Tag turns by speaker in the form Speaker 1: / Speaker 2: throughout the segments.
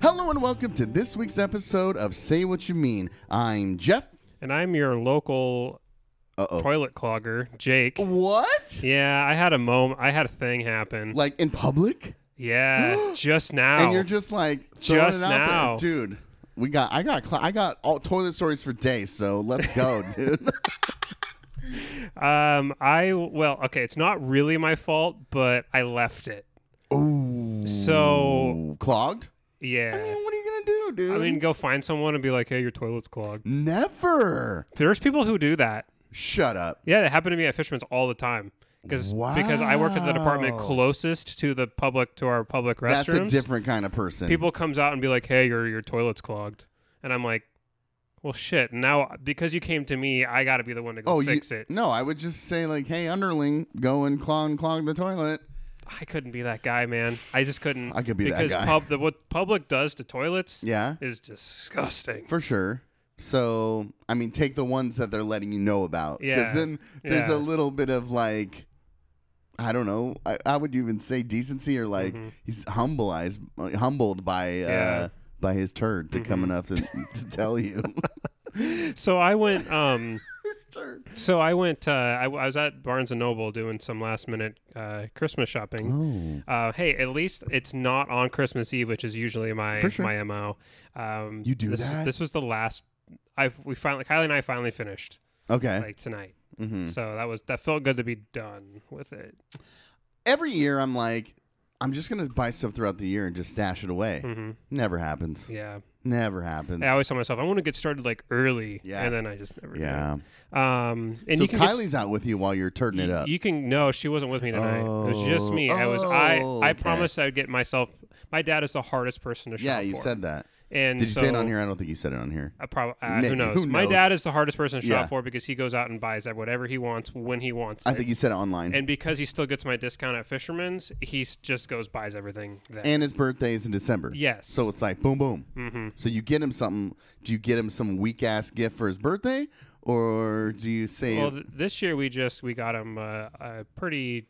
Speaker 1: Hello and welcome to this week's episode of Say What You Mean. I'm Jeff.
Speaker 2: And I'm your local
Speaker 1: Uh-oh.
Speaker 2: toilet clogger, Jake.
Speaker 1: What?
Speaker 2: Yeah, I had a moment. I had a thing happen.
Speaker 1: Like in public?
Speaker 2: yeah, just now.
Speaker 1: And you're just like throwing
Speaker 2: Just
Speaker 1: it out
Speaker 2: now.
Speaker 1: there. dude. We got I got cl- I got all toilet stories for days, so let's go, dude.
Speaker 2: um, I well, okay, it's not really my fault, but I left it. Oh.
Speaker 1: Ooh.
Speaker 2: So-
Speaker 1: clogged?
Speaker 2: Yeah.
Speaker 1: I mean, what are you gonna do, dude?
Speaker 2: I mean, go find someone and be like, "Hey, your toilet's clogged."
Speaker 1: never.
Speaker 2: There's people who do that.
Speaker 1: Shut up.
Speaker 2: Yeah, it happened to me at Fisherman's all the time because because I work at the department
Speaker 1: Wow.
Speaker 2: closest to the public to our public restrooms.
Speaker 1: That's a different kind of person.
Speaker 2: people comes out and be like, "Hey, your your toilet's clogged," and I'm like, "Well, shit." Now because you came to me, I got to be the one to go
Speaker 1: oh,
Speaker 2: fix
Speaker 1: you,
Speaker 2: it.
Speaker 1: No, I would just say like, hey, underling, go and clog clog the toilet.
Speaker 2: I couldn't be that guy, man. I just couldn't.
Speaker 1: I could be that
Speaker 2: because
Speaker 1: guy.
Speaker 2: pub the, what public does to toilets
Speaker 1: Yeah.
Speaker 2: is disgusting.
Speaker 1: For sure. So, I mean, take the ones that they're letting you know about.
Speaker 2: Yeah.
Speaker 1: then there's
Speaker 2: Yeah.
Speaker 1: a little bit of like, I don't know, I, I would even say decency or like he's humbleized, humbled by uh,
Speaker 2: Mm-hmm. Yeah. Mm-hmm.
Speaker 1: by his turd to come enough to, to tell you.
Speaker 2: So I went. um
Speaker 1: his turd.
Speaker 2: So I went. Uh, I, w- I was at Barnes and Noble doing some last minute uh, Christmas shopping.
Speaker 1: Oh.
Speaker 2: Uh, hey, at least it's not on Christmas Eve, which is usually my
Speaker 1: For sure.
Speaker 2: my mo. Um,
Speaker 1: You do
Speaker 2: this,
Speaker 1: that?
Speaker 2: This was the last. I we finally Kylie and I finally finished
Speaker 1: Okay.
Speaker 2: like tonight.
Speaker 1: hmm
Speaker 2: So that was that felt good to be done with it.
Speaker 1: Every year I'm like, I'm just going to buy stuff throughout the year and just stash it away.
Speaker 2: hmm
Speaker 1: Never happens.
Speaker 2: Yeah,
Speaker 1: Never happens.
Speaker 2: I always tell myself I want to get started like early.
Speaker 1: Yeah.
Speaker 2: and then I just never. do.
Speaker 1: yeah.
Speaker 2: Um, and
Speaker 1: so
Speaker 2: you can get s-
Speaker 1: Kylie's out with you while you're turning it
Speaker 2: y-
Speaker 1: up.
Speaker 2: You can no, she wasn't with me tonight. it was just me. I was I.
Speaker 1: Oh,
Speaker 2: I
Speaker 1: okay.
Speaker 2: promised I'd get myself. My dad is the hardest person to shop
Speaker 1: yeah, you
Speaker 2: for.
Speaker 1: said that.
Speaker 2: And
Speaker 1: Did you say it
Speaker 2: so-
Speaker 1: on here? I don't think you said it on here.
Speaker 2: I prob- uh,
Speaker 1: Maybe.
Speaker 2: who, knows?
Speaker 1: Who
Speaker 2: My
Speaker 1: knows?
Speaker 2: dad is the hardest person to shop
Speaker 1: Yeah.
Speaker 2: for because he goes out and buys whatever he wants when he wants
Speaker 1: I
Speaker 2: it.
Speaker 1: think you said it online. And,
Speaker 2: and because he still gets my discount at Fisherman's, he s- just goes buys everything. Then.
Speaker 1: his birthday is in December.
Speaker 2: Yes.
Speaker 1: So it's like boom, boom.
Speaker 2: Mhm.
Speaker 1: So you get him something. Do you get him some weak ass gift for his birthday, or do you say
Speaker 2: well, th- this year we just we got him a, a pretty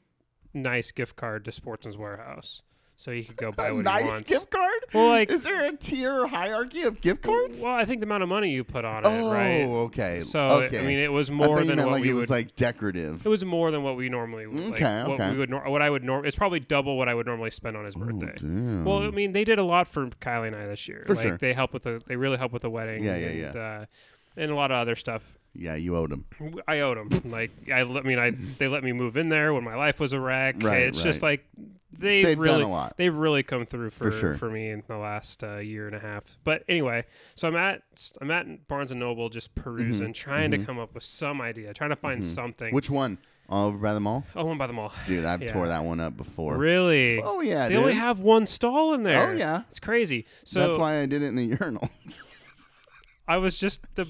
Speaker 2: nice gift card to Sportsman's Warehouse, so he could go buy
Speaker 1: a
Speaker 2: what he
Speaker 1: nice
Speaker 2: wants.
Speaker 1: gift card?
Speaker 2: Well, like-
Speaker 1: is there a tier or hierarchy of gift cards?
Speaker 2: Well, I think the amount of money you put on it,
Speaker 1: oh,
Speaker 2: right?
Speaker 1: okay.
Speaker 2: So
Speaker 1: okay.
Speaker 2: I mean, it was
Speaker 1: I thought
Speaker 2: more
Speaker 1: you
Speaker 2: than
Speaker 1: meant
Speaker 2: what
Speaker 1: like
Speaker 2: we
Speaker 1: it was
Speaker 2: would.
Speaker 1: like decorative.
Speaker 2: it was more than what we normally would. like,
Speaker 1: Okay, okay. Oh,
Speaker 2: What we would, nor- what I would norm. It's probably double what I would normally spend on his birthday.
Speaker 1: Damn.
Speaker 2: Well, I mean, they did a lot for Kylie and I this year.
Speaker 1: For
Speaker 2: like,
Speaker 1: sure.
Speaker 2: They help with the. They really help with the wedding.
Speaker 1: Yeah, yeah,
Speaker 2: and, Uh, and a lot of other stuff.
Speaker 1: yeah, you owed him.
Speaker 2: I owed them. like I, let- I mean, I they let me move in there when my life was a wreck.
Speaker 1: Right,
Speaker 2: it's just
Speaker 1: right.
Speaker 2: like they've,
Speaker 1: They've done
Speaker 2: really,
Speaker 1: a lot.
Speaker 2: They've really come through for
Speaker 1: For sure.
Speaker 2: for me in the last uh, year and a half. But anyway, so I'm at I'm at Barnes and Noble just perusing, trying to come up with some idea, trying to find something.
Speaker 1: Mm-hmm. Which one? All over by the mall,
Speaker 2: oh, one by the mall.
Speaker 1: dude. I've
Speaker 2: Yeah.
Speaker 1: tore that one up before.
Speaker 2: Really?
Speaker 1: Oh yeah,
Speaker 2: they
Speaker 1: dude.
Speaker 2: only have one stall in there.
Speaker 1: Oh, yeah.
Speaker 2: it's crazy. So
Speaker 1: That's why I did it in the urinal.
Speaker 2: I was just the.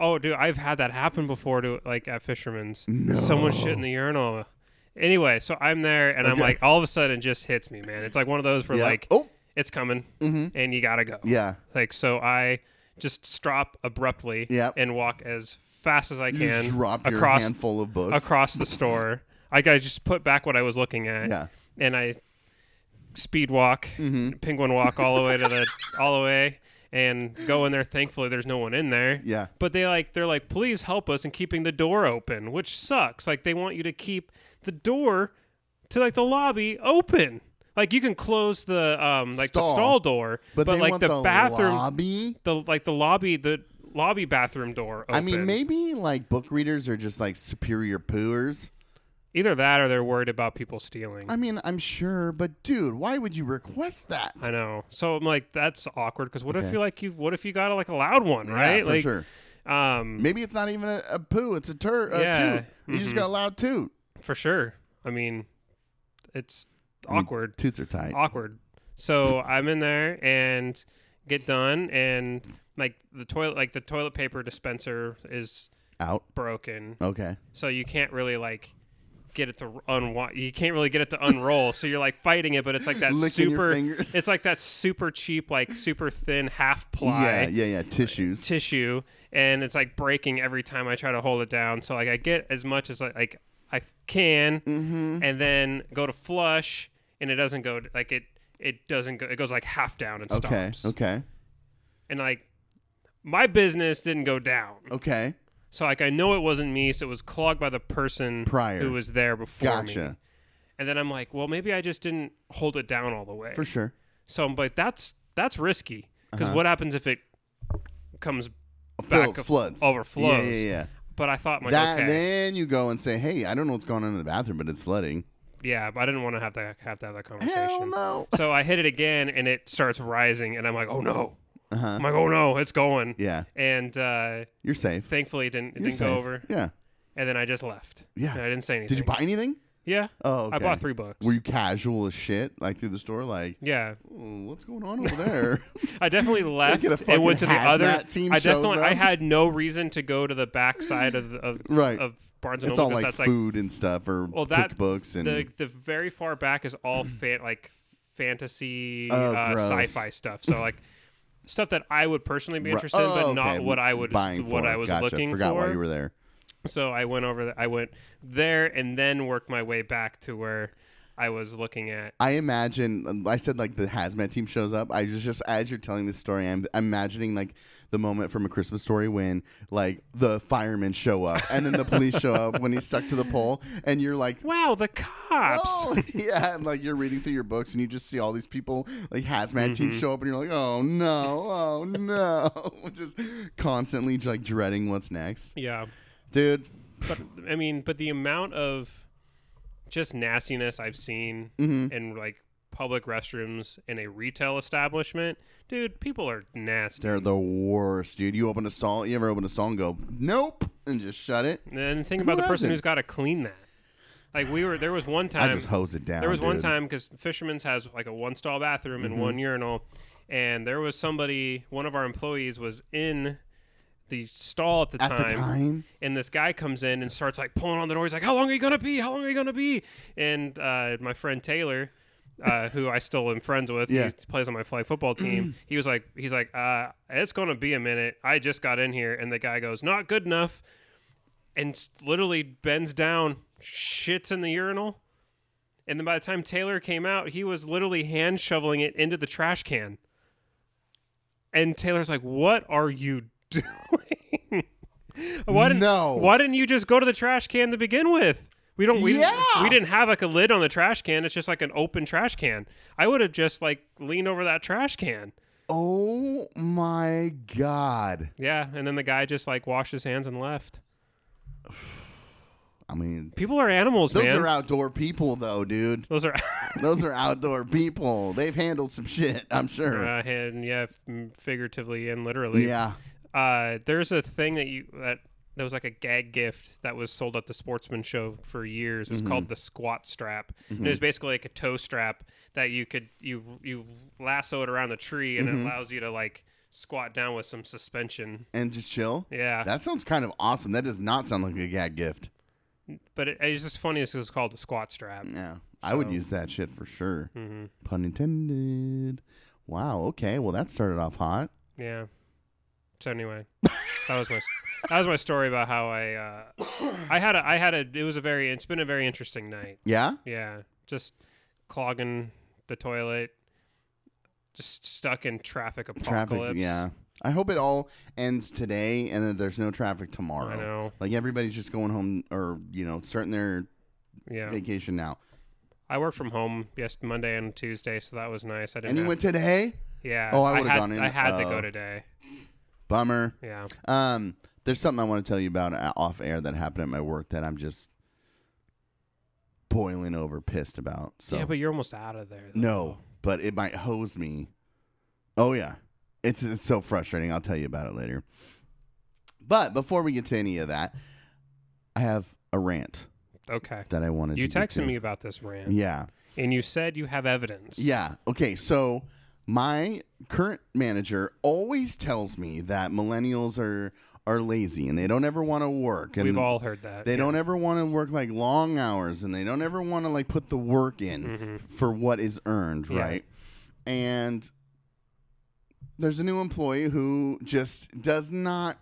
Speaker 2: oh, dude, I've had that happen before to like at Fisherman's. Someone shit in the urinal. Anyway, so I'm there and I'm
Speaker 1: Okay.
Speaker 2: like, all of a sudden, it just hits me, man. It's like one of those where
Speaker 1: Yeah.
Speaker 2: like,
Speaker 1: oh Mm-hmm.
Speaker 2: it's coming and you gotta go.
Speaker 1: yeah.
Speaker 2: Like so, I just stop abruptly
Speaker 1: Yep.
Speaker 2: and walk as fast as I
Speaker 1: You
Speaker 2: can
Speaker 1: just drop your
Speaker 2: across
Speaker 1: handful of books.
Speaker 2: across the store. I I just put back what I was looking at.
Speaker 1: Yeah. Mm-hmm.
Speaker 2: And I speed walk, penguin walk all the way to the all the way and go in there. Thankfully there's no one in there.
Speaker 1: Yeah.
Speaker 2: But they like they're like, please help us in keeping the door open, which sucks. Like they want you to keep the door to like the lobby open. Like you can close the um like
Speaker 1: Stall.
Speaker 2: the stall door,
Speaker 1: But, they
Speaker 2: like
Speaker 1: want
Speaker 2: the, bathroom
Speaker 1: lobby.
Speaker 2: the like the lobby the lobby bathroom door open.
Speaker 1: I mean, maybe like book readers are just like superior pooers.
Speaker 2: either that or they're worried about people stealing.
Speaker 1: I mean, I'm sure, but dude, why would you request that?
Speaker 2: I know. So I'm like, that's awkward because what
Speaker 1: Okay.
Speaker 2: if you like you what if you got like a loud one, right?
Speaker 1: Yeah, for
Speaker 2: like,
Speaker 1: sure.
Speaker 2: um,
Speaker 1: Maybe it's not even a, a poo; it's a tur- a
Speaker 2: Yeah, mm-hmm.
Speaker 1: toot. You just got a loud toot.
Speaker 2: for sure. I mean, it's
Speaker 1: I mean,
Speaker 2: awkward,
Speaker 1: toots are tight.
Speaker 2: awkward. So I'm in there and get done, and like the toilet, like the toilet paper dispenser is
Speaker 1: Out.
Speaker 2: broken,
Speaker 1: Okay.
Speaker 2: so you can't really like get it to unwind. You can't really get it to unroll. so you're like fighting it, but it's like that
Speaker 1: Licking your
Speaker 2: super.
Speaker 1: fingers.
Speaker 2: It's like that super cheap, like super thin half ply.
Speaker 1: Yeah, yeah, yeah. Tissues.
Speaker 2: tissue and it's like breaking every time I try to hold it down. So like I get as much as like, like
Speaker 1: Mm-hmm.
Speaker 2: I can and then go to flush and it doesn't go like it it doesn't go, it goes like half down and
Speaker 1: Okay.
Speaker 2: stops.
Speaker 1: Okay.
Speaker 2: And like my business didn't go down.
Speaker 1: Okay.
Speaker 2: So like I know it wasn't me, so it was clogged by the person
Speaker 1: Prior.
Speaker 2: who was there before me.
Speaker 1: Gotcha.
Speaker 2: And then I'm like, well, maybe I just didn't hold it down all the way.
Speaker 1: For sure.
Speaker 2: So I'm like, that's that's risky because
Speaker 1: Uh-huh.
Speaker 2: what happens if it comes
Speaker 1: Fill-
Speaker 2: back up-
Speaker 1: floods.
Speaker 2: overflows?
Speaker 1: Yeah, yeah, yeah.
Speaker 2: But I thought, I'm like,
Speaker 1: that
Speaker 2: okay,
Speaker 1: then you go and say, "Hey, I don't know what's going on in the bathroom, but it's flooding."
Speaker 2: yeah, but I didn't want to have to have to have that conversation.
Speaker 1: Hell no.
Speaker 2: So I hit it again, and it starts rising, and I'm like, oh no,
Speaker 1: Uh huh.
Speaker 2: I'm like, oh no, it's going.
Speaker 1: Yeah,
Speaker 2: And uh,
Speaker 1: you're safe.
Speaker 2: thankfully, it didn't it
Speaker 1: You're
Speaker 2: didn't go
Speaker 1: safe.
Speaker 2: over,
Speaker 1: Yeah.
Speaker 2: and then I just left.
Speaker 1: Yeah.
Speaker 2: And I didn't say anything.
Speaker 1: Did you buy anything?
Speaker 2: Yeah,
Speaker 1: Oh, okay.
Speaker 2: I bought three books.
Speaker 1: Were you casual as shit, like through the store, like,
Speaker 2: yeah,
Speaker 1: "Ooh, what's going on over there?
Speaker 2: I definitely left
Speaker 1: a
Speaker 2: and went to
Speaker 1: fucking
Speaker 2: the other.
Speaker 1: hazmat team
Speaker 2: I
Speaker 1: shows
Speaker 2: definitely I
Speaker 1: up.
Speaker 2: had no reason to go to the back side of the- of,
Speaker 1: Right.
Speaker 2: of Barnes and
Speaker 1: it's
Speaker 2: Noble.
Speaker 1: all
Speaker 2: 'cause
Speaker 1: like
Speaker 2: that's like
Speaker 1: food and stuff, or
Speaker 2: Well, that-
Speaker 1: cookbooks and
Speaker 2: the the very far back is all fan like fantasy
Speaker 1: Oh,
Speaker 2: uh,
Speaker 1: gross.
Speaker 2: sci-fi stuff. So like stuff that I would personally be
Speaker 1: Ru-
Speaker 2: interested in, but
Speaker 1: Oh,
Speaker 2: not
Speaker 1: okay.
Speaker 2: what I would
Speaker 1: Buying
Speaker 2: what
Speaker 1: for.
Speaker 2: I was
Speaker 1: Gotcha.
Speaker 2: looking
Speaker 1: Forgot
Speaker 2: for.
Speaker 1: why you were there.
Speaker 2: So I went over. The, I went there and then worked my way back to where I was looking at.
Speaker 1: I imagine. I said like the hazmat team shows up. I just just as you're telling this story, I'm imagining like the moment from a Christmas story when like the firemen show up and then the police show up when he's stuck to the pole, and you're like.
Speaker 2: Wow, the cops!
Speaker 1: Oh yeah, and like you're reading through your books and you just see all these people like hazmat
Speaker 2: Mm-hmm.
Speaker 1: teams show up and you're like, oh no, oh no, just constantly like dreading what's next,
Speaker 2: Yeah,
Speaker 1: dude.
Speaker 2: but I mean, but the amount of just nastiness I've seen
Speaker 1: Mm-hmm.
Speaker 2: in like public restrooms in a retail establishment, dude, people are nasty.
Speaker 1: They're the worst, dude. You open a stall, you ever open a stall and go, nope, and just shut it.
Speaker 2: And then think about the person
Speaker 1: hasn't?
Speaker 2: who's got to clean that. Like we were, there was one
Speaker 1: I
Speaker 2: time.
Speaker 1: just hose it down.
Speaker 2: There was one
Speaker 1: dude.
Speaker 2: time because Fisherman's has like a one stall bathroom and one urinal, and there was somebody, one of our employees was in the stall at the,
Speaker 1: at
Speaker 2: time,
Speaker 1: the time.
Speaker 2: and this guy comes in and starts like pulling on the door. He's like, "How long are you gonna be? How long are you gonna be?" And uh, my friend Taylor. Uh, who I still am friends with,
Speaker 1: Yeah.
Speaker 2: he plays on my flag football team. he was like, he's like, uh, it's gonna be a minute. I just got in here, and the guy goes, not good enough, and s- literally bends down, shits in the urinal, and then by the time Taylor came out, he was literally hand shoveling it into the trash can. And Taylor's like, "What are you doing? why didn't
Speaker 1: No.
Speaker 2: Why didn't you just go to the trash can to begin with? We don't. We,
Speaker 1: Yeah.
Speaker 2: we didn't have like a lid on the trash can. It's just like an open trash can. I would have just like leaned over that trash can.
Speaker 1: Oh my god!
Speaker 2: Yeah. And then the guy just like washed his hands and left.
Speaker 1: I mean,
Speaker 2: People are animals,
Speaker 1: those
Speaker 2: man.
Speaker 1: are outdoor people, though, dude.
Speaker 2: those are.
Speaker 1: Those are outdoor people. They've handled some shit, I'm sure.
Speaker 2: uh, and yeah, f- figuratively and literally.
Speaker 1: yeah.
Speaker 2: uh, there's a thing that you that that was like a gag gift that was sold at the sportsman show for years. It was called the squat strap. And it was basically like a toe strap that you could you you lasso it around the tree and it allows you to like squat down with some suspension.
Speaker 1: And just chill.
Speaker 2: Yeah,
Speaker 1: That sounds kind of awesome. That does not sound like a gag gift.
Speaker 2: but it, it's just funny. It's just called the squat strap. Mm-hmm.
Speaker 1: Yeah. I would use that shit for sure. Pun intended. Wow. Okay. Well, that started off hot.
Speaker 2: Yeah. So anyway, that was my that was my story about how I uh, I had a I had a it was a very it's been a very interesting night.
Speaker 1: Yeah.
Speaker 2: Yeah, just clogging the toilet, just stuck in traffic apocalypse.
Speaker 1: Traffic. Yeah. I hope it all ends today and that there's no traffic tomorrow.
Speaker 2: I know.
Speaker 1: Like everybody's just going home or, you know, starting their
Speaker 2: Yeah,
Speaker 1: vacation now.
Speaker 2: I worked from home yes Monday and Tuesday, so that was nice. I didn't.
Speaker 1: And you
Speaker 2: have-
Speaker 1: went today?
Speaker 2: yeah.
Speaker 1: Oh, I would've
Speaker 2: had-
Speaker 1: gone in,
Speaker 2: I had to
Speaker 1: uh,
Speaker 2: go today.
Speaker 1: Bummer.
Speaker 2: Yeah.
Speaker 1: Um, there's something I want to tell you about uh, off air that happened at my work that I'm just boiling over pissed about. So
Speaker 2: Yeah, but you're almost out of there. though.
Speaker 1: no, but it might hose me. Oh yeah, it's, it's so frustrating. I'll tell you about it later. But before we get to any of that, I have a rant
Speaker 2: Okay.
Speaker 1: that I wanted.
Speaker 2: You
Speaker 1: to get
Speaker 2: texted
Speaker 1: to.
Speaker 2: me about this rant,
Speaker 1: Yeah,
Speaker 2: and you said you have evidence.
Speaker 1: yeah. Okay, so my current manager always tells me that millennials are are lazy and they don't ever want to work. And
Speaker 2: We've all heard that.
Speaker 1: They
Speaker 2: yeah.
Speaker 1: don't ever want to work like long hours and they don't ever want to like put the work in
Speaker 2: Mm-hmm.
Speaker 1: for what is earned,
Speaker 2: Yeah.
Speaker 1: right? And there's a new employee who just does not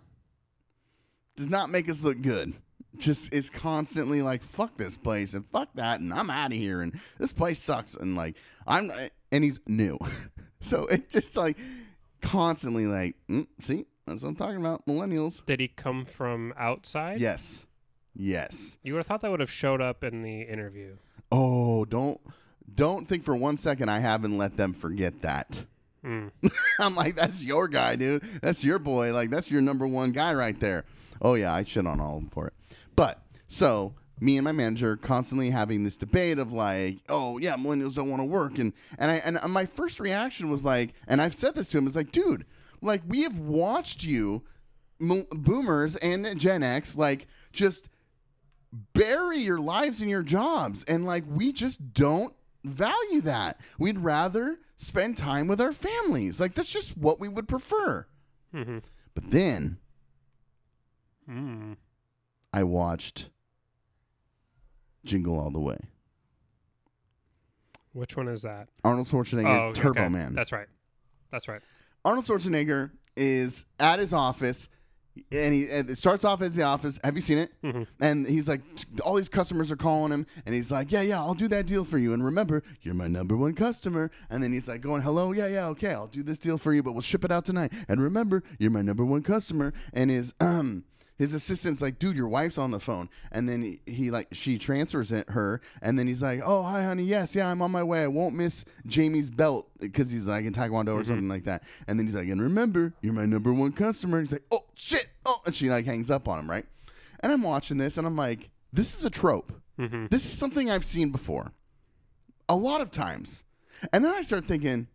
Speaker 1: does not make us look good. Just is constantly like fuck this place and fuck that and I'm out of here and this place sucks and like I'm and he's new. so it just like constantly like, mm, see, that's what I'm talking about, millennials.
Speaker 2: Did he come from outside?
Speaker 1: Yes, yes.
Speaker 2: You would have thought that would have showed up in the interview.
Speaker 1: Oh, don't don't think for one second I haven't let them forget that.
Speaker 2: Mm.
Speaker 1: I'm like, that's your guy, dude. That's your boy. Like, that's your number one guy right there. Oh yeah, I shit on all of them for it. But so me and my manager constantly having this debate of like, oh yeah, millennials don't want to work, and and I and uh, my first reaction was like, and I've said this to him, is like, dude, like we have watched you, mo- boomers and Gen X, like just bury your lives in your jobs. And like, we just don't value that. We'd rather spend time with our families. Like, that's just what we would prefer.
Speaker 2: Mhm.
Speaker 1: But then
Speaker 2: Mm.
Speaker 1: I watched Jingle All the Way.
Speaker 2: Which one is that?
Speaker 1: Arnold Schwarzenegger,
Speaker 2: Oh, okay,
Speaker 1: Turbo
Speaker 2: okay.
Speaker 1: Man.
Speaker 2: That's right. That's right.
Speaker 1: Arnold Schwarzenegger is at his office, and he and it starts off at the office. Have you seen it?
Speaker 2: Mhm.
Speaker 1: Mm-hmm. And he's like, all these customers are calling him, and he's like, yeah, yeah, I'll do that deal for you. And remember, you're my number one customer. And then he's like, going, hello, yeah, yeah, okay, I'll do this deal for you, but we'll ship it out tonight. And remember, you're my number one customer. And his um. His assistant's like, dude, your wife's on the phone. And then he, he like she transfers it her, and then he's like, oh hi honey, yes, yeah, I'm on my way. I won't miss Jamie's belt because he's like in Taekwondo or something like that. And then he's like, and remember, you're my number one customer. And he's like, oh shit, oh, and she like hangs up on him, right? And I'm watching this and I'm like, this is a trope. This is something I've seen before a lot of times. And then I start thinking,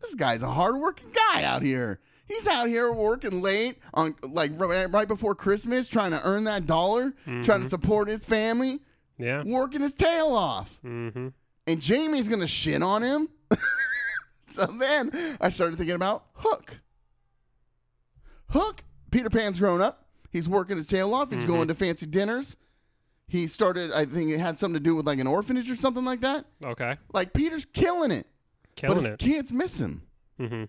Speaker 1: this guy's a hardworking guy out here. He's out here working late on like right right before Christmas, trying to earn that dollar, trying to support his family,
Speaker 2: Yeah.
Speaker 1: working his tail off
Speaker 2: Mm-hmm.
Speaker 1: and Jamie's gonna shit on him. so then I started thinking about Hook. Hook, Peter Pan's grown up. He's working his tail off. He's
Speaker 2: Mm-hmm.
Speaker 1: going to fancy dinners. He started, I think it had something to do with like an orphanage or something like that.
Speaker 2: Okay.
Speaker 1: Like Peter's killing it, but
Speaker 2: Killing
Speaker 1: his
Speaker 2: it.
Speaker 1: kids miss him.
Speaker 2: Mm-hmm.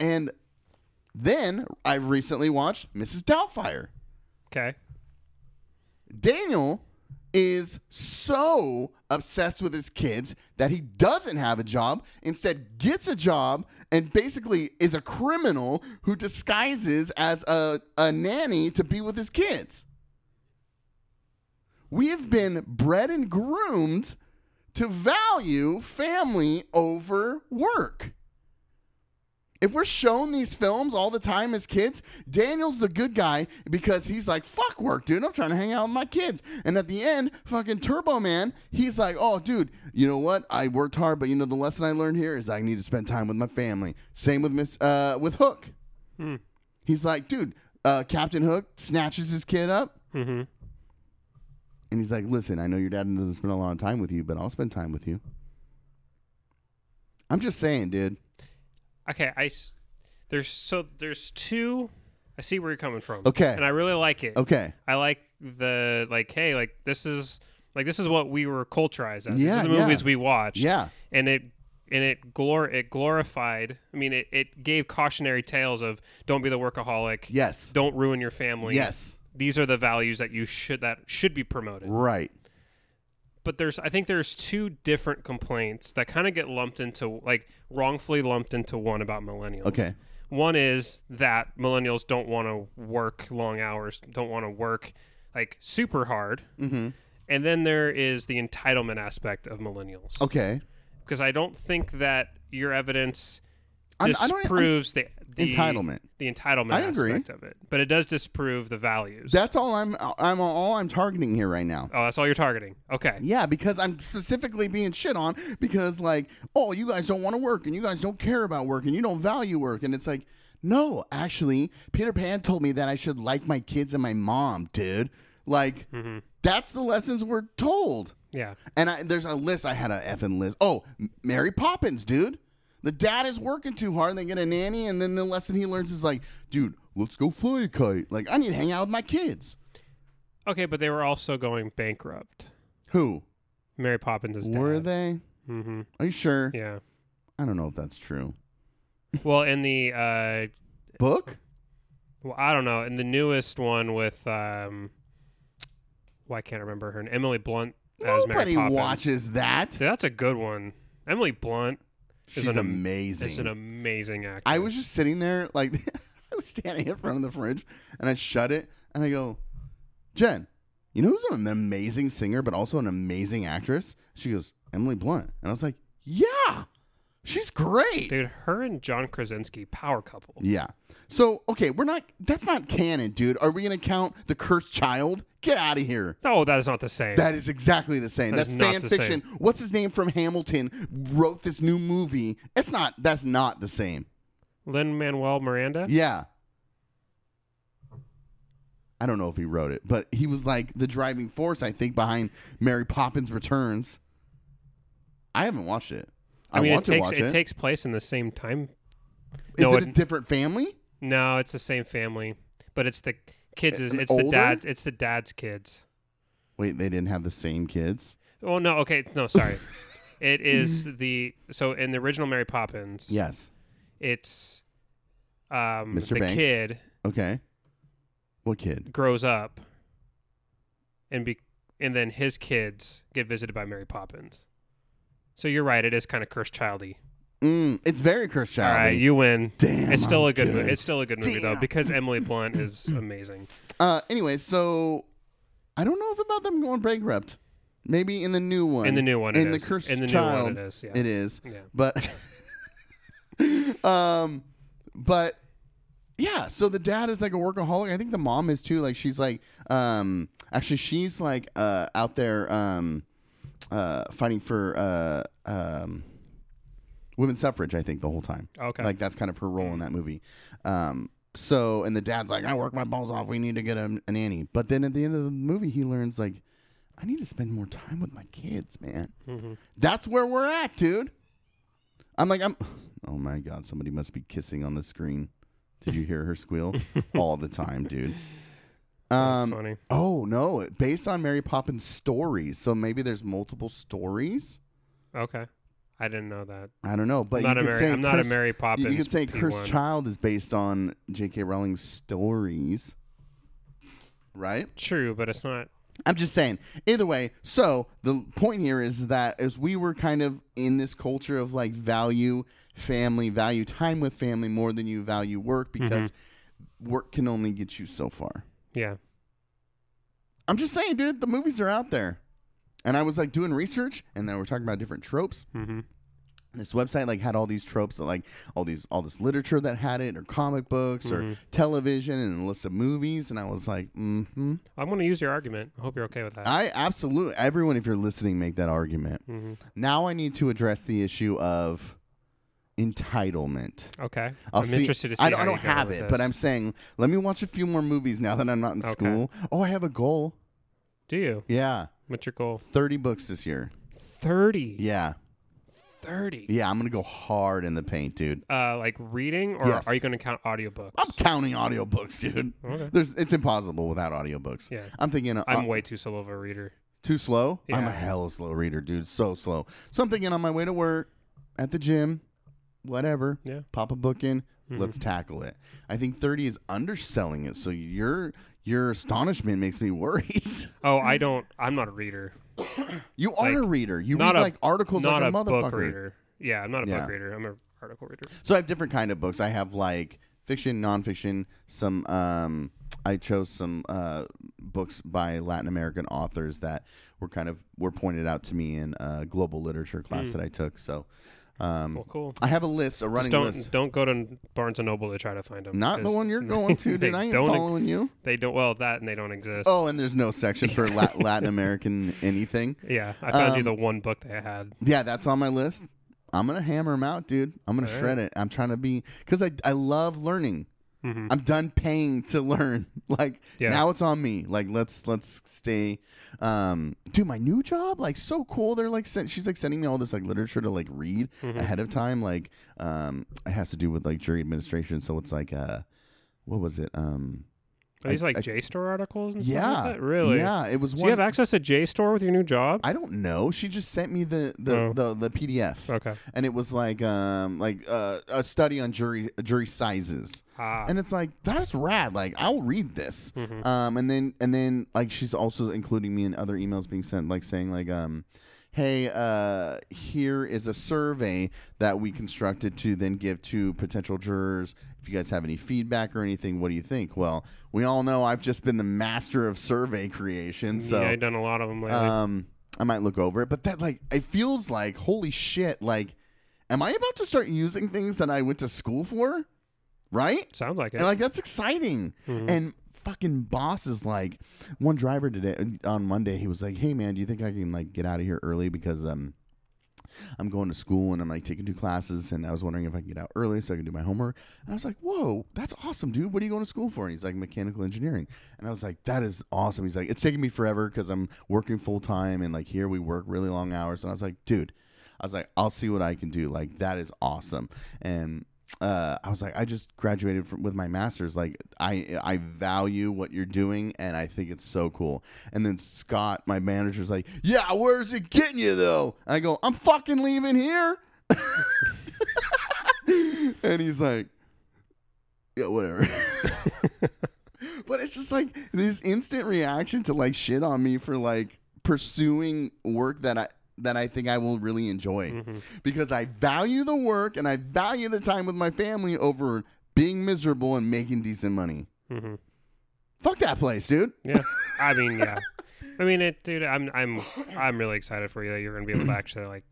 Speaker 1: And then I recently watched Mrs. Doubtfire.
Speaker 2: Okay.
Speaker 1: Daniel is so obsessed with his kids that he doesn't have a job, instead gets a job and basically is a criminal who disguises as a, a nanny to be with his kids. We have been bred and groomed to value family over work. If we're shown these films all the time as kids, Daniel's the good guy because he's like, fuck work, dude. I'm trying to hang out with my kids. And at the end, fucking Turbo Man, he's like, oh, dude, you know what? I worked hard, but you know, the lesson I learned here is I need to spend time with my family. Same with Miss, uh, with Hook.
Speaker 2: Hmm.
Speaker 1: He's like, dude, uh, Captain Hook snatches his kid up.
Speaker 2: Mm-hmm.
Speaker 1: And he's like, listen, I know your dad doesn't spend a lot of time with you, but I'll spend time with you. I'm just saying, dude.
Speaker 2: Okay. I. s- There's so there's two. I see where you're coming from.
Speaker 1: Okay.
Speaker 2: And I really like it.
Speaker 1: Okay.
Speaker 2: I like the like. Hey, like this is like this is what we were culturized as.
Speaker 1: Yeah,
Speaker 2: These are the
Speaker 1: yeah.
Speaker 2: movies we watched.
Speaker 1: Yeah.
Speaker 2: and it and it glor it glorified i mean it, it gave cautionary tales of don't be the workaholic
Speaker 1: Yes.
Speaker 2: don't ruin your family
Speaker 1: Yes.
Speaker 2: these are the values that you should that should be promoted
Speaker 1: Right.
Speaker 2: but there's i think there's two different complaints that kind of get lumped into like wrongfully lumped into one about millennials
Speaker 1: Okay.
Speaker 2: one is that millennials don't want to work long hours don't want to work like super hard
Speaker 1: Mm-hmm.
Speaker 2: and then there is the entitlement aspect of millennials
Speaker 1: Okay.
Speaker 2: because I don't think that your evidence
Speaker 1: I'm- I don't-
Speaker 2: disproves the, the
Speaker 1: Entitlement.
Speaker 2: The entitlement
Speaker 1: I agree.
Speaker 2: aspect of it, but it does disprove the values.
Speaker 1: That's all I'm. I'm all I'm targeting here right now.
Speaker 2: oh, that's all you're targeting. Okay.
Speaker 1: Yeah, because I'm specifically being shit on because like, oh, you guys don't want to work and you guys don't care about work and you don't value work and it's like, no, actually, Peter Pan told me that I should like my kids and my mom, dude. Like, that's the lessons we're told.
Speaker 2: Yeah.
Speaker 1: And I, there's a list. I had a effing list. Oh, M- Mary Poppins, dude. The dad is working too hard. and They get a nanny, and then the lesson he learns is like, dude, let's go fly a kite. Like, I need to hang out with my kids.
Speaker 2: Okay, but they were also going bankrupt.
Speaker 1: Who
Speaker 2: Mary Poppins is dead.
Speaker 1: were they?
Speaker 2: Mm-hmm.
Speaker 1: Are you sure?
Speaker 2: Yeah.
Speaker 1: I don't know if that's true.
Speaker 2: Well, in the uh,
Speaker 1: Book?
Speaker 2: well, I don't know. In the newest one with um, well, I can't remember her. name. Emily Blunt as Mary
Speaker 1: Nobody
Speaker 2: Poppins.
Speaker 1: watches that.
Speaker 2: Dude, that's a good one. Emily Blunt
Speaker 1: She's
Speaker 2: an am-
Speaker 1: amazing.
Speaker 2: is an amazing actor.
Speaker 1: I was just sitting there, like I was standing in front of the fridge, and I shut it, and I go, Jen, you know who's an amazing singer, but also an amazing actress? She goes, Emily Blunt, and I was like, Yeah, she's great.
Speaker 2: Dude, her and John Krasinski, power couple.
Speaker 1: Yeah. So okay, we're not. That's not canon, dude. Are we gonna count the cursed child? Get out of here.
Speaker 2: No, Oh, that is not the same.
Speaker 1: That is exactly the same.
Speaker 2: That
Speaker 1: that's
Speaker 2: is not
Speaker 1: fan
Speaker 2: the
Speaker 1: fiction. What's his name from Hamilton wrote this new movie? It's not. That's not the same.
Speaker 2: Lin Manuel Miranda.
Speaker 1: Yeah. I don't know if he wrote it, but he was like the driving force, I think, behind Mary Poppins Returns. I haven't watched it. I,
Speaker 2: I mean,
Speaker 1: want
Speaker 2: it
Speaker 1: to
Speaker 2: takes
Speaker 1: watch it. Is
Speaker 2: takes place in the same time. no,
Speaker 1: it a
Speaker 2: it-
Speaker 1: different family?
Speaker 2: No, it's the same family, but it's the kids. Is,
Speaker 1: An
Speaker 2: it's the
Speaker 1: older?
Speaker 2: dad. It's the dad's kids.
Speaker 1: Wait, they didn't have the same kids.
Speaker 2: Oh no, okay, no, sorry. it is the so in the original Mary Poppins.
Speaker 1: Yes.
Speaker 2: it's um
Speaker 1: Mr.
Speaker 2: the
Speaker 1: Banks?
Speaker 2: kid
Speaker 1: Okay. What kid?
Speaker 2: grows up and be and then his kids get visited by Mary Poppins. So you're right, it is kind of cursed childy.
Speaker 1: Mm, it's very cursed
Speaker 2: All
Speaker 1: child.
Speaker 2: right, you win.
Speaker 1: Damn,
Speaker 2: it's still
Speaker 1: I'm
Speaker 2: a good, movie.
Speaker 1: good.
Speaker 2: It's still a good movie though
Speaker 1: Damn.
Speaker 2: because Emily Blunt is amazing.
Speaker 1: Uh, anyway, so I don't know if about them going bankrupt. Maybe in the new one.
Speaker 2: In the new one, it
Speaker 1: in the
Speaker 2: is.
Speaker 1: cursed
Speaker 2: In the new
Speaker 1: child,
Speaker 2: one, it is. Yeah.
Speaker 1: It is.
Speaker 2: Yeah.
Speaker 1: But, um, but yeah. So the dad is like a workaholic. I think the mom is too. Like she's like, um, actually she's like uh out there um, uh fighting for uh um. Women's suffrage, I think, the whole time.
Speaker 2: Oh, Okay. Mm.
Speaker 1: Like that's kind of her role in that movie. Um, so and the dad's like, I work my balls off. We need to get a, a nanny. But then at the end of the movie, he learns like, I need to spend more time with my kids, man.
Speaker 2: Mm-hmm.
Speaker 1: That's where we're at, dude. I'm like, I'm. Oh my god, somebody must be kissing on the screen. Did you hear her squeal all the time, dude?
Speaker 2: That's
Speaker 1: Um.
Speaker 2: funny.
Speaker 1: Oh no, based on Mary Poppins stories, so maybe there's multiple stories.
Speaker 2: Okay. I didn't know that.
Speaker 1: I don't know, but
Speaker 2: I'm
Speaker 1: you
Speaker 2: not a
Speaker 1: could
Speaker 2: Mary,
Speaker 1: say
Speaker 2: I'm not a
Speaker 1: Chris-
Speaker 2: Mary Poppins.
Speaker 1: you could say
Speaker 2: P1.
Speaker 1: Cursed Child is based on J.K. Rowling's stories. Right?
Speaker 2: True, but it's not.
Speaker 1: I'm just saying. Either way, so the point here is that as we were kind of in this culture of like value family, value time with family more than you value work because work can only get you so far.
Speaker 2: Yeah.
Speaker 1: I'm just saying, dude, the movies are out there. And I was like doing research and then we're talking about different tropes.
Speaker 2: hmm
Speaker 1: this website like had all these tropes that, like all these all this literature that had it or comic books or television and a list of movies and i was like mm-hmm
Speaker 2: I'm going to use your argument. I hope you're okay with that.
Speaker 1: i absolutely everyone if you're listening make that argument
Speaker 2: Mhm.
Speaker 1: now i need to address the issue of entitlement
Speaker 2: Okay.
Speaker 1: I'll
Speaker 2: am
Speaker 1: see-
Speaker 2: interested to see.
Speaker 1: I don't,
Speaker 2: how
Speaker 1: I don't
Speaker 2: you go
Speaker 1: have
Speaker 2: with
Speaker 1: it,
Speaker 2: this.
Speaker 1: but I'm saying let me watch a few more movies now that I'm not in
Speaker 2: Okay.
Speaker 1: school. Oh, I have a goal.
Speaker 2: Do you?
Speaker 1: Yeah,
Speaker 2: What's your goal?
Speaker 1: 30 books this year.
Speaker 2: 30.
Speaker 1: Yeah,
Speaker 2: 30.
Speaker 1: yeah, I'm gonna go hard in the paint, dude.
Speaker 2: Uh, like reading, or
Speaker 1: Yes.
Speaker 2: are you going to count audiobooks?
Speaker 1: I'm counting audiobooks, dude.
Speaker 2: Okay.
Speaker 1: There's, it's impossible without audiobooks.
Speaker 2: Yeah.
Speaker 1: I'm thinking uh,
Speaker 2: I'm way too slow of a reader.
Speaker 1: too slow. I'm a
Speaker 2: Yeah.
Speaker 1: hella slow reader, dude. So slow. So I'm thinking on my way to work, at the gym, whatever.
Speaker 2: Yeah. Mm-hmm.
Speaker 1: Pop a book in. Let's tackle it. I think 30 is underselling it. So your your astonishment makes me worried.
Speaker 2: Oh, I don't. I'm not a reader.
Speaker 1: you are a
Speaker 2: Like,
Speaker 1: reader. You read
Speaker 2: not a-
Speaker 1: like articles like
Speaker 2: not
Speaker 1: a,
Speaker 2: a book
Speaker 1: motherfucker.
Speaker 2: reader. Yeah, I'm not a
Speaker 1: Yeah.
Speaker 2: book reader. I'm an article reader.
Speaker 1: So I have different kind of books. I have like fiction, nonfiction. Some um, I chose some uh, books by Latin American authors that were kind of were pointed out to me in a global literature class that I took. So um,
Speaker 2: Well, cool.
Speaker 1: I have a list, a
Speaker 2: Hmm. Just
Speaker 1: running
Speaker 2: don't
Speaker 1: list.
Speaker 2: don't go to Barnes and Noble to try to find them.
Speaker 1: Not the one you're going to, dude. I ain't
Speaker 2: don't ex-
Speaker 1: following you.
Speaker 2: They don't. Well, that and they don't exist.
Speaker 1: Oh, and there's no section for La- Latin American anything.
Speaker 2: Yeah, I found you
Speaker 1: Um,
Speaker 2: the one book they had.
Speaker 1: Yeah, that's on my list. I'm gonna hammer them out, dude. I'm gonna
Speaker 2: All
Speaker 1: shred it. I'm trying to be because I I love learning. I'm done paying to learn. Like
Speaker 2: Mm-hmm. Yeah.
Speaker 1: now it's on me. Like let's let's stay. Um, dude, my new job like so cool. They're like sen- she's like sending me all this like literature to like read
Speaker 2: Mm-hmm.
Speaker 1: ahead of time. Like um, it has to do with like jury administration. So it's like uh, what was it? Um,
Speaker 2: Are these
Speaker 1: I-
Speaker 2: like
Speaker 1: I-
Speaker 2: JSTOR articles and stuff
Speaker 1: yeah,
Speaker 2: like that? Really?
Speaker 1: Yeah, it was
Speaker 2: Do
Speaker 1: one.
Speaker 2: you have access to JSTOR with your new job?
Speaker 1: I don't know. She just sent me the the
Speaker 2: Oh.
Speaker 1: the, the PDF,
Speaker 2: okay.
Speaker 1: and it was like um like uh, a study on jury jury sizes.
Speaker 2: Ah.
Speaker 1: and it's like that's rad like i'll read this
Speaker 2: Mhm.
Speaker 1: um and then and then like she's also including me in other emails being sent like saying like um hey uh here is a survey that we constructed to then give to potential jurors if you guys have any feedback or anything what do you think well we all know i've just been the master of survey creation so
Speaker 2: yeah, I've done a lot of them lately.
Speaker 1: um, I might look over it, but that like it feels like holy shit! Like, am I about to start using things that I went to school for? Right?
Speaker 2: Sounds like it. Mm-hmm.
Speaker 1: And like that's exciting. And fucking boss is like, one driver today on Monday, he was like, "Hey man, do you think I can like get out of here early because um." I'm going to school and I'm like taking two classes and I was wondering if I can get out early so I can do my homework. And I was like, "Whoa, that's awesome, dude! What are you going to school for?" And he's like, "Mechanical engineering." And I was like, "That is awesome." He's like, "It's taking me forever because I'm working full time and like here we work really long hours." And I was like, "Dude, I was like, I'll see what I can do. Like that is awesome." And uh, I was like, I just graduated from, with my master's. Like, I I value what you're doing, and I think it's so cool. And then Scott, my manager's like, Yeah, where's it getting you though? And I go, I'm fucking leaving here. and he's like, Yeah, whatever. but it's just like this instant reaction to like shit on me for like pursuing work that I that I think I will really enjoy because I value the work and I value the time with my family over being miserable and making decent money.
Speaker 2: hmm
Speaker 1: Fuck that place, dude.
Speaker 2: Yeah. I mean, yeah. I mean, it, dude. I'm, I'm, I'm really excited for you that you're going to be able to actually like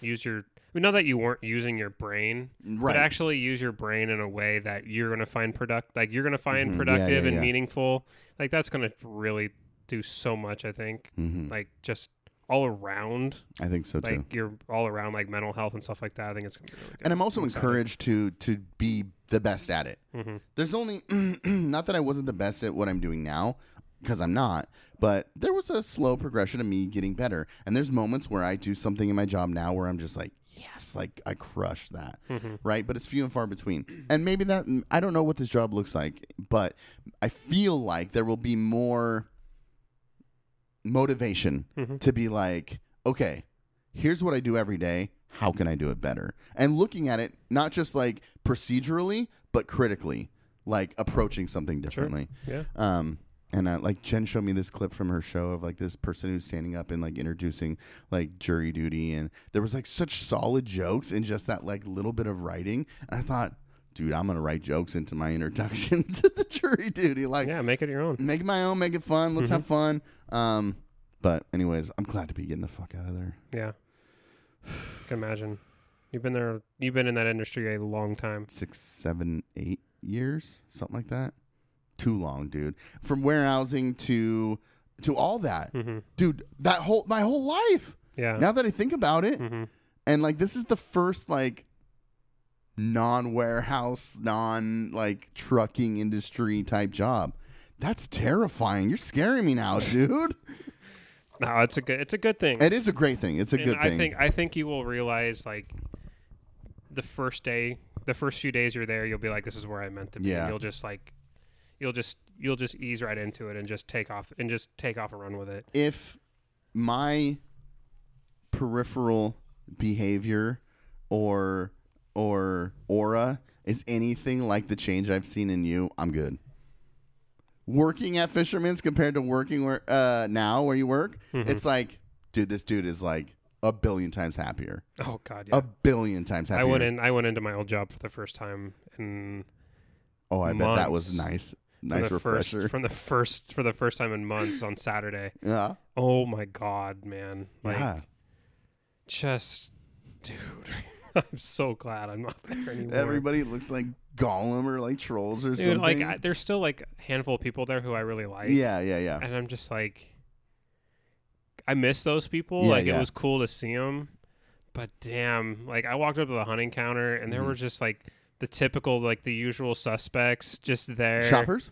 Speaker 2: use your. I mean, not that you weren't using your brain,
Speaker 1: Right.
Speaker 2: but actually use your brain in a way that you're going to find product, like you're going to find
Speaker 1: Mhm. Yeah,
Speaker 2: productive
Speaker 1: yeah,
Speaker 2: and
Speaker 1: yeah.
Speaker 2: meaningful. Like that's going to really do so much. I think,
Speaker 1: Mhm.
Speaker 2: like just all around,
Speaker 1: I think so
Speaker 2: like
Speaker 1: too.
Speaker 2: your all around, like mental health and stuff like that. I think it's going to be really good.
Speaker 1: And I'm also encouraged to to be the best at it.
Speaker 2: Mhm.
Speaker 1: There's only not that I wasn't the best at what I'm doing now because I'm not, but there was a slow progression of me getting better. And there's moments where I do something in my job now where I'm just like, yes, like I crushed that, right? But it's few and far between. And maybe that I don't know what this job looks like, but I feel like there will be more motivation
Speaker 2: Mhm.
Speaker 1: to be like, okay, here's what I do every day. How can I do it better? And looking at it, not just like procedurally, but critically, like approaching something differently.
Speaker 2: Yeah.
Speaker 1: Um, and uh, like Jen showed me this clip from her show of like this person who's standing up and like introducing like jury duty, and there was like such solid jokes in just that like little bit of writing. And I thought, dude, I'm gonna write jokes into my introduction to the jury duty. Like, Mm.
Speaker 2: Yeah. Make it your own.
Speaker 1: make it my own, make it fun. Let's have fun. Um, but anyways, I'm glad to be getting the fuck out of there.
Speaker 2: Yeah. can imagine. You've been there you've been in that industry a long time.
Speaker 1: Six, seven, eight years, something like that. Too long, dude. From warehousing to to all that,
Speaker 2: hmm
Speaker 1: dude. That whole my whole life.
Speaker 2: Yeah.
Speaker 1: Now that I think about it,
Speaker 2: hmm
Speaker 1: and like this is the first like non-warehouse, non like trucking industry type job. That's terrifying. You're scaring me now, dude.
Speaker 2: No, it's a good it's a good thing.
Speaker 1: it is a great thing. It's a
Speaker 2: And
Speaker 1: good
Speaker 2: I
Speaker 1: thing.
Speaker 2: think I think you will realize like the first day the first few days you're there, you'll be like, This is where I meant to be.
Speaker 1: Yeah.
Speaker 2: And you'll just like you'll just you'll just ease right into it and just take off and just take off and run with it.
Speaker 1: if my peripheral behavior or or aura is anything like the change I've seen in you, I'm good. Working at Fisherman's compared to working where uh, now where you work,
Speaker 2: Mm-hmm.
Speaker 1: it's like, dude, this dude is like a billion times happier.
Speaker 2: Oh god, yeah.
Speaker 1: A billion times happier.
Speaker 2: I went in I went into my old job for the first time in
Speaker 1: Oh, I bet that was
Speaker 2: months
Speaker 1: nice,
Speaker 2: for
Speaker 1: nice
Speaker 2: the
Speaker 1: refresher.
Speaker 2: first from the first for the first time in months on Saturday.
Speaker 1: yeah,
Speaker 2: Oh my god, man. Like
Speaker 1: yeah.
Speaker 2: just dude i'm so glad i'm not there anymore
Speaker 1: Everybody looks like Gollum or like trolls or
Speaker 2: dude
Speaker 1: something.
Speaker 2: like I, there's still like a handful of people there who i really like
Speaker 1: yeah, yeah, yeah.
Speaker 2: and i'm just like i miss those people
Speaker 1: Yeah,
Speaker 2: like
Speaker 1: yeah.
Speaker 2: it was cool to see them but damn like i walked up to the hunting counter and there
Speaker 1: Mm-hmm.
Speaker 2: were just like the typical like the usual suspects just there
Speaker 1: Shoppers?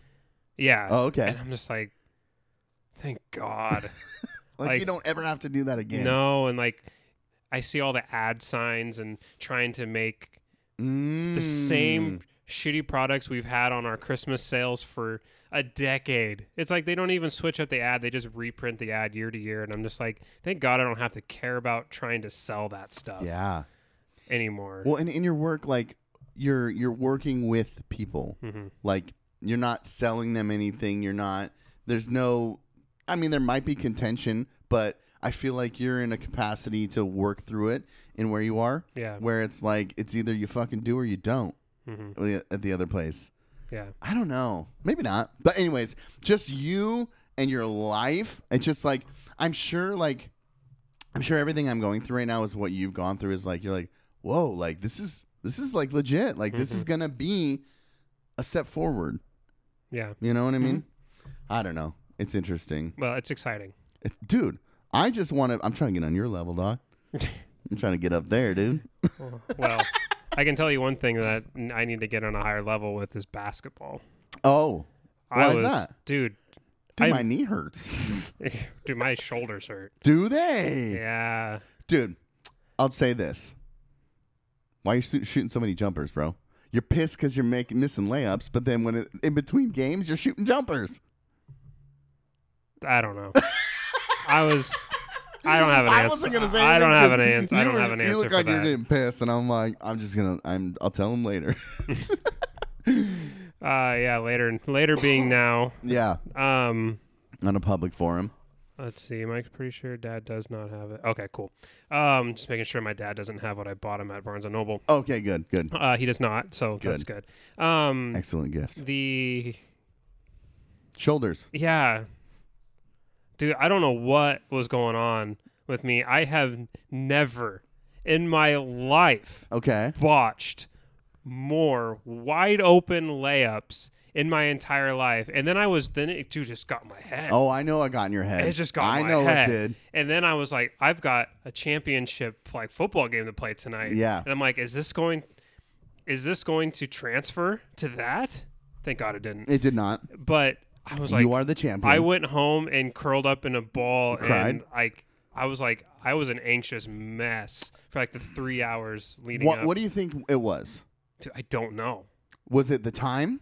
Speaker 2: yeah
Speaker 1: Oh, okay.
Speaker 2: and i'm just like thank god
Speaker 1: Like,
Speaker 2: Like-
Speaker 1: you don't ever have to do that again.
Speaker 2: no and like
Speaker 1: Mm. Hmm.
Speaker 2: i see all the ad signs and trying to make the same shitty products we've had on our Christmas sales for a decade. It's like they don't even switch up the ad; they just reprint the ad year to year. And I'm just like, thank God I don't have to care about trying to sell that stuff
Speaker 1: Yeah.
Speaker 2: anymore.
Speaker 1: Well, and in your work, like you're you're working with people.
Speaker 2: Mm-hmm.
Speaker 1: Like you're not selling them anything. You're not. There's no. I mean, there might be contention, but I feel like you're in a capacity to work through it in where you are.
Speaker 2: Yeah.
Speaker 1: Where it's like it's either you fucking do or you don't
Speaker 2: Mhm.
Speaker 1: at the other place.
Speaker 2: yeah,
Speaker 1: I don't know. Maybe not. But anyways, just you and your life. It's just like I'm sure like I'm sure everything I'm going through right now is what you've gone through is like you're like, whoa, like this is this is like legit. Like this is gonna be a step forward.
Speaker 2: yeah.
Speaker 1: You know what I mean? I don't know. It's interesting.
Speaker 2: Well, it's exciting.
Speaker 1: It's, dude, I just wanna I'm trying to get on your level, dog. I'm trying to get up there, dude.
Speaker 2: Well, I can tell you one thing that I need to get on a higher level with is basketball.
Speaker 1: Oh. Why
Speaker 2: I
Speaker 1: is
Speaker 2: was,
Speaker 1: that?
Speaker 2: dude.
Speaker 1: Dude,
Speaker 2: I-
Speaker 1: my knee hurts.
Speaker 2: dude, my shoulders hurt.
Speaker 1: Do they?
Speaker 2: Yeah.
Speaker 1: dude. I'll say this: Why are you shoo- shooting so many jumpers, bro? You're pissed because you're making missing layups, but then when it, in between games, you're shooting jumpers.
Speaker 2: I don't know. I was. I don't have an answer.
Speaker 1: I wasn't gonna say.
Speaker 2: I don't
Speaker 1: anything
Speaker 2: have an
Speaker 1: 'cause
Speaker 2: answer. I
Speaker 1: you
Speaker 2: don't
Speaker 1: were-
Speaker 2: have an
Speaker 1: You
Speaker 2: answer
Speaker 1: look
Speaker 2: for
Speaker 1: like you're
Speaker 2: that.
Speaker 1: getting pissed, and I'm like, I'm just gonna. I'm. I'll tell him later.
Speaker 2: Uh, yeah. Later. Later being now.
Speaker 1: yeah,
Speaker 2: Um.
Speaker 1: on a public forum.
Speaker 2: Let's see. Mike's pretty sure Dad does not have it. Okay. Cool. Um. Just making sure my dad doesn't have what I bought him at Barnes and Noble.
Speaker 1: Okay, good, good,
Speaker 2: Uh. He does not. So that's good. Um.
Speaker 1: excellent gift.
Speaker 2: The
Speaker 1: Shoulders.
Speaker 2: Yeah. Dude, I don't know what was going on with me. I have never in my life
Speaker 1: Okay.
Speaker 2: botched more wide open layups in my entire life. And then I was then it dude just got in my head.
Speaker 1: Oh, I know. I got in your head.
Speaker 2: It just got
Speaker 1: I
Speaker 2: in my
Speaker 1: know
Speaker 2: head.
Speaker 1: it did.
Speaker 2: And then I was like, I've got a championship like football game to play tonight.
Speaker 1: Yeah.
Speaker 2: And I'm like, is this going is this going to transfer to that? Thank God it didn't.
Speaker 1: It did not.
Speaker 2: But I was like
Speaker 1: you are the champion.
Speaker 2: I went home and curled up in a ball
Speaker 1: cried?
Speaker 2: and like I was like I was an anxious mess for like the three hours leading
Speaker 1: What,
Speaker 2: up.
Speaker 1: what do you think it was?
Speaker 2: to, I don't know.
Speaker 1: Was it the time?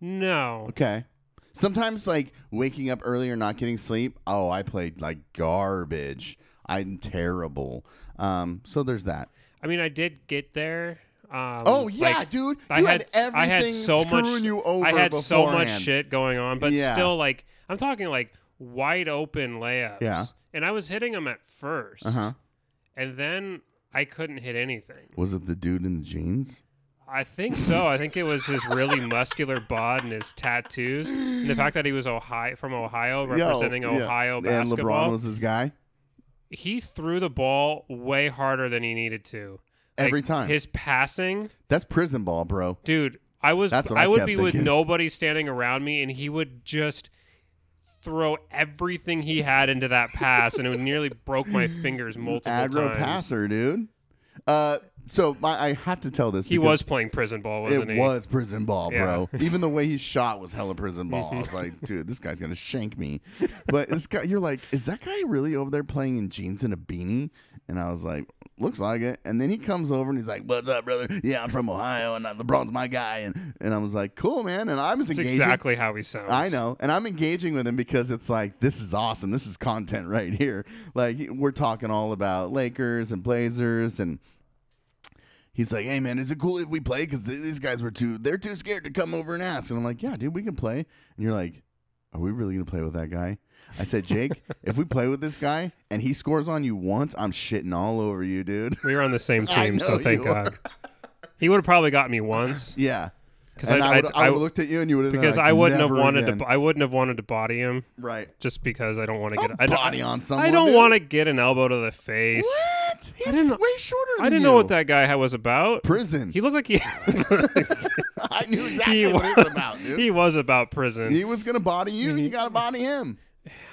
Speaker 2: No,
Speaker 1: Okay. Sometimes like waking up early or not getting sleep. Oh, I played like garbage. I'm terrible. Um, so there's that.
Speaker 2: I mean I did get there. Um,
Speaker 1: Oh yeah,
Speaker 2: like,
Speaker 1: dude, you
Speaker 2: I
Speaker 1: had, everything
Speaker 2: I had so
Speaker 1: screwing
Speaker 2: much.
Speaker 1: you over.
Speaker 2: I had so much
Speaker 1: beforehand.
Speaker 2: shit going on, but
Speaker 1: Yeah.
Speaker 2: still, like I'm talking like wide open layups.
Speaker 1: Yeah.
Speaker 2: and I was hitting them at 1st
Speaker 1: Uh-huh.
Speaker 2: and then I couldn't hit anything.
Speaker 1: Was it the dude in the jeans?
Speaker 2: I think so. I think it was his really muscular bod and his tattoos, and the fact that he was Ohio from Ohio, representing
Speaker 1: Yo, yeah.
Speaker 2: Ohio
Speaker 1: And LeBron
Speaker 2: basketball.
Speaker 1: was his guy.
Speaker 2: He threw the ball way harder than he needed to. Like,
Speaker 1: Every time.
Speaker 2: his passing,
Speaker 1: That's prison ball, bro.
Speaker 2: dude. I was
Speaker 1: That's what
Speaker 2: I,
Speaker 1: I
Speaker 2: would
Speaker 1: kept
Speaker 2: be with
Speaker 1: thinking.
Speaker 2: nobody standing around me, and he would just throw everything he had into that pass, and it would nearly broke my fingers multiple
Speaker 1: Aggro
Speaker 2: times.
Speaker 1: passer, dude. Uh, so my, I have to tell this.
Speaker 2: He
Speaker 1: because
Speaker 2: was playing prison ball, wasn't
Speaker 1: it
Speaker 2: he?
Speaker 1: was prison ball,
Speaker 2: Yeah.
Speaker 1: bro. Even the way he shot was hella prison ball. I was like, dude, this guy's gonna shank me. But this guy, you're like, is that guy really over there playing in jeans and a beanie? And I was like, looks like it. And then he comes over and he's like, what's up, brother? Yeah, I'm from Ohio, and LeBron's my guy. And and I was like, cool, man. And I was
Speaker 2: That's
Speaker 1: engaging.
Speaker 2: exactly how he sounds.
Speaker 1: I know, and I'm engaging with him because it's like this is awesome. This is content right here. Like we're talking all about Lakers and Blazers, and he's like, "Hey man, is it cool if we play? Because these guys were too, they're too scared to come over and ask." And I'm like, "Yeah, dude, we can play." And you're like, "Are we really gonna play with that guy?" I said, "Jake, if we play with this guy and he scores on you once, I'm shitting all over you, dude."
Speaker 2: We were on the same
Speaker 1: I
Speaker 2: team,
Speaker 1: know
Speaker 2: so thank
Speaker 1: you are.
Speaker 2: God. He would have probably gotten me once
Speaker 1: yeah,
Speaker 2: 'Cause
Speaker 1: and
Speaker 2: I-
Speaker 1: I, would
Speaker 2: I-
Speaker 1: I,
Speaker 2: I-
Speaker 1: would have looked at you and you would have
Speaker 2: because
Speaker 1: like,
Speaker 2: I wouldn't have
Speaker 1: "Never
Speaker 2: wanted
Speaker 1: again."
Speaker 2: to. I wouldn't have wanted to body him
Speaker 1: right.
Speaker 2: just because I don't want to
Speaker 1: Don't
Speaker 2: get. I don't,
Speaker 1: body on
Speaker 2: I
Speaker 1: someone,
Speaker 2: don't
Speaker 1: dude.
Speaker 2: want to get an elbow to the face.
Speaker 1: What? He's
Speaker 2: didn't-
Speaker 1: way shorter. Than
Speaker 2: I didn't
Speaker 1: you.
Speaker 2: know what that guy had- was about.
Speaker 1: prison.
Speaker 2: He looked like he
Speaker 1: I knew
Speaker 2: he
Speaker 1: exactly what it
Speaker 2: was,
Speaker 1: was about, dude.
Speaker 2: he Mm-hmm. was about prison,
Speaker 1: He was gonna body you. You gotta body him.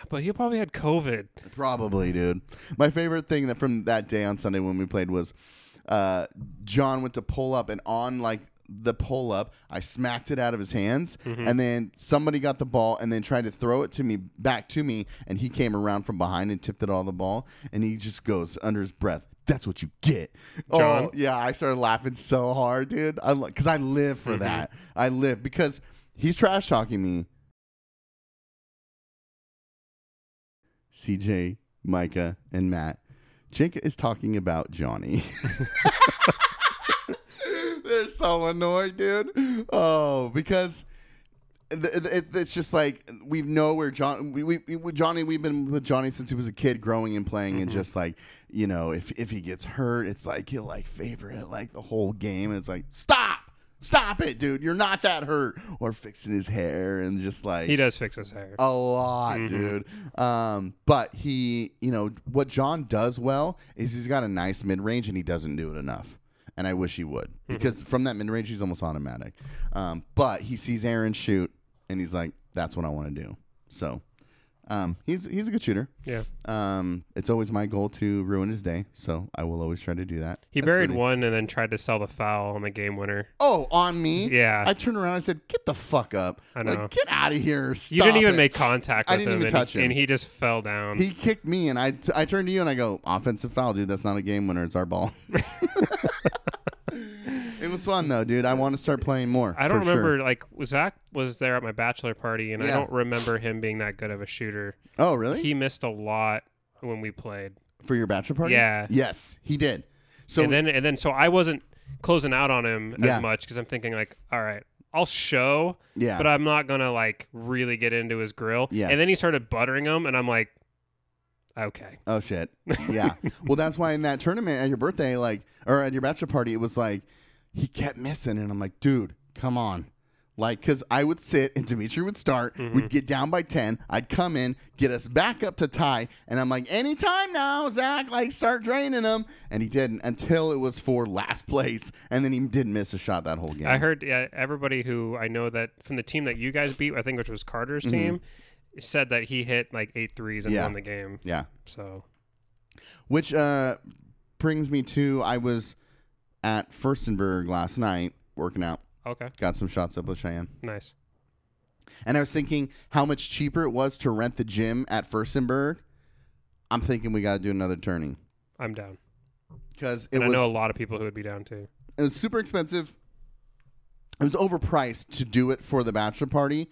Speaker 2: but he probably had COVID.
Speaker 1: Probably, dude. My favorite thing that from that day on Sunday when we played was uh, John went to pull up and on like the pull up. I smacked it out of his hands,
Speaker 2: Mm-hmm.
Speaker 1: and then somebody got the ball and then tried to throw it to me back to me, and he came around from behind and tipped it all the ball, and he just goes under his breath. That's what you get.
Speaker 2: John?
Speaker 1: Oh yeah, I started laughing so hard, dude. I because I live for that. I live because he's trash talking me. CJ, Micah, and Matt. Jake is talking about Johnny. They're so annoyed, dude. Oh, because th- th- it- it's just like we know where John, we, we, we- Johnny. We've been with Johnny since he was a kid, growing and playing, and just like you know, if if he gets hurt, it's like he'll like favor it like the whole game. And it's like stop, stop it, dude. You're not that hurt. Or fixing his hair and just like
Speaker 2: He does fix his hair.
Speaker 1: a lot,
Speaker 2: Mm-hmm.
Speaker 1: dude. Um, but he, you know, what John does well is he's got a nice mid range and he doesn't do it enough. And I wish he would
Speaker 2: Mm-hmm.
Speaker 1: because from that mid range, he's almost automatic. Um, but he sees Aaron shoot and he's like, that's what I want to do. So um, he's, he's a good shooter.
Speaker 2: yeah.
Speaker 1: Um, it's always my goal to ruin his day. So I will always try to do that.
Speaker 2: He
Speaker 1: That's
Speaker 2: buried
Speaker 1: really-
Speaker 2: one and then tried to sell the foul on the game winner.
Speaker 1: Oh, on me?
Speaker 2: Yeah.
Speaker 1: I turned around and said, get the fuck up.
Speaker 2: I know.
Speaker 1: Like, get out of here. Stop
Speaker 2: You didn't even
Speaker 1: it."
Speaker 2: make contact
Speaker 1: I
Speaker 2: with
Speaker 1: didn't
Speaker 2: him,
Speaker 1: even
Speaker 2: and,
Speaker 1: touch him.
Speaker 2: and he just fell down.
Speaker 1: He kicked me, and I, t- I turned to you and I go, offensive foul, dude. That's not a game winner. It's our ball. it was fun, though, dude. I want to start playing more.
Speaker 2: I don't
Speaker 1: for sure.
Speaker 2: remember like Zach was there at my bachelor party, and I
Speaker 1: Yeah.
Speaker 2: don't remember him being that good of a shooter.
Speaker 1: Oh, really?
Speaker 2: He missed a lot when we played,
Speaker 1: for your bachelor party?
Speaker 2: Yeah.
Speaker 1: Yes, he did. So,
Speaker 2: and then and then so I wasn't closing out on him
Speaker 1: Yeah.
Speaker 2: as much because I'm thinking like, all right, I'll show,
Speaker 1: yeah.
Speaker 2: but I'm not gonna like really get into his grill.
Speaker 1: Yeah.
Speaker 2: And then he started buttering him, and I'm like, okay,
Speaker 1: oh, shit. Yeah. well, that's why in that tournament at your birthday, like, or at your bachelor party, it was like, he kept missing. And I'm like, dude, come on. Like, because I would sit and Dimitri would start.
Speaker 2: Mm-hmm.
Speaker 1: We'd get down by 10. I'd come in, get us back up to tie. And I'm like, anytime now, Zach, like, start draining him. And he didn't until it was for last place. And then he didn't miss a shot that whole game.
Speaker 2: I heard yeah, everybody who I know that from the team that you guys beat, I think which was Carter's team, said that he hit like eight threes and
Speaker 1: Mm-hmm. Yeah.
Speaker 2: won the game.
Speaker 1: yeah.
Speaker 2: So
Speaker 1: Which uh, brings me to I was at Furstenberg last night working out,
Speaker 2: okay,
Speaker 1: got some shots up with Cheyenne.
Speaker 2: nice.
Speaker 1: And I was thinking how much cheaper it was to rent the gym at Furstenberg. I'm thinking we got to do another tourney
Speaker 2: I'm down.
Speaker 1: because it
Speaker 2: And I
Speaker 1: was
Speaker 2: know a lot of people who would be down too.
Speaker 1: it was super expensive. It was overpriced to do it for the bachelor party,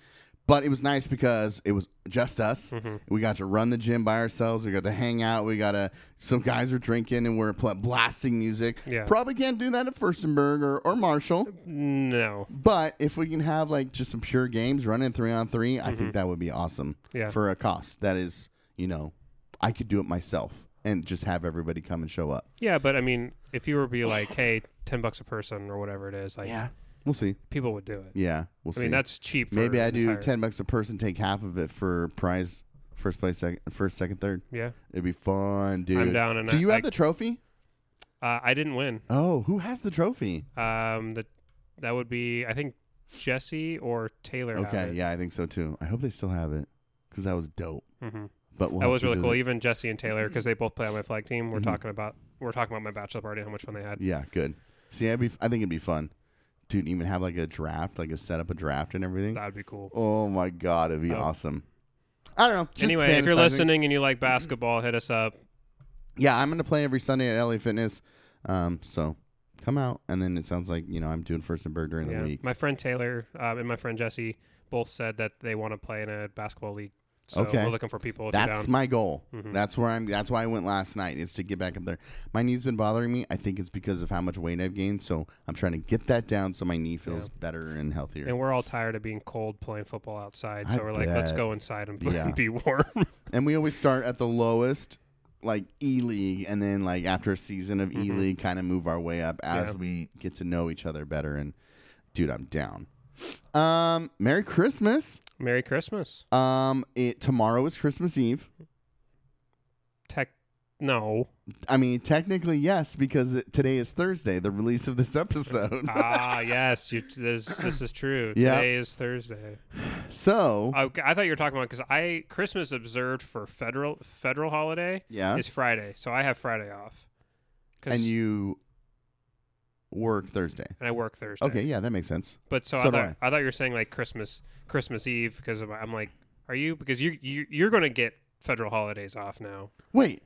Speaker 1: but it was nice because it was just us.
Speaker 2: Mm-hmm.
Speaker 1: We got to run the gym by ourselves. We got to hang out. We got to some guys were drinking and we're pl- blasting music.
Speaker 2: Yeah.
Speaker 1: Probably can't do that at Furstenberg or, or Marshall,
Speaker 2: No,
Speaker 1: but if we can have like just some pure games running three on 3 I think that would be awesome.
Speaker 2: Mm-hmm. Yeah.
Speaker 1: For a cost that is, you know, I could do it myself and just have everybody come and show up.
Speaker 2: yeah, but I mean, if you were to be like, hey, ten bucks a person or whatever it is, like
Speaker 1: we'll see.
Speaker 2: people would do it.
Speaker 1: Yeah, we'll
Speaker 2: I
Speaker 1: see.
Speaker 2: mean, that's cheap. For
Speaker 1: Maybe I
Speaker 2: an
Speaker 1: do
Speaker 2: entire-
Speaker 1: ten bucks a person, take half of it for prize, first place, second, first, second, third.
Speaker 2: Yeah,
Speaker 1: It'd be fun, dude.
Speaker 2: down and
Speaker 1: Do
Speaker 2: I-
Speaker 1: you
Speaker 2: I-
Speaker 1: have the trophy?
Speaker 2: uh, I didn't win.
Speaker 1: Oh, who has the trophy?
Speaker 2: Um, that that would be I think Jesse or Taylor. had
Speaker 1: Okay,
Speaker 2: it.
Speaker 1: yeah, I think so too. I hope they still have it because that was dope.
Speaker 2: Mhm.
Speaker 1: But we'll
Speaker 2: that
Speaker 1: have
Speaker 2: was
Speaker 1: to
Speaker 2: really
Speaker 1: do Mm-hmm.
Speaker 2: cool.
Speaker 1: it.
Speaker 2: Even Jesse and Taylor, because they both play on my flag team. We're talking about we're talking about my bachelor party and how much fun they had.
Speaker 1: Yeah, good. See, I'd be, I think it'd be fun, dude. Even have like a draft, like a set up a draft and everything.
Speaker 2: That would be cool.
Speaker 1: Oh my god, it'd be
Speaker 2: Oh.
Speaker 1: awesome. I don't know. just
Speaker 2: anyway, if you're
Speaker 1: fantasizing.
Speaker 2: listening and you like basketball, hit us up.
Speaker 1: yeah, I'm gonna play every Sunday at LA Fitness. Um, so come out, and then it sounds like you know I'm doing first and bird during the
Speaker 2: Yeah.
Speaker 1: week.
Speaker 2: My friend Taylor um, and my friend Jesse both said that they want to play in a basketball league. So
Speaker 1: Okay.
Speaker 2: we're looking for people. If you're
Speaker 1: That's
Speaker 2: down. Hmm. Mm-hmm.
Speaker 1: my goal. That's where I'm. That's why I went last night. Is to get back up there. My knee's been bothering me. I think it's because of how much weight I've gained. So I'm trying to get that down so my knee feels better and healthier.
Speaker 2: and we're all tired of being cold playing football outside. So
Speaker 1: I
Speaker 2: we're like, let's
Speaker 1: bet.
Speaker 2: go inside and
Speaker 1: Yeah.
Speaker 2: be warm.
Speaker 1: And we always start at the lowest, like E League, and then like after a season of E League, kind of move our way up as
Speaker 2: Mm-hmm. Yeah.
Speaker 1: we get to know each other better. And dude, I'm down. Um, Merry Christmas.
Speaker 2: Merry Christmas.
Speaker 1: Um, it tomorrow is Christmas Eve.
Speaker 2: Tech. No.
Speaker 1: I mean, technically yes, because it, today is Thursday, the release of this episode.
Speaker 2: ah, yes. You, this this is true.
Speaker 1: Yeah.
Speaker 2: Today is Thursday.
Speaker 1: so
Speaker 2: Okay, I thought you were talking about because I Christmas observed for federal federal holiday
Speaker 1: yeah,
Speaker 2: is Friday, so I have Friday off. 'Cause-
Speaker 1: and you work Thursday.
Speaker 2: and I work Thursday.
Speaker 1: Okay, yeah, that makes sense.
Speaker 2: But so,
Speaker 1: So
Speaker 2: I,
Speaker 1: do
Speaker 2: thought, I. thought you were saying like Christmas, Christmas Eve, because of, I'm like, are you? Because you, you you're going to get federal holidays off now.
Speaker 1: Wait.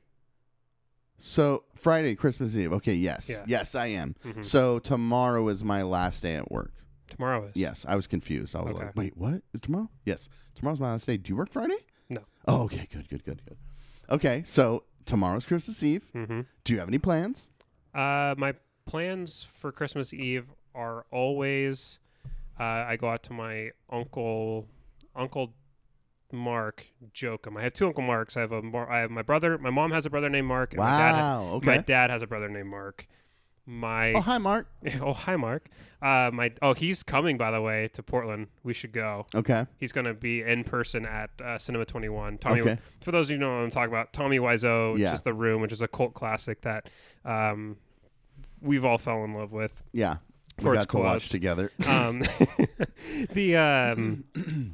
Speaker 1: So Friday, Christmas Eve. Okay, yes.
Speaker 2: Yeah.
Speaker 1: Yes, I am.
Speaker 2: Mhm.
Speaker 1: So tomorrow is my last day at work.
Speaker 2: Tomorrow is.
Speaker 1: Yes, I was confused. I was
Speaker 2: Okay.
Speaker 1: like, wait, what? Is tomorrow? Yes. Tomorrow's my last day. Do you work Friday?
Speaker 2: No.
Speaker 1: Oh, okay, good, good, good, good. Okay, so tomorrow's Christmas Eve.
Speaker 2: hmm
Speaker 1: Do you have any plans?
Speaker 2: Uh, my plans for Christmas Eve are always, uh, I go out to my uncle, Uncle Mark Jokum. I have two Uncle Marks. I have a, Mar- I have my brother. My mom has a brother named Mark. And My dad,
Speaker 1: wow. okay.
Speaker 2: my dad has a brother named Mark. My
Speaker 1: oh, hi, Mark.
Speaker 2: oh hi Mark. Uh, my oh he's coming by the way to Portland. We should go.
Speaker 1: Okay.
Speaker 2: He's going to be in person at uh, Cinema 21. Tommy,
Speaker 1: Okay.
Speaker 2: for those of you who know what I'm talking about, Tommy Wiseau, which
Speaker 1: Yeah.
Speaker 2: is The Room, which is a cult classic that um, we've all fell in love with.
Speaker 1: Yeah. We
Speaker 2: For its
Speaker 1: got to watch
Speaker 2: collabs.
Speaker 1: together.
Speaker 2: Um, the um,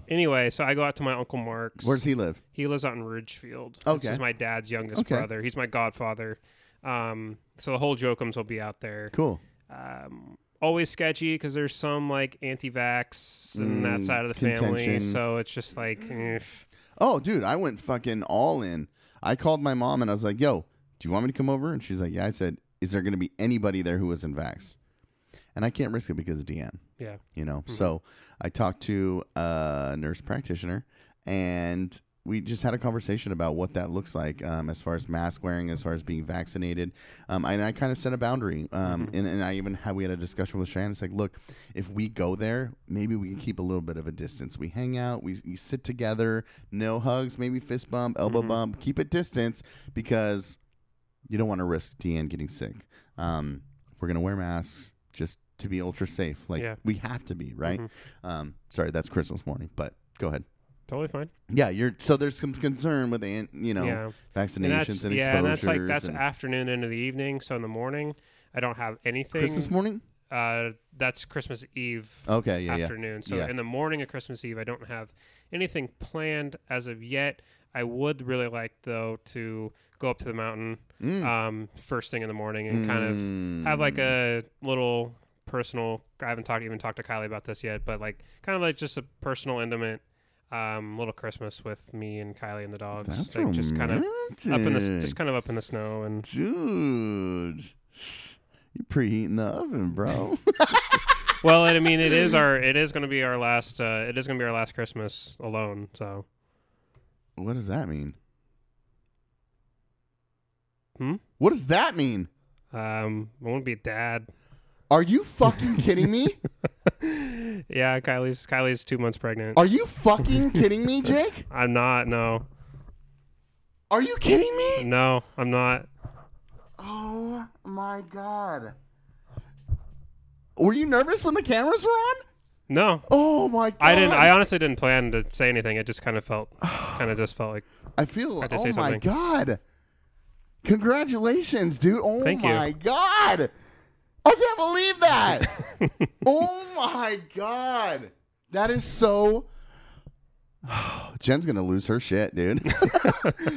Speaker 2: anyway, so I go out to my uncle Mark's.
Speaker 1: Where does he live?
Speaker 2: He lives out in Ridgefield.
Speaker 1: Okay.
Speaker 2: This is my dad's youngest
Speaker 1: Okay.
Speaker 2: brother. He's my godfather. Um, so the whole Jokums will be out there.
Speaker 1: Cool.
Speaker 2: um, always sketchy because there's some like anti-vax and that
Speaker 1: Mm,
Speaker 2: side of the family.
Speaker 1: contention.
Speaker 2: So it's just like, eh.
Speaker 1: Oh, dude, I went fucking all in. I called my mom and I was like, yo, do you want me to come over? And she's like, yeah. I said, is there going to be anybody there who isn't vaxxed? And I can't risk it because of Deanne,
Speaker 2: yeah,
Speaker 1: you know? So I talked to a nurse practitioner and we just had a conversation about what that looks like um, as far as mask wearing, as far as being vaccinated. Um, and I kind of set a boundary. Um, and, and I even had, we had a discussion with Shannon. It's like, look, if we go there, maybe we can keep a little bit of a distance. We hang out, we, we sit together, no hugs, maybe fist bump, elbow bump, keep a distance because you don't want to risk Deanne getting sick. Um, we're going to wear masks just to be ultra safe. Like,
Speaker 2: Yeah. Mm-hmm.
Speaker 1: we have to be, right? Um, sorry, that's Christmas morning, but go ahead.
Speaker 2: totally fine.
Speaker 1: Yeah, you're so there's some concern with an, you know
Speaker 2: Yeah. And
Speaker 1: vaccinations
Speaker 2: that's,
Speaker 1: and, exposures.
Speaker 2: yeah, and that's like that's
Speaker 1: and-
Speaker 2: afternoon into the evening. So in the morning, I don't have anything.
Speaker 1: Christmas morning.
Speaker 2: uh, that's Christmas Eve
Speaker 1: Okay, yeah, yeah.
Speaker 2: afternoon. So
Speaker 1: Yeah.
Speaker 2: in the morning of Christmas Eve, I don't have anything planned as of yet. I would really like though to go up to the mountain
Speaker 1: Mm.
Speaker 2: um, first thing in the morning and kind of
Speaker 1: Mm.
Speaker 2: have like a little personal i haven't talked even talked to kylie about this yet but like kind of like just a personal intimate um little christmas with me and kylie and the dogs
Speaker 1: That's
Speaker 2: like just kind of up in the s-
Speaker 1: romantic.
Speaker 2: just kind of up in the snow and
Speaker 1: dude. You're preheating the oven, bro.
Speaker 2: well and i mean it is our it is going to be our last uh it is going to be our last christmas alone so
Speaker 1: what does that mean?
Speaker 2: Hmm?
Speaker 1: What does that mean?
Speaker 2: um i won't be a dad
Speaker 1: Are you fucking kidding me?
Speaker 2: yeah kylie's kylie's two months pregnant
Speaker 1: Are you fucking kidding me, Jake?
Speaker 2: i'm not no
Speaker 1: Are you kidding me?
Speaker 2: no i'm not
Speaker 1: Oh my god. Were you nervous when the cameras were on?
Speaker 2: no
Speaker 1: Oh my god.
Speaker 2: I didn't. I honestly didn't plan to say anything. It just kind of felt, kind of just felt like
Speaker 1: I feel.
Speaker 2: had to
Speaker 1: oh
Speaker 2: say
Speaker 1: my
Speaker 2: something.
Speaker 1: god! Congratulations, dude! Oh
Speaker 2: Thank you.
Speaker 1: my god! I can't believe that! oh my god! That is so. Jen's gonna lose her shit, dude.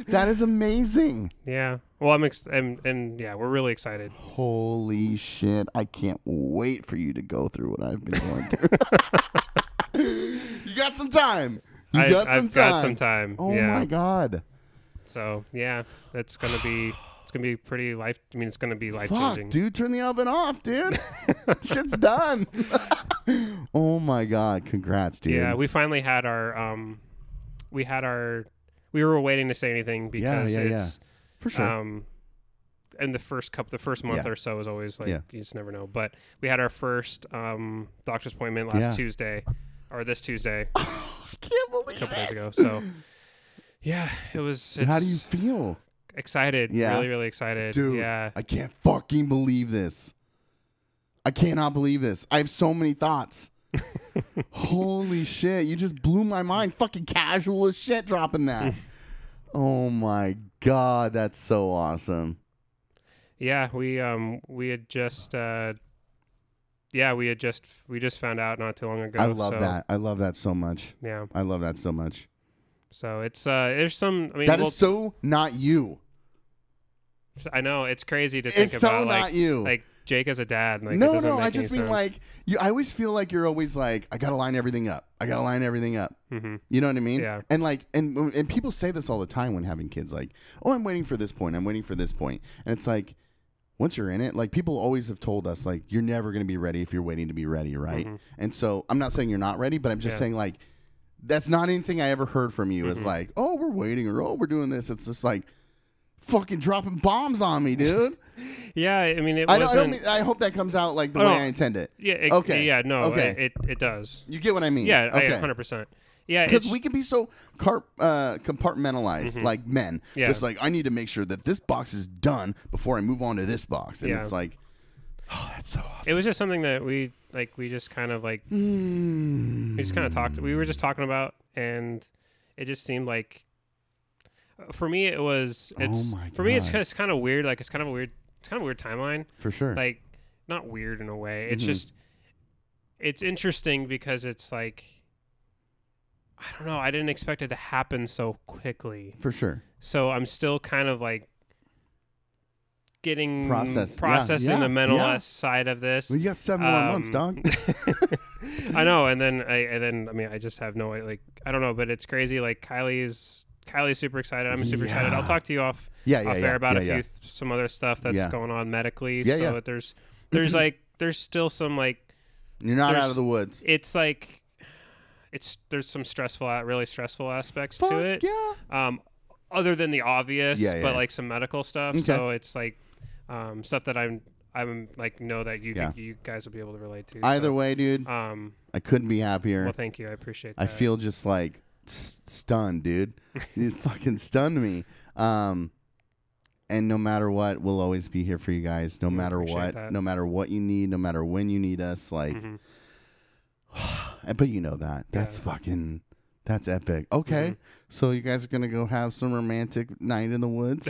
Speaker 1: that is amazing.
Speaker 2: Yeah. Well, I'm ex- and and yeah, we're really excited.
Speaker 1: Holy shit! I can't wait for you to go through what I've been going through. you got some time. You
Speaker 2: I,
Speaker 1: got some
Speaker 2: I've
Speaker 1: time.
Speaker 2: got some time.
Speaker 1: Oh
Speaker 2: yeah.
Speaker 1: my god!
Speaker 2: So yeah, that's gonna be it's gonna be pretty life. I mean, it's gonna be life
Speaker 1: Fuck,
Speaker 2: changing.
Speaker 1: dude, turn the oven off, dude. Shit's done. oh my god, congrats, dude.
Speaker 2: Yeah, we finally had our um, we had our we were waiting to say anything because
Speaker 1: yeah, yeah.
Speaker 2: it's
Speaker 1: for sure.
Speaker 2: um, in the first cup, the first month
Speaker 1: Yeah.
Speaker 2: or so is always like
Speaker 1: Yeah.
Speaker 2: you just never know. But we had our first um doctor's appointment last
Speaker 1: Yeah.
Speaker 2: Tuesday or this Tuesday a
Speaker 1: I can't believe
Speaker 2: couple days
Speaker 1: this.
Speaker 2: ago. So yeah, it was. It's,
Speaker 1: How do you feel,
Speaker 2: excited?
Speaker 1: Yeah.
Speaker 2: really, really excited.
Speaker 1: dude?
Speaker 2: yeah.
Speaker 1: I can't fucking believe this. I cannot believe this. I have so many thoughts. Holy shit, you just blew my mind. Fucking casual as shit dropping that. oh my god, that's so awesome.
Speaker 2: Yeah, we um we had just uh yeah, we had just we just found out not too long ago.
Speaker 1: I love
Speaker 2: so,
Speaker 1: that. I love that so much.
Speaker 2: Yeah.
Speaker 1: I love that so much.
Speaker 2: So it's uh there's some I mean
Speaker 1: That
Speaker 2: we'll-
Speaker 1: is so not you.
Speaker 2: I know it's crazy to think
Speaker 1: It's so
Speaker 2: about
Speaker 1: not
Speaker 2: like
Speaker 1: you.
Speaker 2: like Jake as a dad. Like, it
Speaker 1: no,
Speaker 2: doesn't
Speaker 1: no,
Speaker 2: make
Speaker 1: I
Speaker 2: any
Speaker 1: just mean
Speaker 2: sense.
Speaker 1: like you. I always feel like you're always like, I gotta line everything up. I gotta line everything up.
Speaker 2: Mm-hmm.
Speaker 1: You know what I mean?
Speaker 2: Yeah.
Speaker 1: And like, and and people say this all the time when having kids. Like, oh, I'm waiting for this point. I'm waiting for this point. And it's like, once you're in it, like people always have told us, like you're never gonna be ready if you're waiting to be ready, right? And so I'm not saying you're not ready, but I'm just
Speaker 2: Mm-hmm. Yeah. Mm-hmm.
Speaker 1: saying like, that's not anything I ever heard from you. Is like, oh, we're waiting, or oh, we're doing this. It's just like. Fucking dropping bombs on me, dude.
Speaker 2: yeah, I mean, it
Speaker 1: I don't,
Speaker 2: wasn't.
Speaker 1: I don't mean. I hope that comes out like the
Speaker 2: Oh,
Speaker 1: way
Speaker 2: no.
Speaker 1: I intend it.
Speaker 2: yeah, it,
Speaker 1: Okay.
Speaker 2: yeah, no,
Speaker 1: Okay.
Speaker 2: it, it it does.
Speaker 1: You get what I mean?
Speaker 2: Yeah, I
Speaker 1: okay.
Speaker 2: hundred percent. Yeah,
Speaker 1: Because
Speaker 2: it's-
Speaker 1: we can be so car- uh, compartmentalized, like men.
Speaker 2: Mm-hmm. Yeah.
Speaker 1: Just like I need to make sure that this box is done before I move on to this box, and
Speaker 2: Yeah.
Speaker 1: it's like, oh, that's so awesome.
Speaker 2: it was just something that we like. We just kind of like we just kind of
Speaker 1: Hmm.
Speaker 2: talked. We were just talking about, and it just seemed like uh, for me it was.
Speaker 1: Oh
Speaker 2: It's
Speaker 1: my
Speaker 2: for me it's
Speaker 1: God.
Speaker 2: kind of, it's kind of weird. Like it's kind of a weird. It's kind of a weird timeline.
Speaker 1: for sure.
Speaker 2: Like not weird in a way. It's
Speaker 1: Mhm.
Speaker 2: just it's interesting because it's like I don't know. I didn't expect it to happen so quickly.
Speaker 1: for sure.
Speaker 2: so I'm still kind of like getting
Speaker 1: Process. Yeah,
Speaker 2: processing
Speaker 1: yeah,
Speaker 2: the mental
Speaker 1: yeah.
Speaker 2: side of this.
Speaker 1: Well, you got seven more months,
Speaker 2: Um,
Speaker 1: dog.
Speaker 2: I know, and then I and then I mean I just have no like I don't know, but it's crazy. Like Kylie's Kylie's super excited. I'm super excited.
Speaker 1: Yeah.
Speaker 2: I'll talk to you off
Speaker 1: yeah, yeah,
Speaker 2: off
Speaker 1: yeah.
Speaker 2: air about
Speaker 1: yeah,
Speaker 2: a few
Speaker 1: yeah.
Speaker 2: th- some other stuff that's
Speaker 1: Yeah.
Speaker 2: going on medically.
Speaker 1: Yeah,
Speaker 2: so
Speaker 1: yeah.
Speaker 2: that there's there's like there's still some like
Speaker 1: You're not
Speaker 2: there's-
Speaker 1: out of the woods.
Speaker 2: it's like it's there's some stressful really stressful aspects
Speaker 1: Fuck
Speaker 2: to it.
Speaker 1: yeah.
Speaker 2: um, other than the obvious,
Speaker 1: Yeah, yeah,
Speaker 2: but
Speaker 1: yeah.
Speaker 2: like some medical stuff.
Speaker 1: Okay.
Speaker 2: So it's like um, stuff that I'm I'm like know that you
Speaker 1: Yeah.
Speaker 2: could, you guys will be able to relate to.
Speaker 1: Either way, dude,
Speaker 2: so, um,
Speaker 1: I couldn't be happier.
Speaker 2: well, thank you, I appreciate. that.
Speaker 1: I feel just like s- stunned, dude. you fucking stunned me. Um, and no matter what, we'll always be here for you guys. No
Speaker 2: We
Speaker 1: matter
Speaker 2: appreciate
Speaker 1: what,
Speaker 2: that.
Speaker 1: no matter what you need, no matter when you need us, like.
Speaker 2: Mhm.
Speaker 1: And- But you know that. That's
Speaker 2: Yeah.
Speaker 1: fucking. That's epic. Okay,
Speaker 2: Mhm.
Speaker 1: so you guys are gonna go have some romantic night in the woods.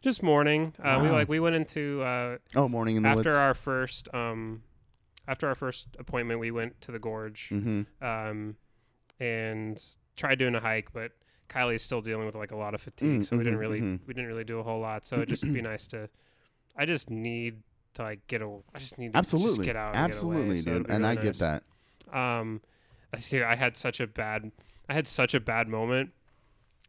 Speaker 2: just morning. Uh, We
Speaker 1: Wow.
Speaker 2: like we went into uh,
Speaker 1: oh, morning in the
Speaker 2: after
Speaker 1: woods.
Speaker 2: our first um, after our first appointment, we went to the gorge
Speaker 1: mm-hmm.
Speaker 2: um, and tried doing a hike, but. Kylie's still dealing with like a lot of fatigue,
Speaker 1: Mm,
Speaker 2: so we didn't
Speaker 1: mhm,
Speaker 2: really
Speaker 1: mhm.
Speaker 2: we didn't really do a whole lot. So it'd just be nice to. I just need to like get a. I just need to just
Speaker 1: Absolutely,
Speaker 2: get out. and get away,
Speaker 1: absolutely,
Speaker 2: so it'd
Speaker 1: dude.
Speaker 2: be
Speaker 1: And
Speaker 2: really
Speaker 1: I get
Speaker 2: nice.
Speaker 1: that.
Speaker 2: um I see- I had such a bad I had such a bad moment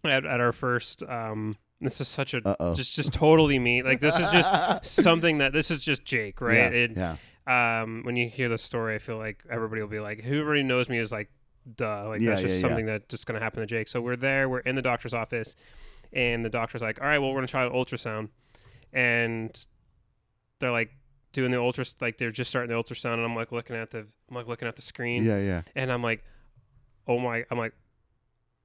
Speaker 2: at, at our first um this is such a
Speaker 1: Uh-oh.
Speaker 2: just just totally me like this is just something that this is just Jake
Speaker 1: Yeah,
Speaker 2: right It-
Speaker 1: yeah.
Speaker 2: um when you hear the story I feel like everybody will be like who already knows me is like duh like
Speaker 1: Yeah,
Speaker 2: that's just
Speaker 1: yeah, yeah.
Speaker 2: something that's just gonna happen to Jake so we're there we're in the doctor's office and the doctor's like all right well we're gonna try an ultrasound and they're like doing the ultras like they're just starting the ultrasound and I'm like looking at the I'm like looking at the screen
Speaker 1: Yeah, yeah.
Speaker 2: and I'm like, oh my, I'm like,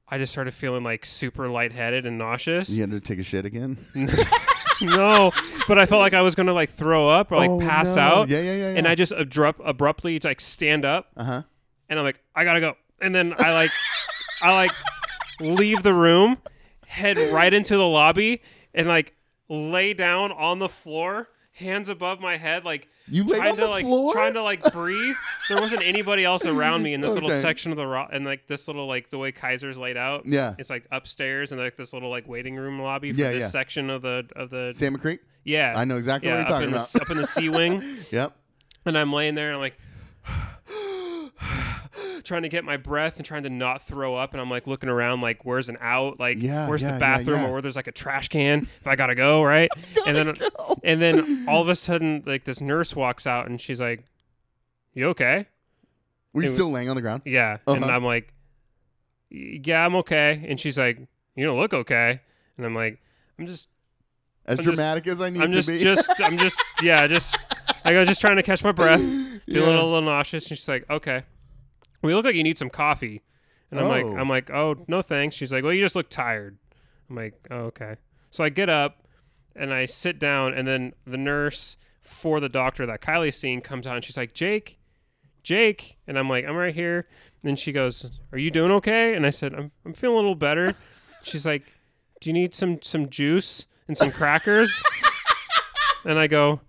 Speaker 2: I just started feeling like super lightheaded and nauseous.
Speaker 1: You had to take a shit again.
Speaker 2: no, but I felt like I was gonna like throw up or like
Speaker 1: Oh,
Speaker 2: pass
Speaker 1: no.
Speaker 2: out,
Speaker 1: Yeah, yeah, yeah. yeah.
Speaker 2: and I just abrupt, abruptly like stand up,
Speaker 1: uh huh.
Speaker 2: and I'm like, I gotta go, and then I like, I like leave the room, head right into the lobby, and like lay down on the floor. Hands above my head, like
Speaker 1: You laid
Speaker 2: trying
Speaker 1: on
Speaker 2: to
Speaker 1: the
Speaker 2: like
Speaker 1: floor?
Speaker 2: trying to like breathe. There wasn't anybody else around me in this little
Speaker 1: Okay.
Speaker 2: section of the rock, and like this little like the way Kaiser's laid out.
Speaker 1: Yeah.
Speaker 2: it's like upstairs and like this little like waiting room lobby for
Speaker 1: Yeah,
Speaker 2: this
Speaker 1: yeah.
Speaker 2: section of the of the
Speaker 1: Salmon Creek.
Speaker 2: yeah.
Speaker 1: I know exactly
Speaker 2: yeah,
Speaker 1: what you're
Speaker 2: up
Speaker 1: talking
Speaker 2: in
Speaker 1: about.
Speaker 2: The, up in the C wing,
Speaker 1: Yep.
Speaker 2: and I'm laying there and I'm like. trying to get my breath and trying to not throw up and I'm like looking around like where's an out like
Speaker 1: Yeah,
Speaker 2: where's
Speaker 1: yeah, yeah,
Speaker 2: the bathroom
Speaker 1: yeah. Oh
Speaker 2: or where there's like a trash can if I gotta go right and then and then all of a sudden like this nurse walks out and she's like you okay
Speaker 1: Were you
Speaker 2: It-
Speaker 1: still laying on the ground?
Speaker 2: yeah. And
Speaker 1: Uh-huh.
Speaker 2: I'm like, "Y- yeah, I'm okay. And she's like, you don't look okay. And I'm like, I'm just,
Speaker 1: As
Speaker 2: I'm just-
Speaker 1: dramatic as I need
Speaker 2: I'm
Speaker 1: to
Speaker 2: just,
Speaker 1: be.
Speaker 2: just, I'm just, yeah, just, I go, just trying to catch my breath, feeling
Speaker 1: Yeah.
Speaker 2: a little, nauseous. And she's like, okay, we look like you need some coffee. And I'm like,
Speaker 1: Oh.
Speaker 2: I'm like, oh, no thanks. She's like, well, you just look tired. I'm like, oh, okay. So I get up and I sit down, and then the nurse for the doctor that Kylie's seeing comes out and she's like, Jake, Jake. And I'm like, I'm right here. And she goes, Are you doing okay? And I said, I'm, I'm feeling a little better. She's like, Do you need some, some juice and some crackers? and I go,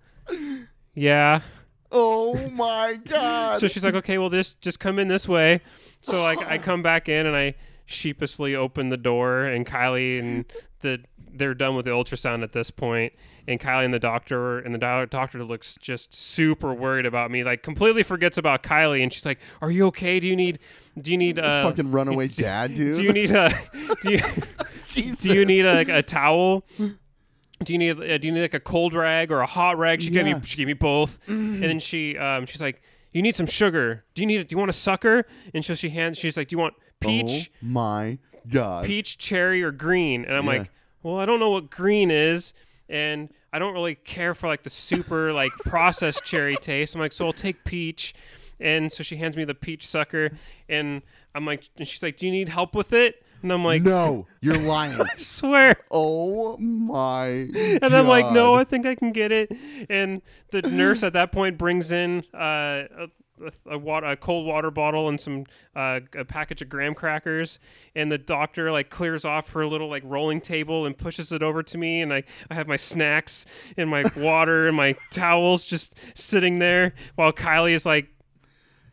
Speaker 2: Yeah.
Speaker 1: oh my god.
Speaker 2: So she's like, Okay, well, this just come in this way. So like I come back in and I sheepishly open the door and Kylie and the they're done with the ultrasound at this point, and Kylie and the doctor and the doc- doctor looks just super worried about me. Like completely forgets about Kylie, and she's like, "Are you okay? Do you need? Do you need uh,
Speaker 1: Fucking runaway dad, dude.
Speaker 2: Do you need a? Do you,
Speaker 1: Jesus.
Speaker 2: do you need like a towel? Do you need uh, do you need like a cold rag or a hot rag? She gave
Speaker 1: Yeah.
Speaker 2: me she gave me both, and then she um she's like, you need some sugar. Do you need do you want a sucker? And so she hands she's like, do you want peach,
Speaker 1: Oh my god.
Speaker 2: peach, cherry, or green? And I'm
Speaker 1: Yeah.
Speaker 2: like, well, I don't know what green is, and I don't really care for like the super like processed cherry taste. I'm like, so I'll take peach, and so she hands me the peach sucker, and I'm like, and she's like, do you need help with it? And I'm like,
Speaker 1: No, you're lying.
Speaker 2: I swear.
Speaker 1: oh my.
Speaker 2: And I'm like, no, I think I can get it. And the nurse at that point brings in uh, a, a, water, a cold water bottle and some uh, a package of graham crackers. And the doctor like clears off her little like rolling table and pushes it over to me. And I, I have my snacks and my water and my towels just sitting there while Kylie is like.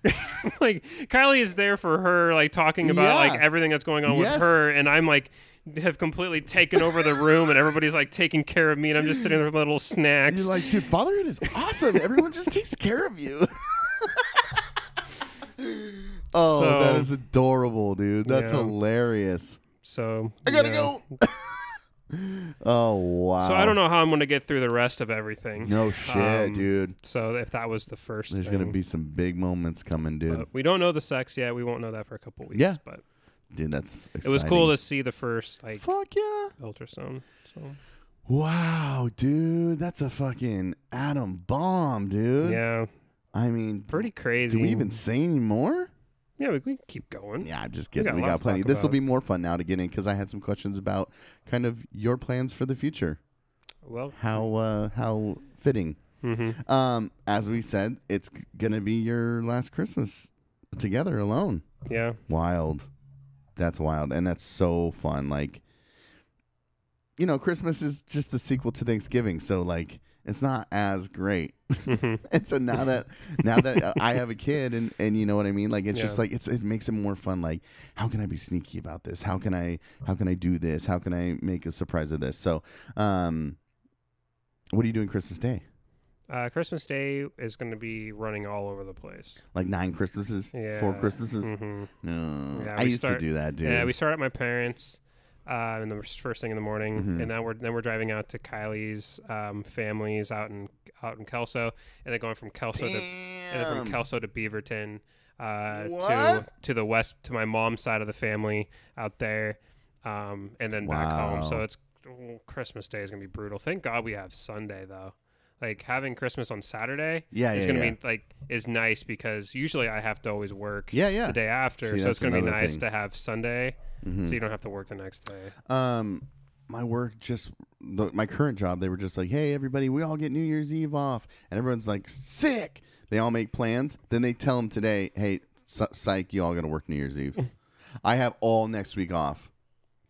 Speaker 2: like Kylie is there for her, like talking about
Speaker 1: Yeah.
Speaker 2: like everything that's going on
Speaker 1: Yes.
Speaker 2: with her, and I'm like have completely taken over the room, and everybody's like taking care of me, and I'm just sitting there with my little snacks.
Speaker 1: You're like, dude, fatherhood is awesome. Everyone just takes care of you. oh,
Speaker 2: So-
Speaker 1: that is adorable, dude. That's
Speaker 2: Yeah.
Speaker 1: hilarious.
Speaker 2: so
Speaker 1: I gotta go. oh wow.
Speaker 2: So I don't know how I'm going to get through the rest of everything.
Speaker 1: No shit,
Speaker 2: Um, uh,
Speaker 1: dude.
Speaker 2: So if that was the first,
Speaker 1: There's
Speaker 2: thing,
Speaker 1: gonna be some big moments coming, dude.
Speaker 2: But we don't know the sex yet. We won't know that for a couple weeks.
Speaker 1: Yeah.
Speaker 2: but
Speaker 1: dude, that's
Speaker 2: it was cool to see the first like
Speaker 1: Fuck yeah.
Speaker 2: ultrasound. So
Speaker 1: Wow, dude, that's a fucking atom bomb, dude.
Speaker 2: yeah,
Speaker 1: I mean,
Speaker 2: pretty crazy.
Speaker 1: do we even say any more?
Speaker 2: Yeah, we, we can keep going.
Speaker 1: Yeah, I'm just kidding.
Speaker 2: Hmm? got a
Speaker 1: We got,
Speaker 2: lot to
Speaker 1: plenty.
Speaker 2: talk
Speaker 1: This will
Speaker 2: about.
Speaker 1: be more fun now to get in because I had some questions about kind of your plans for the future.
Speaker 2: Well,
Speaker 1: How uh, how fitting.
Speaker 2: hmm
Speaker 1: Um, as we said, it's g- gonna be your last Christmas together alone.
Speaker 2: yeah,
Speaker 1: Wild. That's wild, and that's so fun. Like, you know, Christmas is just the sequel to Thanksgiving, so like, it's not as great.
Speaker 2: Mhm.
Speaker 1: and so now that now that uh, I have a kid and and you know what I mean, like it's just
Speaker 2: Yeah.
Speaker 1: like it's it makes it more fun. Like how can I be sneaky about this? How can I how can I do this? How can I make a surprise of this? So, um, what are you doing Christmas Day?
Speaker 2: uh, Christmas Day is going to be running all over the place.
Speaker 1: Like nine Christmases,
Speaker 2: Yeah.
Speaker 1: four Christmases.
Speaker 2: hmm
Speaker 1: No.
Speaker 2: Yeah,
Speaker 1: I
Speaker 2: we
Speaker 1: used
Speaker 2: start-
Speaker 1: to do that, dude.
Speaker 2: Yeah, we start at my parents, uh, in the first thing in the morning,
Speaker 1: Mhm.
Speaker 2: and now we're then we're driving out to Kylie's um, families out in out in Kelso, and then going from Kelso to and then from
Speaker 1: Damn.
Speaker 2: Kelso to Beaverton, uh, to
Speaker 1: What?
Speaker 2: to the west to my mom's side of the family out there, um, and then back home. So
Speaker 1: Wow.
Speaker 2: it's oh, Christmas Day is gonna be brutal. Thank God we have Sunday though. Like having Christmas on Saturday
Speaker 1: Yeah,
Speaker 2: is
Speaker 1: yeah,
Speaker 2: gonna
Speaker 1: yeah.
Speaker 2: be like is nice because usually I have to always work
Speaker 1: Yeah, yeah.
Speaker 2: the day after.
Speaker 1: See,
Speaker 2: so it's
Speaker 1: that's
Speaker 2: going to be
Speaker 1: another
Speaker 2: nice
Speaker 1: thing.
Speaker 2: to have Sunday
Speaker 1: Mhm.
Speaker 2: so you don't have to work the next day.
Speaker 1: Um, my work just the, my current job, they were just like, "Hey, everybody, we all get New Year's Eve off," and everyone's like, "Sick!" They all make plans. Then they tell them today, "Hey, psy- psych, you all got to work New Year's Eve. I have all next week off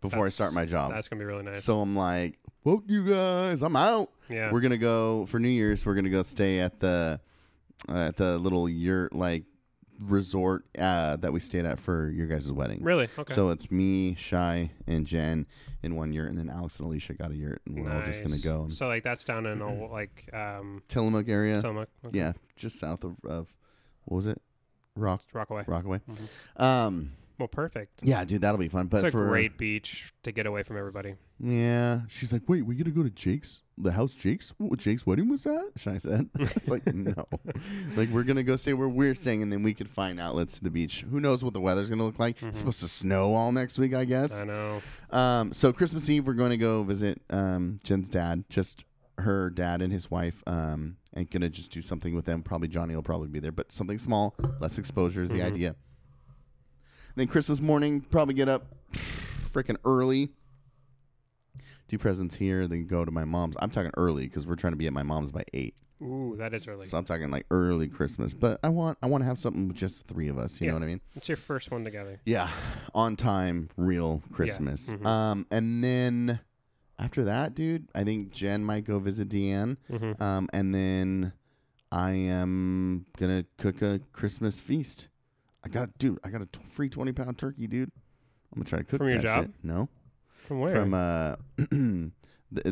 Speaker 1: before I
Speaker 2: That's-
Speaker 1: start my job."
Speaker 2: That's going to be really nice.
Speaker 1: Oh. So I'm like, "Fuck you guys, I'm out."
Speaker 2: yeah.
Speaker 1: We're gonna go for New Year's. We're gonna go stay at the uh, at the little yurt like resort uh, that we stayed at for your guys' wedding.
Speaker 2: really? Okay.
Speaker 1: So it's me, Shy, and Jen in one yurt, and then Alex and Alicia got a yurt, and we're all just gonna
Speaker 2: Nice.
Speaker 1: go in
Speaker 2: So like that's down in a, like um
Speaker 1: Tillamook area.
Speaker 2: Tillamook. Okay.
Speaker 1: Yeah, just south of, of what was it, Rock
Speaker 2: Rockaway.
Speaker 1: Rockaway. Um,
Speaker 2: Well, perfect.
Speaker 1: yeah, dude, that'll be fun. But
Speaker 2: Mm-hmm. It's a
Speaker 1: for
Speaker 2: great beach to get away from everybody.
Speaker 1: yeah, she's like, wait, we gonna go to Jake's, the house Jake's, what Jake's wedding was that? Shy said, it's like no, like we're gonna go stay where we're staying, and then we could find outlets to the beach. Who knows what the weather's gonna look like?
Speaker 2: Mm-hmm.
Speaker 1: It's supposed to snow all next week, I guess.
Speaker 2: I know.
Speaker 1: Um, so Christmas Eve, we're going to go visit um, Jen's dad, just her dad and his wife, um, and gonna just do something with them. Probably Johnny will probably be there, but something small, less exposure is the
Speaker 2: Mm-hmm.
Speaker 1: idea. Then Christmas morning, probably get up freaking early, do presents here, then go to my mom's. I'm talking early because we're trying to be at my mom's by eight,
Speaker 2: Ooh, that is early.
Speaker 1: so I'm talking like early Christmas. But I want I want to have something with just the three of us. You
Speaker 2: Yeah.
Speaker 1: know what I mean?
Speaker 2: it's your first one together.
Speaker 1: Yeah, on time, real Christmas.
Speaker 2: mhm.
Speaker 1: Um, and then after that, dude, I think Jen might go visit Deanne.
Speaker 2: hmm
Speaker 1: Um, and then I am gonna cook a Christmas feast. I got, dude, I got a t- free twenty pound turkey, dude. I'm gonna try to cook
Speaker 2: From your
Speaker 1: that
Speaker 2: job?
Speaker 1: shit. No,
Speaker 2: From where?
Speaker 1: from uh, th-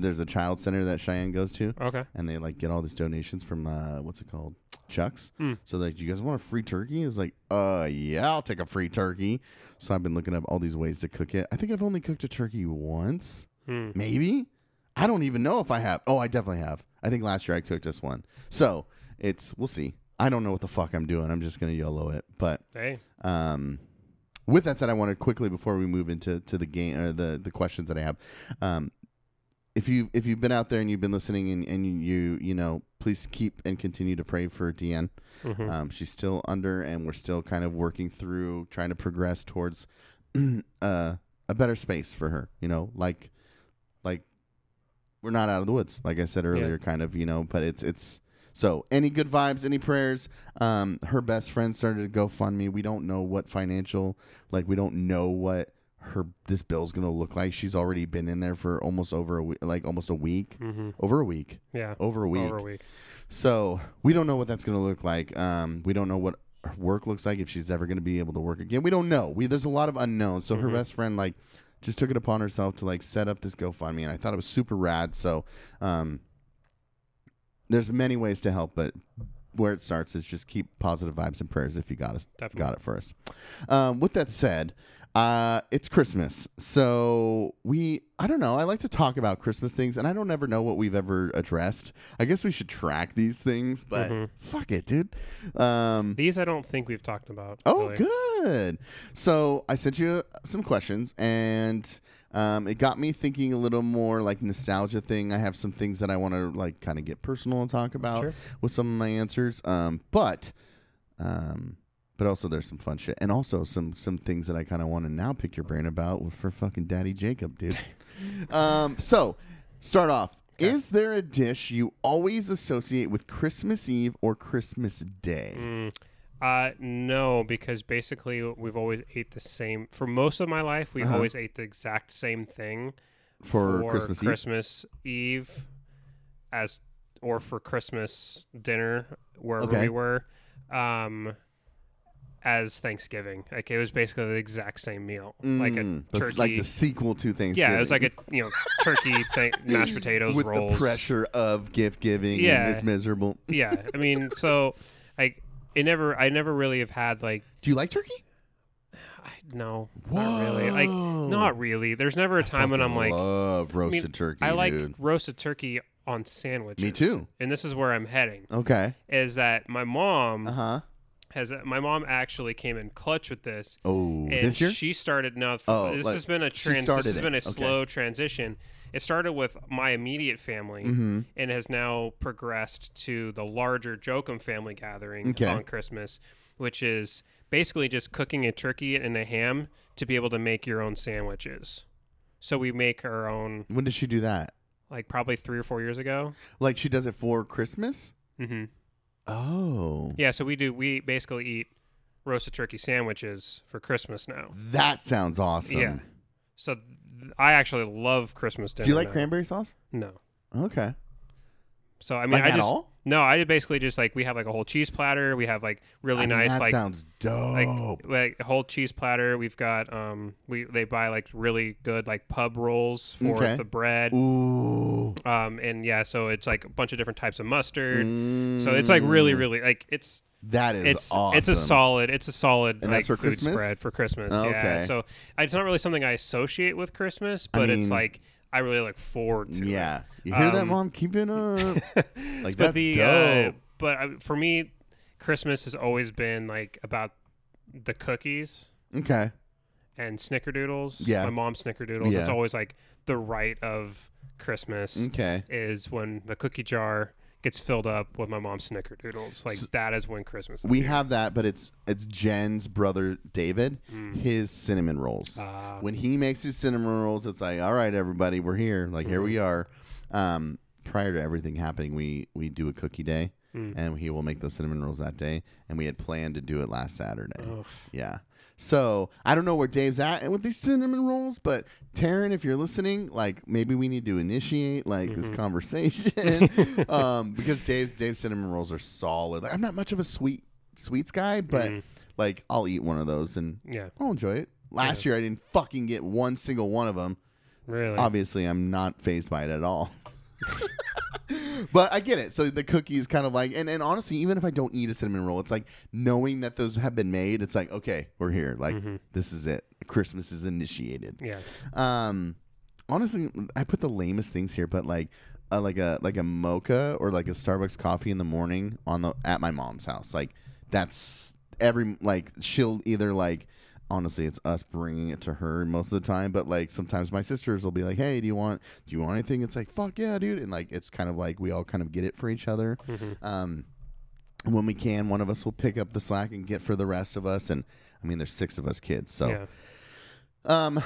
Speaker 1: there's a child center that Cheyenne goes to,
Speaker 2: okay.
Speaker 1: and they like get all these donations from uh, what's it called, Chucks. So like, do you guys want a free turkey? It was like, uh, yeah, I'll take a free turkey. So I've been looking up all these ways to cook it. I think I've only cooked a turkey once,
Speaker 2: Hmm.
Speaker 1: maybe. I don't even know if I have. Oh, I definitely have. I think last year I cooked this one. So it's we'll see. I don't know what the fuck I'm doing. I'm just gonna YOLO it, but.
Speaker 2: Hey.
Speaker 1: Um, with that said, I want to quickly before we move into to the game or the the questions that I have. Um, if you if you've been out there and you've been listening and, and you you know please keep and continue to pray for Deanne.
Speaker 2: Mhm.
Speaker 1: Um, she's still under and we're still kind of working through trying to progress towards uh, a better space for her. You know, like like we're not out of the woods, like I said earlier, kind of you know. But it's it's so any good vibes, any prayers. Um, her best friend started to GoFundMe. We don't know what financial like we don't know what her this bill's gonna look like. She's already been in there for almost over a week, like almost a week,
Speaker 2: Mm-hmm.
Speaker 1: over a week,
Speaker 2: Yeah.
Speaker 1: over a week.
Speaker 2: Over a week.
Speaker 1: So we don't know what that's going to look like. Um, we don't know what her work looks like if she's ever going to be able to work again. We don't know. We there's a lot of unknowns. So her best friend like just took it upon herself to like set up this GoFundMe, and I thought it was super rad. So um, there's many ways to help, but where it starts is just keep positive vibes and prayers if you got us
Speaker 2: Definitely.
Speaker 1: got it for us. Um, with that said, uh, it's Christmas, so we I don't know. I like to talk about Christmas things, and I don't ever know what we've ever addressed. I guess we should track these things, but
Speaker 2: Mm-hmm.
Speaker 1: fuck it, dude. Um,
Speaker 2: These I don't think we've talked about.
Speaker 1: Oh,
Speaker 2: really.
Speaker 1: good. So I sent you some questions, and um, it got me thinking a little more like nostalgia thing. I have some things that I want to like kind of get personal and talk about
Speaker 2: Sure.
Speaker 1: with some of my answers. Um, but, um, but also there's some fun shit, and also some some things that I kind of want to now pick your brain about with for fucking Daddy Jacob, dude. um, so start off. Is there a dish you always associate with Christmas Eve or Christmas Day?
Speaker 2: Mm, uh, no, because basically we've always ate the same. For most of my life,
Speaker 1: Uh-huh.
Speaker 2: we always ate the exact same thing
Speaker 1: For Christmas Eve?
Speaker 2: Christmas Eve, as or for Christmas dinner wherever
Speaker 1: Okay.
Speaker 2: we were, um, as Thanksgiving. Like it was basically the exact same meal, like a
Speaker 1: Mm,
Speaker 2: turkey.
Speaker 1: that's like the sequel to Thanksgiving.
Speaker 2: yeah, it was like a you know turkey, thing, mashed potatoes,
Speaker 1: with
Speaker 2: rolls.
Speaker 1: the pressure of gift giving. Yeah,
Speaker 2: Yeah.
Speaker 1: it's miserable.
Speaker 2: yeah, I mean, so like it never, I never really have had like
Speaker 1: Do you like turkey?
Speaker 2: I no, not really. Like
Speaker 1: Whoa.
Speaker 2: not really. There's never a time when I'm like
Speaker 1: love
Speaker 2: I
Speaker 1: roasted
Speaker 2: mean,
Speaker 1: turkey.
Speaker 2: I like
Speaker 1: dude.
Speaker 2: roasted turkey on sandwiches.
Speaker 1: Me too.
Speaker 2: And this is where I'm heading
Speaker 1: Okay.
Speaker 2: is that my mom
Speaker 1: Uh huh.
Speaker 2: has my mom actually came in clutch with this.
Speaker 1: Oh,
Speaker 2: And
Speaker 1: this year.
Speaker 2: she started now.
Speaker 1: Oh,
Speaker 2: this
Speaker 1: like,
Speaker 2: has been a
Speaker 1: she
Speaker 2: trans. This
Speaker 1: started
Speaker 2: has
Speaker 1: it.
Speaker 2: been a
Speaker 1: Okay.
Speaker 2: slow transition. It started with my immediate family
Speaker 1: Mm-hmm.
Speaker 2: and has now progressed to the larger Jokum family gathering
Speaker 1: Okay.
Speaker 2: on Christmas, which is basically just cooking a turkey and a ham to be able to make your own sandwiches. So we make our own,
Speaker 1: when did she do that?
Speaker 2: like probably three or four years ago.
Speaker 1: Like she does it for Christmas.
Speaker 2: hmm
Speaker 1: Oh,
Speaker 2: Yeah, so we do. We basically eat roasted turkey sandwiches for Christmas now.
Speaker 1: that sounds awesome.
Speaker 2: Yeah. So th- I actually love Christmas dinner.
Speaker 1: Do you like
Speaker 2: now.
Speaker 1: cranberry sauce?
Speaker 2: No.
Speaker 1: Okay.
Speaker 2: So I mean,
Speaker 1: Like
Speaker 2: I
Speaker 1: at
Speaker 2: just
Speaker 1: all?
Speaker 2: no. I basically just like we have like a whole cheese platter. We have like really
Speaker 1: I mean,
Speaker 2: nice
Speaker 1: That
Speaker 2: like
Speaker 1: sounds dope.
Speaker 2: like like a whole cheese platter. We've got um we they buy like really good like pub rolls for
Speaker 1: Okay.
Speaker 2: the bread.
Speaker 1: Ooh.
Speaker 2: Um and yeah, so it's like a bunch of different types of mustard.
Speaker 1: Mm.
Speaker 2: So it's like really really like it's
Speaker 1: That is
Speaker 2: it's
Speaker 1: awesome.
Speaker 2: it's a solid it's a solid
Speaker 1: And
Speaker 2: like,
Speaker 1: that's for
Speaker 2: food
Speaker 1: Christmas?
Speaker 2: spread for Christmas.
Speaker 1: Oh,
Speaker 2: Yeah.
Speaker 1: okay.
Speaker 2: So it's not really something I associate with Christmas,
Speaker 1: I
Speaker 2: but
Speaker 1: mean-
Speaker 2: it's like I really look forward to. it.
Speaker 1: Yeah. You hear that,
Speaker 2: Um,
Speaker 1: mom? Keep it up. like
Speaker 2: but
Speaker 1: that's
Speaker 2: the
Speaker 1: dope.
Speaker 2: Uh, but I, for me, Christmas has always been like about the cookies
Speaker 1: okay.
Speaker 2: and snickerdoodles.
Speaker 1: Yeah.
Speaker 2: my mom's snickerdoodles.
Speaker 1: Yeah. Mm.
Speaker 2: It's always like the rite of Christmas
Speaker 1: Okay.
Speaker 2: is when the cookie jar gets filled up with my mom's snickerdoodles. Like that is when Christmas. Is
Speaker 1: We have that, but it's it's Jen's brother David,
Speaker 2: Mm.
Speaker 1: his cinnamon rolls.
Speaker 2: Ah.
Speaker 1: when he makes his cinnamon rolls, it's like, all right, everybody, we're here. Like here we are. Um, prior to everything happening, we we do a cookie day, and he will make those cinnamon rolls that day. And we had planned to do it last Saturday. Yeah. So I don't know where Dave's at with these cinnamon rolls, but Taryn, if you're listening, like maybe we need to initiate like this conversation um, because Dave's Dave's cinnamon rolls are solid. Like I'm not much of a sweet sweets guy, but like I'll eat one of those and
Speaker 2: yeah.
Speaker 1: I'll enjoy it. Last year I didn't fucking get one single one of them.
Speaker 2: Really?
Speaker 1: obviously I'm not phased by it at all. but I get it. So the cookie is kind of like, and, and honestly, even if I don't eat a cinnamon roll, it's like knowing that those have been made, it's like, okay, we're here. Like, this is it. Christmas is initiated.
Speaker 2: yeah.
Speaker 1: Um, honestly, I put the lamest things here, but like, uh, like a like a mocha or like a Starbucks coffee in the morning on the at my mom's house. Like that's every like she'll either like honestly it's us bringing it to her most of the time, but like sometimes my sisters will be like, hey, do you want do you want anything? It's like fuck yeah, dude, and like it's kind of like we all kind of get it for each other. Um, when we can, one of us will pick up the slack and get for the rest of us. And I mean, there's six of us kids, so.
Speaker 2: Yeah.
Speaker 1: Um,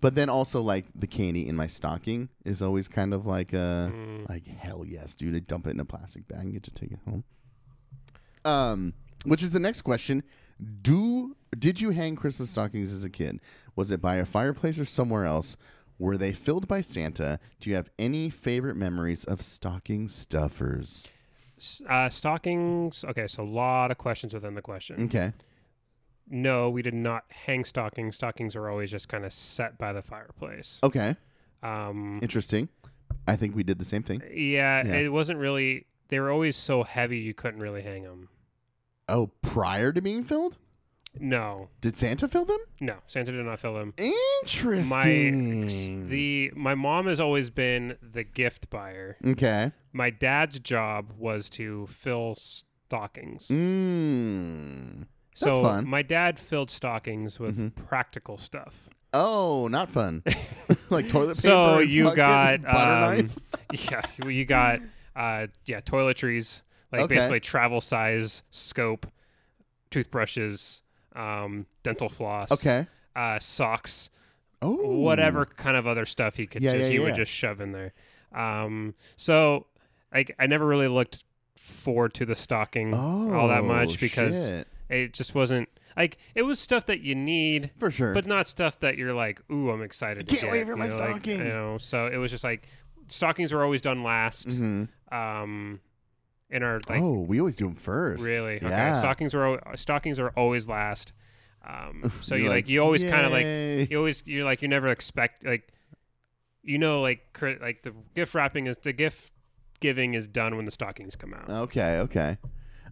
Speaker 1: but then also like the candy in my stocking is always kind of like uh like hell yes, dude. I dump it in a plastic bag and get to take it home. Um, which is the next question: Do did you hang Christmas stockings as a kid? Was it by a fireplace or somewhere else? Were they filled by Santa? Do you have any favorite memories of stocking stuffers?
Speaker 2: S- Uh, stockings. Okay, so a lot of questions within the question.
Speaker 1: Okay,
Speaker 2: No, we did not hang stockings. Stockings are always just kind of set by the fireplace.
Speaker 1: okay,
Speaker 2: Um,
Speaker 1: interesting. I think we did the same thing.
Speaker 2: yeah,
Speaker 1: Yeah.
Speaker 2: it wasn't really. They were always so heavy you couldn't really hang them.
Speaker 1: Oh, prior to being filled,
Speaker 2: No,
Speaker 1: did Santa fill them?
Speaker 2: no, Santa did not fill them. My
Speaker 1: Interesting.
Speaker 2: the my mom has always been the gift buyer.
Speaker 1: okay.
Speaker 2: My dad's job was to fill stockings.
Speaker 1: Mm.
Speaker 2: so
Speaker 1: that's fun. Mm-hmm.
Speaker 2: my dad filled stockings with practical stuff.
Speaker 1: Oh, not fun. like toilet paper.
Speaker 2: So
Speaker 1: and
Speaker 2: you
Speaker 1: fucking
Speaker 2: got
Speaker 1: butter
Speaker 2: um,
Speaker 1: knives.
Speaker 2: yeah, you- you got uh, yeah toiletries like
Speaker 1: Okay.
Speaker 2: basically travel size scope, toothbrushes, um, dental floss.
Speaker 1: Okay.
Speaker 2: uh, socks.
Speaker 1: Oh,
Speaker 2: whatever kind of other stuff he could
Speaker 1: Yeah,
Speaker 2: just,
Speaker 1: yeah,
Speaker 2: he
Speaker 1: yeah.
Speaker 2: would just shove in there. Um, so like I never really looked forward to the stocking
Speaker 1: Oh,
Speaker 2: all that much because
Speaker 1: shit.
Speaker 2: it just wasn't like it was stuff that you need,
Speaker 1: for sure.
Speaker 2: but not stuff that you're like, ooh, I'm excited. to
Speaker 1: Can't wait
Speaker 2: get,"
Speaker 1: for
Speaker 2: you
Speaker 1: my
Speaker 2: know, like,
Speaker 1: stocking.
Speaker 2: you know, so it was just like stockings were always done last.
Speaker 1: Mhm.
Speaker 2: Um, in our like
Speaker 1: oh, we always do them first.
Speaker 2: really
Speaker 1: Yeah.
Speaker 2: okay stockings were al- stockings are always last. Um, so
Speaker 1: You're
Speaker 2: you like you always kind of like
Speaker 1: "Yay."
Speaker 2: you always you're like you never expect like you know like cr- like the gift wrapping is the gift giving is done when the stockings come out
Speaker 1: Okay. Okay.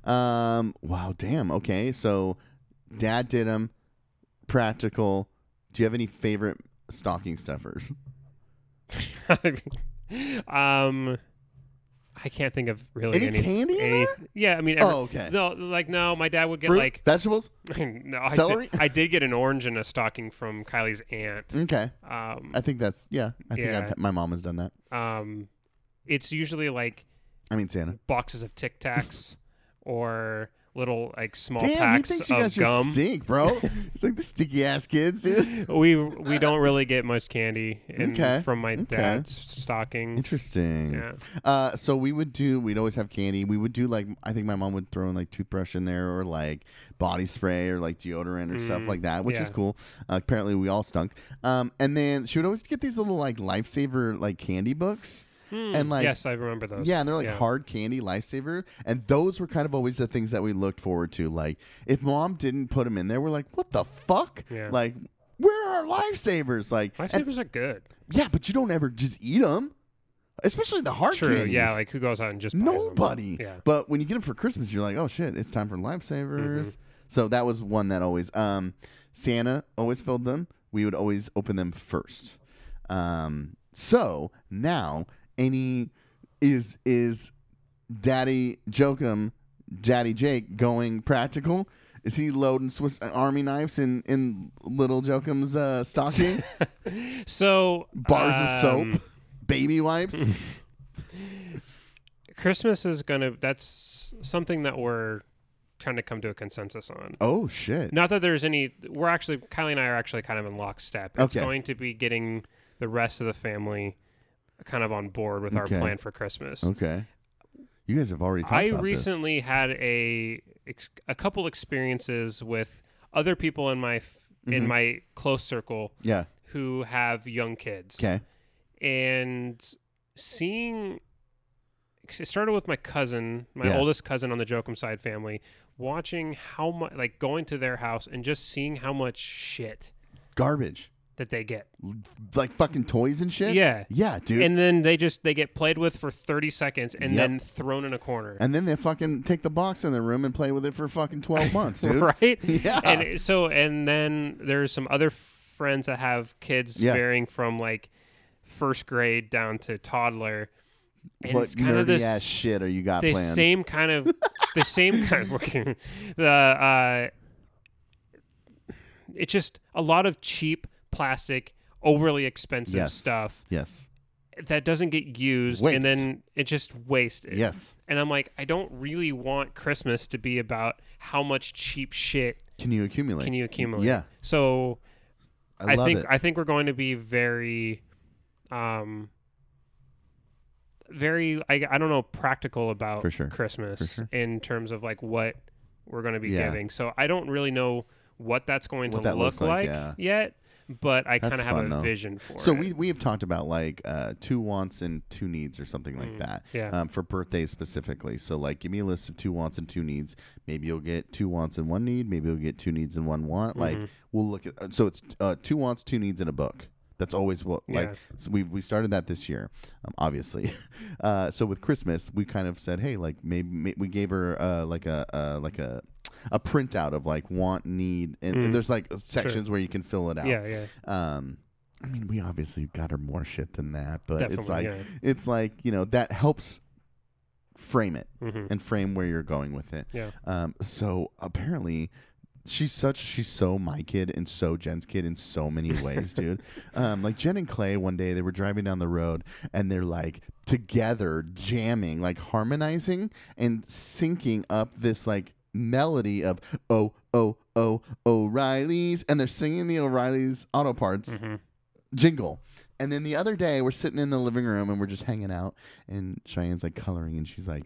Speaker 1: Um. Wow. Damn. Okay. So, dad did them. Practical. Do you have any favorite stocking stuffers? Uh.
Speaker 2: um i can't think of really
Speaker 1: Any
Speaker 2: any,
Speaker 1: candy in
Speaker 2: any-
Speaker 1: there?
Speaker 2: yeah i mean every,
Speaker 1: Oh, okay.
Speaker 2: no like no my dad would get
Speaker 1: Fruit,
Speaker 2: like
Speaker 1: vegetables.
Speaker 2: no I
Speaker 1: Celery? Mm.
Speaker 2: did, I did get an orange in a stocking from kylie's aunt
Speaker 1: Okay.
Speaker 2: um
Speaker 1: I think that's yeah. I think
Speaker 2: Yeah.
Speaker 1: I've, my mom has done that.
Speaker 2: um it's usually like
Speaker 1: I mean Santa.
Speaker 2: boxes of tic tacs or little like small
Speaker 1: Damn, he
Speaker 2: packs
Speaker 1: thinks you
Speaker 2: of
Speaker 1: guys
Speaker 2: gum
Speaker 1: just stink, bro. It's like the stinky ass kids, dude.
Speaker 2: we we don't really get much candy in,
Speaker 1: Okay.
Speaker 2: from my
Speaker 1: Okay.
Speaker 2: dad's stocking.
Speaker 1: Interesting.
Speaker 2: Yeah.
Speaker 1: Uh, so we would do. We'd always have candy. We would do like I think my mom would throw in like toothbrush in there or like body spray or like deodorant or stuff
Speaker 2: Mm,
Speaker 1: like that, which is
Speaker 2: yeah.
Speaker 1: cool. Uh, apparently we all stunk. Um, and then she would always get these little like lifesaver like candy books.
Speaker 2: Hmm.
Speaker 1: And like
Speaker 2: yes, I remember those.
Speaker 1: Yeah, and they're like hard candy lifesaver. And those were kind of always the things that we looked forward to. Like, if mom didn't put them in there, we're like, what the fuck?
Speaker 2: Yeah.
Speaker 1: Like, where are our lifesavers? Like,
Speaker 2: My
Speaker 1: and-
Speaker 2: savers are good.
Speaker 1: yeah, but you don't ever just eat them, especially the hard
Speaker 2: True.
Speaker 1: candies.
Speaker 2: Yeah, like who goes out and just buys 'em?
Speaker 1: nobody.
Speaker 2: Yeah.
Speaker 1: But when you get them for Christmas, you're like, oh shit, it's time for lifesavers.
Speaker 2: Mm-hmm.
Speaker 1: So that was one that always, um, Santa always filled them. We would always open them first. Um, so now any is is Daddy Jokum, Daddy Jake going practical? Is he loading Swiss Army knives in in little Jokum's uh, stocking?
Speaker 2: So
Speaker 1: Bars of
Speaker 2: um,
Speaker 1: soap, baby wipes.
Speaker 2: Christmas is gonna. That's something that we're trying to come to a consensus on.
Speaker 1: oh shit.
Speaker 2: Not that there's any. We're actually Kylie and I are actually kind of in lockstep. It's
Speaker 1: Okay.
Speaker 2: going to be getting the rest of the family kind of on board with our
Speaker 1: Okay.
Speaker 2: plan for Christmas.
Speaker 1: Okay. You guys have already talked
Speaker 2: I
Speaker 1: about this.
Speaker 2: recently had a ex- a couple experiences with other people in my f-
Speaker 1: Mm-hmm.
Speaker 2: in my close circle
Speaker 1: Yeah.
Speaker 2: who have young kids,
Speaker 1: Okay.
Speaker 2: and seeing it started with my cousin, my
Speaker 1: Yeah.
Speaker 2: oldest cousin on the Jokum side family, watching how much like going to their house and just seeing how much shit
Speaker 1: Garbage.
Speaker 2: that they get.
Speaker 1: like fucking toys and shit.
Speaker 2: Yeah.
Speaker 1: yeah, dude. And,
Speaker 2: And then they just they get played with for 30 seconds and
Speaker 1: Yep.
Speaker 2: then thrown in a corner.
Speaker 1: then they fucking take the box in their room and play with it for fucking twelve months, dude.
Speaker 2: right?
Speaker 1: Yeah.
Speaker 2: And so, and then there's some other friends that have kids
Speaker 1: Yeah.
Speaker 2: varying from like first grade down to toddler. And
Speaker 1: what
Speaker 2: it's kind of
Speaker 1: nerdy
Speaker 2: this,
Speaker 1: ass shit are you got
Speaker 2: the
Speaker 1: planned?
Speaker 2: same kind of, the same kind of, the, uh, it's just a lot of cheap plastic, overly expensive
Speaker 1: Yes.
Speaker 2: stuff
Speaker 1: yes,
Speaker 2: that doesn't get used
Speaker 1: Waste.
Speaker 2: and then it just wasted.
Speaker 1: yes.
Speaker 2: And I'm like, I don't really want Christmas to be about how much cheap shit
Speaker 1: Can you accumulate?
Speaker 2: can you accumulate?
Speaker 1: Yeah.
Speaker 2: So
Speaker 1: I,
Speaker 2: I,
Speaker 1: love
Speaker 2: think
Speaker 1: it.
Speaker 2: I think we're going to be very, um, very I, I don't know practical about
Speaker 1: For sure.
Speaker 2: Christmas
Speaker 1: For sure.
Speaker 2: in terms of like what we're going to be
Speaker 1: Yeah.
Speaker 2: giving. So I don't really know what that's going
Speaker 1: What
Speaker 2: to
Speaker 1: that
Speaker 2: look
Speaker 1: looks like,
Speaker 2: like,
Speaker 1: yeah.
Speaker 2: yet, but I
Speaker 1: That's
Speaker 2: kind of have
Speaker 1: fun,
Speaker 2: a
Speaker 1: though.
Speaker 2: vision for
Speaker 1: so
Speaker 2: it.
Speaker 1: we we have talked about like uh, two wants and two needs or something like that.
Speaker 2: Mm, yeah.
Speaker 1: Um, for birthdays specifically. So like, give me a list of two wants and two needs. Maybe you'll get two wants and one need. Maybe you'll get two needs and one want.
Speaker 2: Mm-hmm.
Speaker 1: Like we'll look at. uh, So it's uh, two wants, two needs in a book. That's always what like
Speaker 2: Yeah.
Speaker 1: so we we started that this year, um, obviously. Uh, so with Christmas, we kind of said, hey, like maybe, may we gave her uh, like a uh, like a a printout of like want, need, and,
Speaker 2: Mm.
Speaker 1: and there's like sections where you can fill it out.
Speaker 2: yeah, yeah.
Speaker 1: Um, I mean, we obviously got her more shit than that, but it's like
Speaker 2: Definitely,
Speaker 1: it's like you know that helps frame it
Speaker 2: Mhm.
Speaker 1: and frame where you're going with it.
Speaker 2: Yeah.
Speaker 1: Um, so apparently. She's such she's so my kid and so Jen's kid in so many ways, dude. Um, like Jen and Clay one day they were driving down the road and they're like together jamming, like harmonizing and syncing up this like melody of oh oh oh O'Reilly's and they're singing the O'Reilly's auto parts jingle. And then the other day, we're sitting in the living room and we're just hanging out, and Cheyenne's like coloring, and she's like,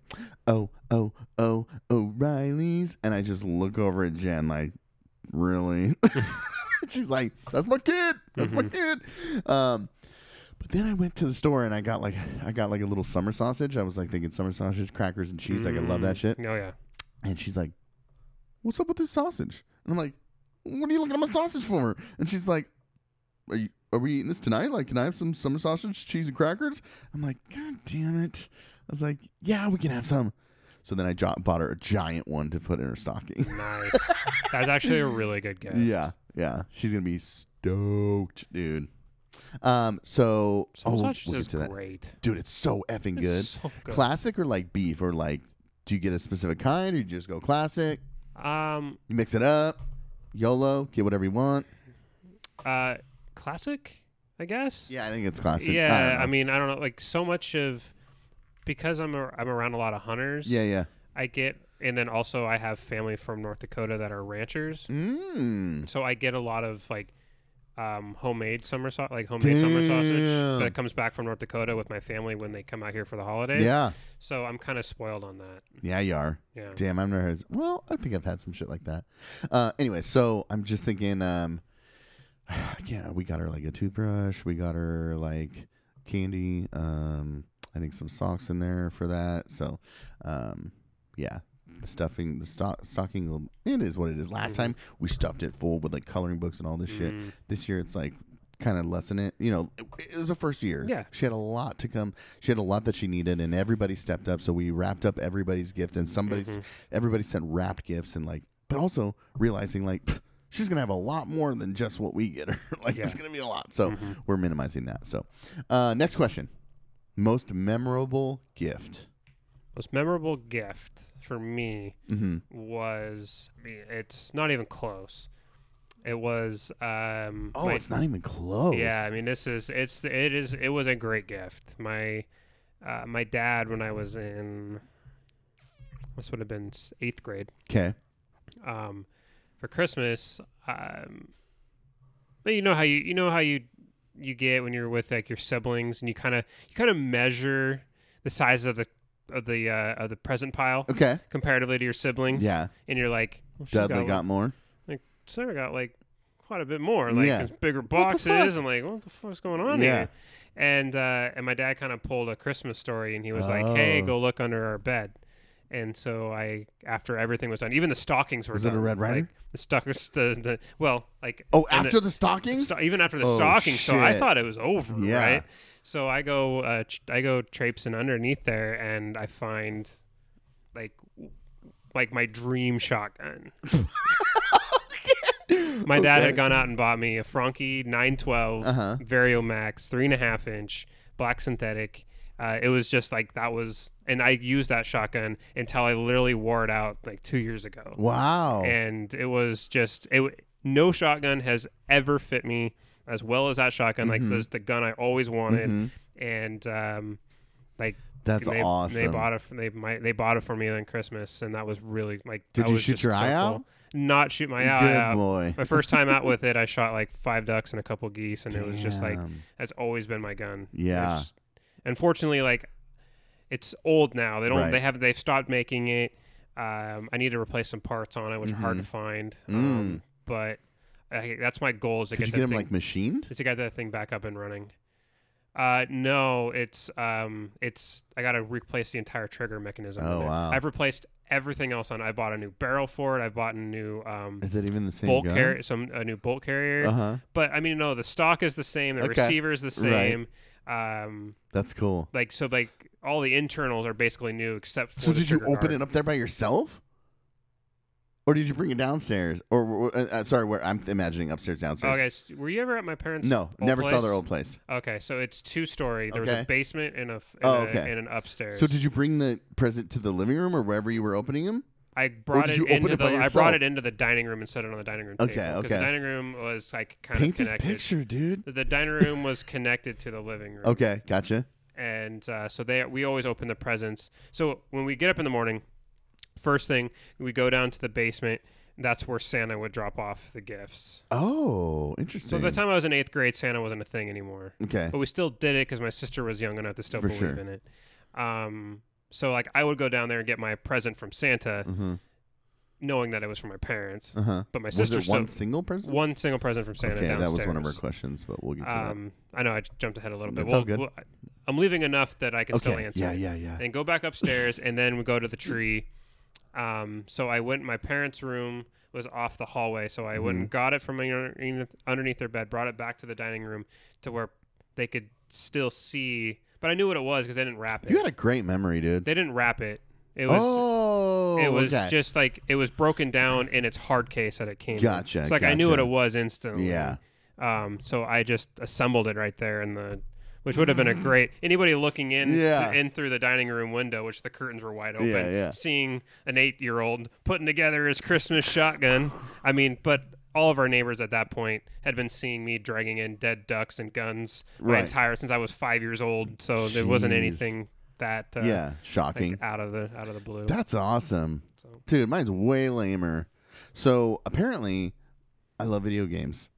Speaker 1: "Oh, oh, oh, O'Reilly's," and I just look over at Jen like, "Really?" she's like, "That's my kid. That's my kid." Um, but then I went to the store and I got like I got like a little summer sausage. I was like thinking summer sausage, crackers, and cheese. Like I love that shit.
Speaker 2: Oh yeah.
Speaker 1: And she's like, "What's up with this sausage?" And I'm like, "What are you looking at my sausage for?" And she's like, "Are you, are we eating this tonight? Like, can I have some summer sausage, cheese, and crackers?" I'm like, "God damn it!" I was like, "Yeah, we can have some." So then I jo- bought her a giant one to put in her stocking.
Speaker 2: Nice. That's actually a really good guess.
Speaker 1: yeah, yeah, she's gonna be stoked, dude. Um, so
Speaker 2: Some
Speaker 1: oh, we'll-
Speaker 2: sausages
Speaker 1: we'll get
Speaker 2: is
Speaker 1: to that.
Speaker 2: great.
Speaker 1: dude. It's so effing
Speaker 2: It's
Speaker 1: good.
Speaker 2: so good.
Speaker 1: Classic or like beef or like, do you get a specific kind or you just go classic?
Speaker 2: Um,
Speaker 1: You mix it up, YOLO, get whatever you want.
Speaker 2: uh, classic, I guess.
Speaker 1: Yeah, I think it's classic. I don't
Speaker 2: yeah.
Speaker 1: know.
Speaker 2: I, mean, I don't know. Like so much of because I'm a, I'm around a lot of hunters.
Speaker 1: yeah, yeah.
Speaker 2: I get, and then also I have family from North Dakota that are ranchers,
Speaker 1: Mmm.
Speaker 2: so I get a lot of like. Um, homemade summer sauce, like homemade summer
Speaker 1: Damn.
Speaker 2: sausage that comes back from North Dakota with my family when they come out here for the holidays.
Speaker 1: Yeah,
Speaker 2: So I'm kind of spoiled on that.
Speaker 1: yeah, you are.
Speaker 2: Yeah.
Speaker 1: Damn, I've never heard. Well, I think I've had some shit like that. Uh, anyway, so I'm just thinking. Um, yeah, we got her like a toothbrush. We got her like candy. Um, I think some socks in there for that. So, um, yeah.
Speaker 2: Mm-hmm.
Speaker 1: The stuffing, the stock, stocking, will- it is what it is. Last time we stuffed it full with like coloring books and all this shit.
Speaker 2: Mm.
Speaker 1: this year it's like kind of lessen it you know it, it was a first year
Speaker 2: Yeah.
Speaker 1: she had a lot to come she had a lot that she needed and everybody stepped up so we wrapped up everybody's gift and somebody's
Speaker 2: Mm-hmm.
Speaker 1: everybody sent wrapped gifts and like but also realizing like pff, she's gonna have a lot more than just what we get her like it's
Speaker 2: Yeah. Mm-hmm.
Speaker 1: gonna be a lot so we're minimizing that so uh next question most memorable gift
Speaker 2: Most memorable gift for me
Speaker 1: Mhm.
Speaker 2: was I mean, it's not even close. It was um
Speaker 1: oh
Speaker 2: my-
Speaker 1: it's not even close
Speaker 2: yeah, I mean this is it's it is it was a great gift. My uh, my dad when I was in this would have been s- 8th grade
Speaker 1: okay
Speaker 2: um for Christmas um you know how you you know how you you get when you're with like your siblings and you kind of you kind of measure the size of the of the uh, of the present pile
Speaker 1: okay
Speaker 2: comparatively to your siblings.
Speaker 1: yeah
Speaker 2: and you're like, well, she
Speaker 1: dudley
Speaker 2: got,
Speaker 1: got more
Speaker 2: like Sarah got like quite a bit more, like
Speaker 1: Yeah.
Speaker 2: there's bigger
Speaker 1: What the
Speaker 2: boxes, and like what the fuck's going on
Speaker 1: Yeah.
Speaker 2: here? And uh, and my dad kind of pulled a Christmas story, and he was like, hey,
Speaker 1: Oh.
Speaker 2: go look under our bed. And so I, after everything was done, even the stockings were
Speaker 1: Was it a
Speaker 2: done.
Speaker 1: Red Ryder?
Speaker 2: Like, the stockings, the, the well, like
Speaker 1: Oh,
Speaker 2: and
Speaker 1: after the stockings?
Speaker 2: sto- even after the
Speaker 1: Oh,
Speaker 2: stockings. So I
Speaker 1: shit.
Speaker 2: thought it was over,
Speaker 1: Yeah.
Speaker 2: right? So I go, uh, ch- I go traipsing underneath there, and I find like, w- like my dream shotgun. My dad
Speaker 1: Okay.
Speaker 2: had gone out and bought me a Franke 912
Speaker 1: Uh-huh.
Speaker 2: Vario Max, three and a half inch, black synthetic. Uh, it was just like that was, and I used that shotgun until I literally wore it out like two years ago.
Speaker 1: Wow.
Speaker 2: And it was just, it, w- no shotgun has ever fit me as well as that shotgun. Like,
Speaker 1: Mm-hmm.
Speaker 2: it was the gun I always wanted. And, um, like,
Speaker 1: That's
Speaker 2: they,
Speaker 1: awesome.
Speaker 2: They bought it. For, they might. They bought it for me on Christmas, and that was really like.
Speaker 1: Did
Speaker 2: that
Speaker 1: you
Speaker 2: was
Speaker 1: shoot
Speaker 2: just
Speaker 1: your eye
Speaker 2: so
Speaker 1: out?
Speaker 2: cool. Not shoot my eye
Speaker 1: Good
Speaker 2: out.
Speaker 1: boy.
Speaker 2: My first time out with it, I shot like five ducks and a couple geese, and it was just like
Speaker 1: Damn.
Speaker 2: that's always been my gun. And I
Speaker 1: Yeah.
Speaker 2: just- unfortunately, like it's old now. They don't.
Speaker 1: Right.
Speaker 2: They have. They've stopped making it. Um, I need to replace some parts on it, which are hard to
Speaker 1: Mm-hmm.
Speaker 2: find. Um, but I, that's my goal is to
Speaker 1: Mm. Could
Speaker 2: get
Speaker 1: you
Speaker 2: that
Speaker 1: get him
Speaker 2: thing,
Speaker 1: like machined?
Speaker 2: is to get that thing back up and running. Uh, no, it's um, it's I gotta replace the entire trigger mechanism.
Speaker 1: Oh,
Speaker 2: on it.
Speaker 1: wow.
Speaker 2: I've replaced everything else on. it. I bought a new barrel for it. I bought a new um,
Speaker 1: Is it even the same
Speaker 2: bolt
Speaker 1: gun?
Speaker 2: carrier, some a new bolt carrier.
Speaker 1: Uh huh.
Speaker 2: But I mean, no, the stock is the same. The
Speaker 1: Okay.
Speaker 2: receiver is the
Speaker 1: Right.
Speaker 2: same. Um,
Speaker 1: That's cool.
Speaker 2: like so, like all the internals are basically new except for.
Speaker 1: So
Speaker 2: the
Speaker 1: did you
Speaker 2: trigger
Speaker 1: open
Speaker 2: guard.
Speaker 1: it up there by yourself? Or did you bring it downstairs? Or uh, uh, sorry, where I'm imagining upstairs, downstairs.
Speaker 2: Okay, s- Oh, were you ever at my parents?
Speaker 1: No,
Speaker 2: old
Speaker 1: never saw
Speaker 2: place?
Speaker 1: their old place.
Speaker 2: Okay, so it's two story. There was
Speaker 1: Okay.
Speaker 2: a basement and a, f- and,
Speaker 1: Oh,
Speaker 2: a-
Speaker 1: okay.
Speaker 2: and an upstairs.
Speaker 1: So did you bring the present to the living room or wherever you were opening them?
Speaker 2: I brought
Speaker 1: did
Speaker 2: it
Speaker 1: you open
Speaker 2: into
Speaker 1: it by
Speaker 2: the. I brought
Speaker 1: yourself?
Speaker 2: it into the dining room and set it on the dining room
Speaker 1: Okay,
Speaker 2: table. 'cause
Speaker 1: okay.
Speaker 2: The dining room was like kind
Speaker 1: Paint
Speaker 2: of
Speaker 1: this
Speaker 2: connected.
Speaker 1: picture, dude.
Speaker 2: The- The dining room was connected to the living room.
Speaker 1: Okay, gotcha.
Speaker 2: and uh, so they we always open the presents. So when we get up in the morning, first thing we go down to the basement. That's where Santa would drop off the gifts.
Speaker 1: Oh,
Speaker 2: So
Speaker 1: interesting.
Speaker 2: by the time Oh, I was in eighth grade, Santa wasn't a thing anymore,
Speaker 1: okay,
Speaker 2: but we still did it because my sister was young enough to still
Speaker 1: For
Speaker 2: believe
Speaker 1: sure.
Speaker 2: in it. Um, so like I would go down there and get my present from Santa,
Speaker 1: Mhm.
Speaker 2: knowing that it was from my parents.
Speaker 1: uh huh.
Speaker 2: But my
Speaker 1: Was
Speaker 2: sister
Speaker 1: there
Speaker 2: still
Speaker 1: one single person?
Speaker 2: one single present from Santa
Speaker 1: Uh-huh. Okay,
Speaker 2: downstairs.
Speaker 1: that was one of our questions, but we'll get to
Speaker 2: Um, I know I j- jumped ahead a little bit.
Speaker 1: That's all good.
Speaker 2: I'm leaving enough that I can
Speaker 1: that.
Speaker 2: still
Speaker 1: Okay.
Speaker 2: answer.
Speaker 1: Yeah,
Speaker 2: it.
Speaker 1: yeah, yeah.
Speaker 2: and go back upstairs and then we go to the tree um, so i went my parents room was off the hallway so i
Speaker 1: Mm-hmm.
Speaker 2: went and got it from under- underneath their bed brought it back to the dining room to where they could still see but i knew what it was because they didn't wrap it
Speaker 1: You had a great memory, dude.
Speaker 2: they didn't wrap it it was
Speaker 1: oh,
Speaker 2: it was
Speaker 1: okay.
Speaker 2: just like it was broken down in its hard case that it came. in.
Speaker 1: Gotcha,
Speaker 2: So like I knew what
Speaker 1: gotcha.
Speaker 2: it was instantly.
Speaker 1: Yeah.
Speaker 2: Um. So I just assembled it right there in the, which would have been a great anybody looking in
Speaker 1: Yeah.
Speaker 2: in through the dining room window, which the curtains were wide open.
Speaker 1: Yeah, yeah.
Speaker 2: Seeing an eight year old putting together his Christmas shotgun. I mean, but. All of our neighbors at that point had been seeing me dragging in dead ducks and guns my
Speaker 1: Right.
Speaker 2: entire since I was five years old, so there wasn't
Speaker 1: Jeez.
Speaker 2: anything that uh,
Speaker 1: yeah,
Speaker 2: like,
Speaker 1: shocking.
Speaker 2: out of the out of the blue.
Speaker 1: That's awesome.
Speaker 2: So-
Speaker 1: Dude, mine's way lamer. So apparently, I love video games.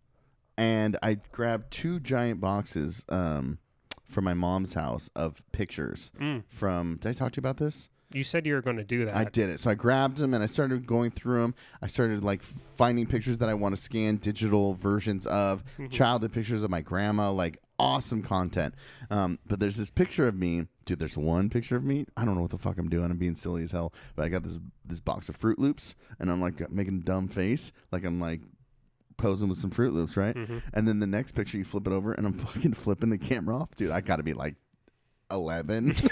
Speaker 1: And I grabbed two giant boxes um, from my mom's house of pictures
Speaker 2: Mm.
Speaker 1: from. Did I talk to you about this?
Speaker 2: You said you were going to do that.
Speaker 1: I did it. So I grabbed them and I started going through them. I started like finding pictures that I want to scan digital versions of,
Speaker 2: Mm-hmm.
Speaker 1: childhood pictures of my grandma, like awesome content. Um, but there's this picture of me, dude. There's one picture of me. I don't know what the fuck I'm doing. I'm being silly as hell. But I got this this box of Fruit Loops and I'm like making a dumb face, like I'm like posing with some Fruit Loops, right?
Speaker 2: Mm-hmm.
Speaker 1: And then the next picture, you flip it over and I'm fucking flipping the camera off, dude. I got to be like eleven.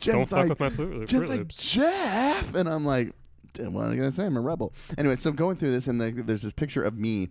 Speaker 1: Jen's
Speaker 2: Don't fuck
Speaker 1: like,
Speaker 2: with my Fruit, Loops-
Speaker 1: Jen's
Speaker 2: Fruit
Speaker 1: like
Speaker 2: Loops.
Speaker 1: Jeff, and I'm like, "Dude, what am I gonna say? I'm a rebel. Anyway, so I'm going through this, and like, there's this picture of me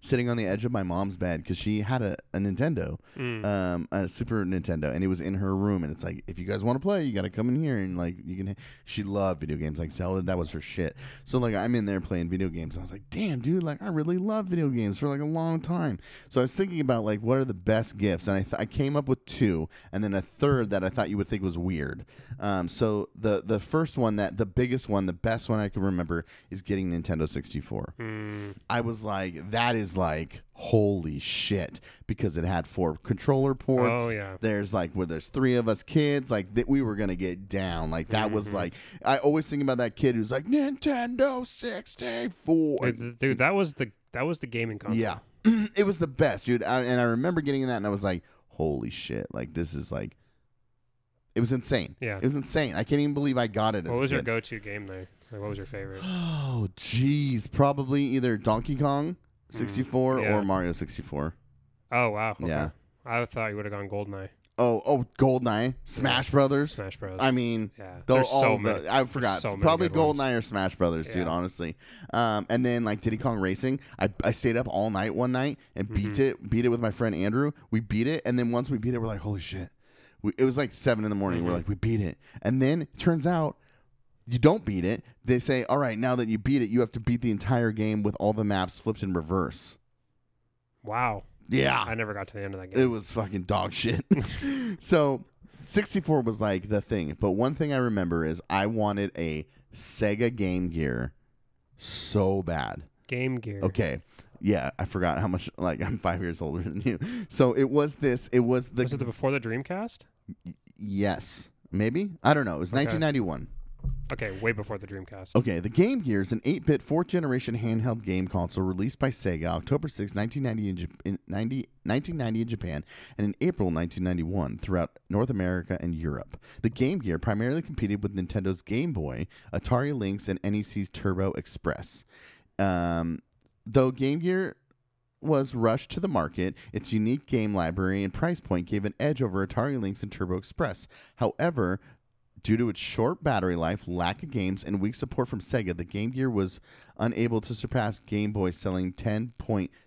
Speaker 1: sitting on the edge of my mom's bed because she had a, a Nintendo, um, a Super Nintendo, and it was in her room. And it's like, if you guys want to play, you got to come in here and like you can. She loved video games, like Zelda. That was her shit. So like I'm in there playing video games. And I was like, damn, dude, like I really love video games for like a long time. So I was thinking about like what are the best gifts, and I, th- I came up with two, and then a third that I thought you would think was weird. Um, so the the first one that the biggest one, the best one I can remember is getting Nintendo 64.
Speaker 2: Hmm.
Speaker 1: I was like, that is like holy shit because it had four controller ports.
Speaker 2: Oh, yeah.
Speaker 1: There's like where there's three of us kids, like that we were gonna get down. Like that
Speaker 2: Mm-hmm.
Speaker 1: was like I always think about that kid who's like Nintendo 64.
Speaker 2: Dude, th- dude, that was the that was the gaming console.
Speaker 1: Yeah, it was the best, dude. I, and I remember getting in that, and I was like, "Holy shit!" Like this is like, It was insane.
Speaker 2: Yeah.
Speaker 1: It was insane. I can't even believe I got it. as
Speaker 2: What
Speaker 1: a
Speaker 2: was your
Speaker 1: kid.
Speaker 2: go-to game there? Like, what was your favorite?
Speaker 1: Oh, jeez. Probably either Donkey Kong 64
Speaker 2: Mm-hmm. yeah.
Speaker 1: or Mario 64.
Speaker 2: Oh wow. okay.
Speaker 1: Yeah.
Speaker 2: I thought you would have gone Goldeneye,
Speaker 1: Oh, oh, Goldeneye, Smash Brothers.
Speaker 2: Smash Bros.
Speaker 1: I mean,
Speaker 2: yeah.
Speaker 1: though
Speaker 2: There's
Speaker 1: all
Speaker 2: so
Speaker 1: the
Speaker 2: many.
Speaker 1: I forgot.
Speaker 2: so many
Speaker 1: Probably
Speaker 2: good ones.
Speaker 1: Goldeneye or Smash Brothers, dude.
Speaker 2: Yeah.
Speaker 1: Honestly, um, and then like Diddy Kong Racing, I, I stayed up all night one night and
Speaker 2: Mm-hmm.
Speaker 1: beat it, beat it with my friend Andrew. We beat it, and then once we beat it, we're like, holy shit! We, it was like seven in the morning.
Speaker 2: Mm-hmm.
Speaker 1: We're like, we beat it, and then it turns out you don't beat it. They say, all right, now that you beat it, you have to beat the entire game with all the maps flipped in reverse.
Speaker 2: Wow.
Speaker 1: Yeah,
Speaker 2: I never got to the end of that
Speaker 1: Ah. it
Speaker 2: game.
Speaker 1: was fucking dog shit. so 64 was like the thing. But one thing I remember is I wanted a Sega Game Gear so bad.
Speaker 2: game Gear.
Speaker 1: Okay. Yeah, I forgot how much like I'm 5 years older than you. So it was this it was the
Speaker 2: Was it the before the Dreamcast?
Speaker 1: yes. Maybe? I don't know. It was 1991.
Speaker 2: Okay, way before the Dreamcast.
Speaker 1: Okay, the Game Gear is an 8-bit fourth generation handheld game console released by Sega October 6, 1990 in, Jap- in 90 1990 in Japan and in April 1991 throughout North America and Europe. The Game Gear primarily competed with Nintendo's Game Boy, Atari Lynx, and NEC's Turbo Express. Um, though Game Gear was rushed to the market, its unique game library and price point gave an edge over Atari Lynx and Turbo Express. However, due to its short battery life, lack of games, and weak support from Sega, the Game Gear was unable to surpass Game Boy, selling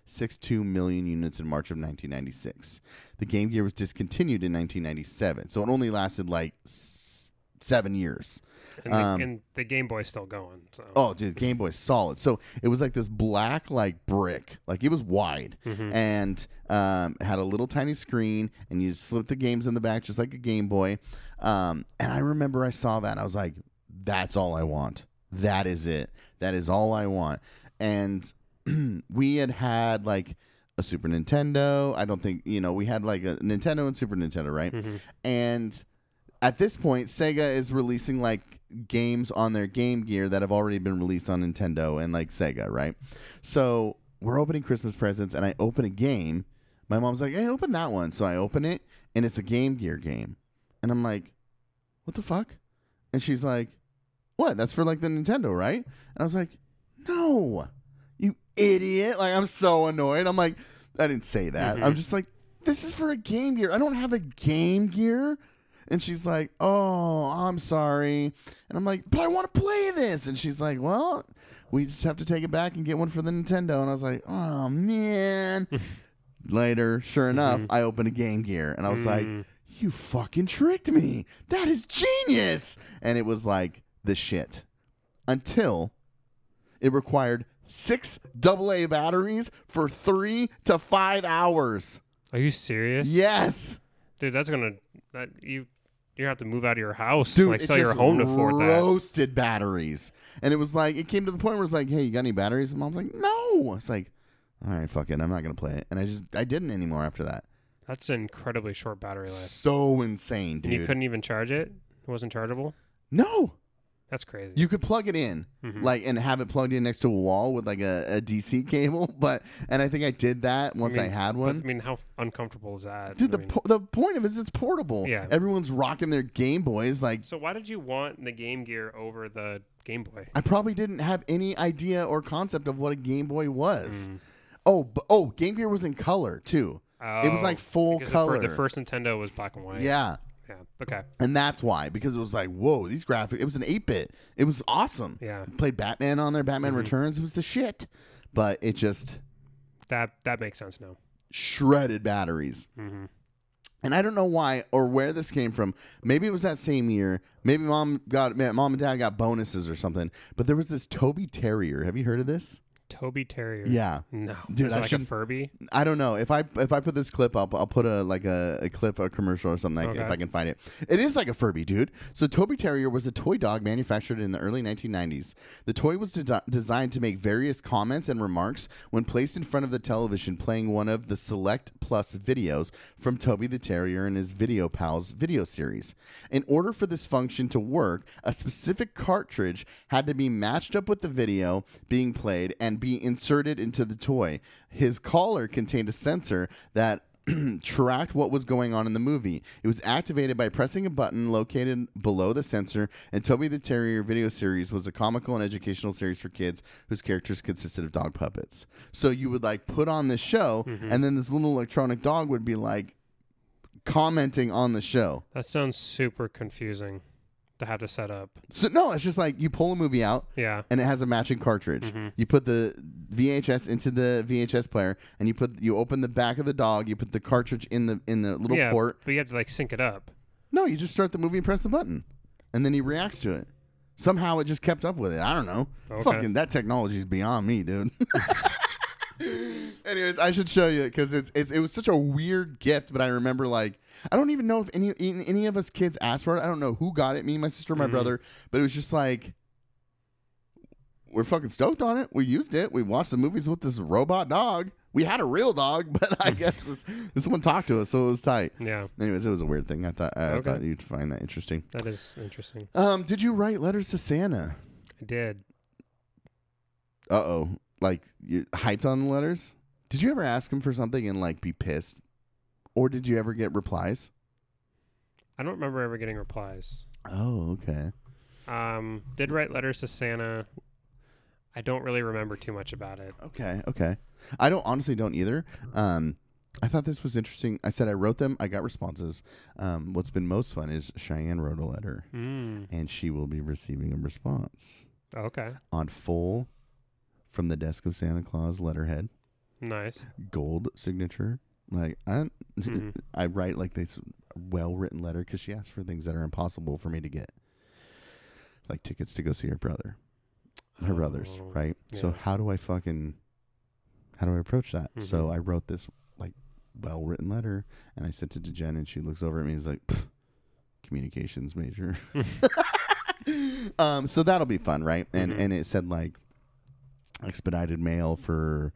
Speaker 1: 10.62 million units in March of 1996. The Game Gear was discontinued in 1997, so it only lasted like s- seven years.
Speaker 2: And,
Speaker 1: um,
Speaker 2: the, and the Game Boy's still going. So.
Speaker 1: Oh, dude, Game Boy solid. So it was like this black like brick, like it was wide, and um, it had a little tiny screen, and you slip the games in the back just like a Game Boy. Um, and I remember I saw that, and I was like, "That's all I want. That is it. That is all I want." And we had had like a Super Nintendo. I don't think you know we had like a Nintendo and Super Nintendo, right? And at this point, Sega is releasing like games on their Game Gear that have already been released on Nintendo and like Sega, right? So we're opening Christmas presents, and I open a game. My mom's like, "Hey, open that one." So I open it, and it's a Game Gear game, and I'm like, "What the fuck?" And she's like, "What? That's for like the Nintendo, right?" And I was like, "No, you idiot!" Like I'm so annoyed. I'm like, "I didn't say that." I'm just like, "This is for a Game Gear. I don't have a Game Gear." And she's like, "Oh, I'm sorry." And I'm like, "But I want to play this." And she's like, "Well, we just have to take it back and get one for the Nintendo." And I was like, "Oh man." Later, sure
Speaker 2: Mm-hmm.
Speaker 1: enough, I opened a Game Gear and I was
Speaker 2: Mm.
Speaker 1: like, "You fucking tricked me. That is genius." And it was like the shit. Until it required 6 AA batteries for 3 to 5 hours.
Speaker 2: Are you serious?
Speaker 1: Yes.
Speaker 2: Dude, that's gonna that you you have to move out of your house,
Speaker 1: Dude,
Speaker 2: like
Speaker 1: it
Speaker 2: sell your
Speaker 1: just
Speaker 2: home to afford that.
Speaker 1: Roasted batteries, and it was like it came to the point where it's like, "Hey, you got any batteries?" And mom's like, "No." It's like, "All right, fuck it, I'm not gonna play it." And I just I didn't anymore after that.
Speaker 2: That's an incredibly short battery life.
Speaker 1: So insane,
Speaker 2: And you
Speaker 1: dude.
Speaker 2: couldn't even charge it. It wasn't chargeable.
Speaker 1: No,
Speaker 2: That's crazy.
Speaker 1: you could plug it in,
Speaker 2: Mm-hmm.
Speaker 1: like, and have it plugged in next to a wall with like a, a DC cable. But and I think I did that once I,
Speaker 2: mean,
Speaker 1: had
Speaker 2: but,
Speaker 1: one.
Speaker 2: I mean, how uncomfortable is that?
Speaker 1: Dude,
Speaker 2: I
Speaker 1: the,
Speaker 2: mean-
Speaker 1: po- the point of it is it's portable.
Speaker 2: Yeah.
Speaker 1: Everyone's rocking their Game Boys. Like,
Speaker 2: so why did you want the Game Gear over the Game Boy?
Speaker 1: I probably didn't have any idea or concept of what a Game Boy was.
Speaker 2: Mm.
Speaker 1: Oh, b- oh, Game Gear was in color too. it was
Speaker 2: Oh,
Speaker 1: like full
Speaker 2: because the fir-
Speaker 1: color.
Speaker 2: The first Nintendo was black and white.
Speaker 1: yeah,
Speaker 2: Yeah. Okay.
Speaker 1: and that's why because it was like, whoa, these graphics. It was an eight bit. It was awesome.
Speaker 2: Yeah. Mm-hmm.
Speaker 1: played Batman on there. Batman Returns. It was the shit. But it just
Speaker 2: That that makes sense now.
Speaker 1: shredded batteries.
Speaker 2: Mhm.
Speaker 1: And I don't know why or where this came from. Maybe it was that same year. Maybe mom got man, mom and dad got bonuses or something. But there was this Toby Terrier. Have you heard of this?
Speaker 2: Toby Terrier.
Speaker 1: Yeah.
Speaker 2: No.
Speaker 1: Dude,
Speaker 2: Is it
Speaker 1: I
Speaker 2: like a
Speaker 1: should-
Speaker 2: Furby?
Speaker 1: I don't know if I if I put this clip up, I'll put a like a, a clip, a commercial or something like,
Speaker 2: Okay.
Speaker 1: if I can find it. It is like a Furby, dude. So Toby Terrier was a toy dog manufactured in the early 1990s. The toy was de- designed to make various comments and remarks when placed in front of the television, playing one of the select plus videos from Toby the Terrier and his Video Pals video series. In order for this function to work, a specific cartridge had to be matched up with the video being played and be inserted into the toy. His collar contained a sensor that tracked what was going on in the movie. It was activated by pressing a button located below the sensor, and Toby the Terrier video series was a comical and educational series for kids whose characters consisted of dog puppets. So you would like put on this show, and then this little electronic dog would be like commenting on the show.
Speaker 2: That sounds super confusing to have to set up.
Speaker 1: So no, it's just like you pull a movie out,
Speaker 2: Yeah.
Speaker 1: and it has a matching cartridge. You put the VHS into the VHS player, and you put you open the back of the dog. You put the cartridge in the in the little
Speaker 2: yeah,
Speaker 1: port.
Speaker 2: but you have to like sync it up.
Speaker 1: No, you just start the movie and press the button, and then he reacts to it. Somehow it just kept up with it. I don't know.
Speaker 2: Okay.
Speaker 1: Fucking that technology's beyond me, dude. Anyways, I should show you because it's it's it was such a weird gift, but I remember like I don't even know if any any any of us kids asked for it. I don't know who got it, me, my sister, my brother, but it was just like we're fucking stoked on it. We used it. We watched the movies with this robot dog. We had a real dog, but I guess this this one talked to us, so it was tight.
Speaker 2: Yeah,
Speaker 1: Anyways, it was a weird thing. I thought I
Speaker 2: Okay.
Speaker 1: thought you'd find that interesting.
Speaker 2: that is interesting.
Speaker 1: Um, did you write letters to Santa?
Speaker 2: I did.
Speaker 1: Uh oh, like you hyped on the letters. Did you ever ask him for something and like be pissed, or did you ever get replies?
Speaker 2: I don't remember ever getting replies.
Speaker 1: Oh, okay.
Speaker 2: Um, did write letters to Santa. I don't really remember too much about it.
Speaker 1: Okay, okay. I don't honestly don't either. Um, I thought this was interesting. I said I wrote them. I got responses. Um, what's been most fun is Cheyenne wrote a letter,
Speaker 2: Mm.
Speaker 1: and she will be receiving a response
Speaker 2: Okay.
Speaker 1: on full from the desk of Santa Claus letterhead.
Speaker 2: Nice.
Speaker 1: gold signature. Like I,
Speaker 2: Mhm.
Speaker 1: I write like this well written letter because she asked for things that are impossible for me to get, like tickets to go see her brother, her brothers,
Speaker 2: Oh,
Speaker 1: right? So
Speaker 2: yeah.
Speaker 1: how do I fucking, how do I approach that? So
Speaker 2: Mhm.
Speaker 1: I wrote this like well written letter and I sent it to Jen and she looks over at me and is like, "Pff, communications major. um, so that'll be fun, right? And
Speaker 2: Mhm.
Speaker 1: and it said like expedited mail for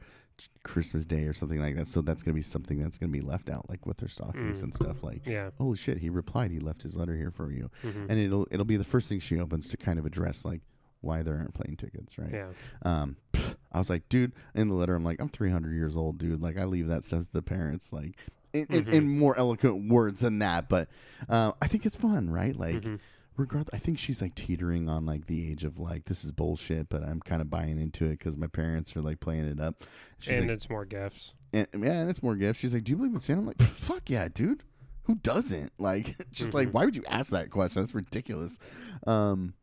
Speaker 1: Christmas Day or something like that. So that's gonna be something that's gonna be left out, like with her stockings
Speaker 2: Mm.
Speaker 1: and stuff. Like,
Speaker 2: Yeah.
Speaker 1: oh shit, he replied. He left his letter here for you,
Speaker 2: Mhm.
Speaker 1: and it'll it'll be the first thing she opens to kind of address like why there aren't plane tickets, right?
Speaker 2: Yeah.
Speaker 1: Um, pff, I was like, dude, in the letter, I'm like, I'm 300 years old, dude. Like, I leave that stuff to the parents, like, in, in,
Speaker 2: Mm-hmm.
Speaker 1: in more eloquent words than that. But uh, I think it's fun, right? Like,
Speaker 2: Mhm.
Speaker 1: regard, I think she's like teetering on like the age of like, this is bullshit, but I'm kind of buying into it because my parents are like playing it up. She's
Speaker 2: And
Speaker 1: like,
Speaker 2: it's more gifts.
Speaker 1: and, yeah, and it's more gifts. She's like, do you believe in Santa? I'm like, fuck yeah, dude. Who doesn't? Like, just like, why would you ask that question? That's ridiculous. Um,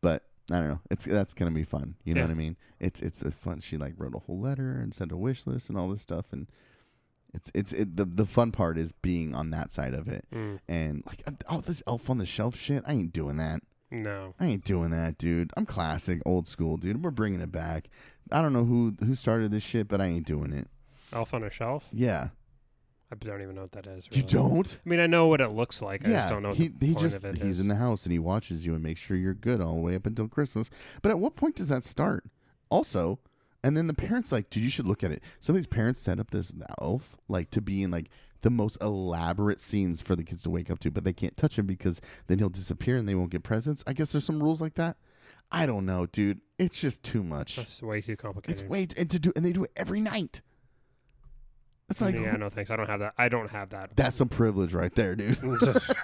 Speaker 1: but I don't know. It's that's gonna be fun. You know
Speaker 2: Yeah.
Speaker 1: what I mean? It's it's a fun. She like wrote a whole letter and sent a wish list and all this stuff. And it's it's it, the the fun part is being on that side of it.
Speaker 2: Mm.
Speaker 1: And like, oh, this elf on the shelf shit. I ain't doing that.
Speaker 2: No.
Speaker 1: I ain't doing that, dude. I'm classic, old school, dude. We're bringing it back. I don't know who who started this shit, but I ain't doing it.
Speaker 2: Elf on a shelf.
Speaker 1: Yeah,
Speaker 2: I don't even know what that is.
Speaker 1: you
Speaker 2: really.
Speaker 1: don't.
Speaker 2: I mean, I know what it looks like. I just don't know. What
Speaker 1: he,
Speaker 2: the
Speaker 1: he
Speaker 2: point
Speaker 1: just
Speaker 2: of it
Speaker 1: he's
Speaker 2: is.
Speaker 1: in the house and he watches you and makes sure you're good all the way up until Christmas. But at what point does that start? Also, and then the parents like, dude, you should look at it. Some of these parents set up this elf like to be in like the most elaborate scenes for the kids to wake up to, but they can't touch him because then he'll disappear and they won't get presents. I guess there's some rules like that. I don't know, dude. It's just too much.
Speaker 2: That's way too
Speaker 1: It's
Speaker 2: complicated.
Speaker 1: way and to do and they do it every night. That's like
Speaker 2: yeah, no thanks. I don't have that. I don't have that.
Speaker 1: that's some privilege right there, dude.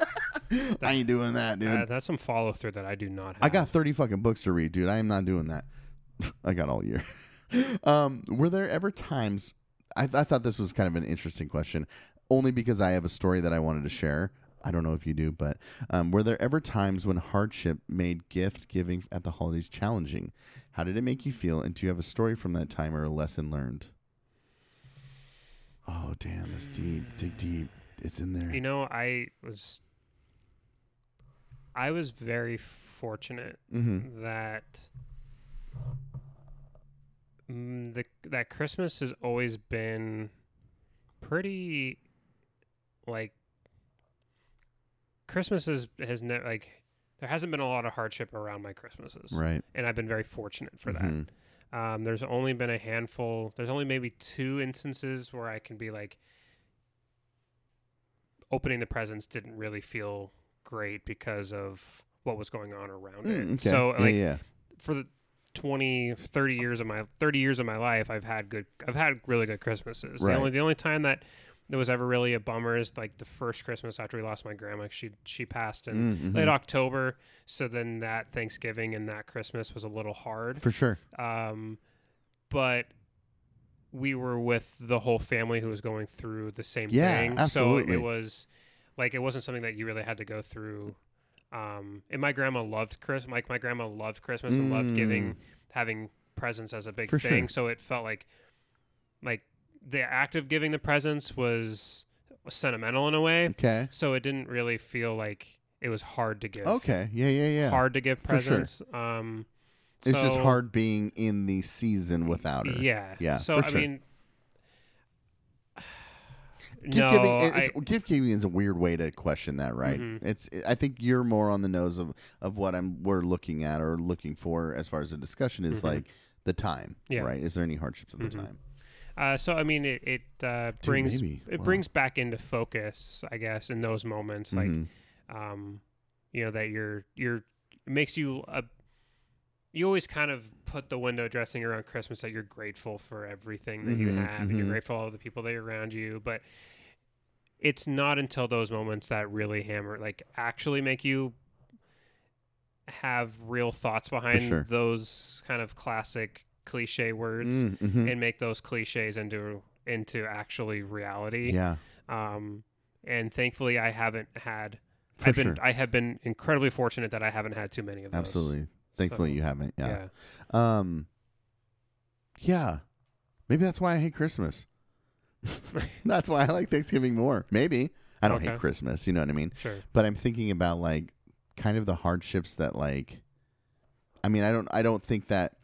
Speaker 1: I ain't doing that, dude.
Speaker 2: Uh, that's some follow through that I do not have.
Speaker 1: I got 30 fucking books to read, dude. I am not doing that. I got all year. um, were there ever times I, I thought this was kind of an interesting question, only because I have a story that I wanted to share. I don't know if you do, but um, were there ever times when hardship made gift giving at the holidays challenging? How did it make you feel? And do you have a story from that time or a lesson learned? Oh, damn, it's deep. Dig deep. It's in there.
Speaker 2: You know, I was. I was very fortunate
Speaker 1: mm-hmm.
Speaker 2: that mm, the that Christmas has always been pretty like Christmas is has ne- like there hasn't been a lot of hardship around my Christmases,
Speaker 1: Right.
Speaker 2: and I've been very fortunate for that.
Speaker 1: Mhm.
Speaker 2: Um, there's only been a handful. There's only maybe two instances where I can be like, opening the presents didn't really feel great because of what was going on around
Speaker 1: Mm,
Speaker 2: it.
Speaker 1: okay.
Speaker 2: So
Speaker 1: yeah,
Speaker 2: like
Speaker 1: yeah.
Speaker 2: for the 20, 30 years of my 30 years of my life, I've had good. I've had really good Christmases.
Speaker 1: Right.
Speaker 2: The only the only time that that was ever really a bummer is like the first Christmas after we lost my grandma. She she passed in
Speaker 1: Mm-hmm.
Speaker 2: late October, so then that Thanksgiving and that Christmas was a little hard.
Speaker 1: for sure.
Speaker 2: Um, but we were with the whole family who was going through the same
Speaker 1: Yeah,
Speaker 2: thing. So
Speaker 1: absolutely.
Speaker 2: it was like it wasn't something that you really had to go through. Um, and my grandma loved Christmas. Like my grandma loved Christmas and loved giving having presents as a big
Speaker 1: Mm. For
Speaker 2: thing.
Speaker 1: sure.
Speaker 2: So it felt like like the act of giving the presents was sentimental in a way.
Speaker 1: Okay.
Speaker 2: So it didn't really feel like it was hard to give.
Speaker 1: Okay. Yeah. Yeah. Yeah.
Speaker 2: Hard to give
Speaker 1: For sure.
Speaker 2: presents. Um,
Speaker 1: It's just
Speaker 2: so-
Speaker 1: hard being in the season without her.
Speaker 2: Yeah.
Speaker 1: Yeah,
Speaker 2: So
Speaker 1: for
Speaker 2: I
Speaker 1: sure.
Speaker 2: mean,
Speaker 1: Gift
Speaker 2: no,
Speaker 1: giving, it's,
Speaker 2: I-
Speaker 1: gift giving is a weird way to question that, right?
Speaker 2: Mhm.
Speaker 1: It's. I think you're more on the nose of, of what I'm we're looking at or looking for as far as the discussion is
Speaker 2: Mhm.
Speaker 1: like the time,
Speaker 2: Yeah.
Speaker 1: right? Is there any hardships at the
Speaker 2: Mhm.
Speaker 1: time?
Speaker 2: uh, so I mean, it, it uh, brings
Speaker 1: maybe.
Speaker 2: it
Speaker 1: Wow.
Speaker 2: brings back into focus, I guess, in those moments,
Speaker 1: Mhm.
Speaker 2: like, um, you know, that you're you're it makes you a. You always kind of put the window dressing around Christmas that you're grateful for everything that you
Speaker 1: Mhm,
Speaker 2: have, and you're
Speaker 1: mhm.
Speaker 2: grateful all the people that are around you, but. It's not until those moments that really hammer, like actually make you have real thoughts behind
Speaker 1: sure.
Speaker 2: those kind of classic cliche words
Speaker 1: Mm, mhm.
Speaker 2: and make those cliches into into actually reality.
Speaker 1: yeah,
Speaker 2: Um, and thankfully, I haven't had.
Speaker 1: For
Speaker 2: I've been
Speaker 1: sure.
Speaker 2: I have been incredibly fortunate that I haven't had too many of those.
Speaker 1: absolutely. Thankfully,
Speaker 2: So,
Speaker 1: you haven't.
Speaker 2: Yeah.
Speaker 1: Yeah. Um. Yeah, maybe that's why I hate Christmas. that's why I like Thanksgiving more. Maybe I don't hate
Speaker 2: Okay.
Speaker 1: Christmas. You know what I mean?
Speaker 2: Sure.
Speaker 1: but I'm thinking about like kind of the hardships that like I mean I don't I don't think that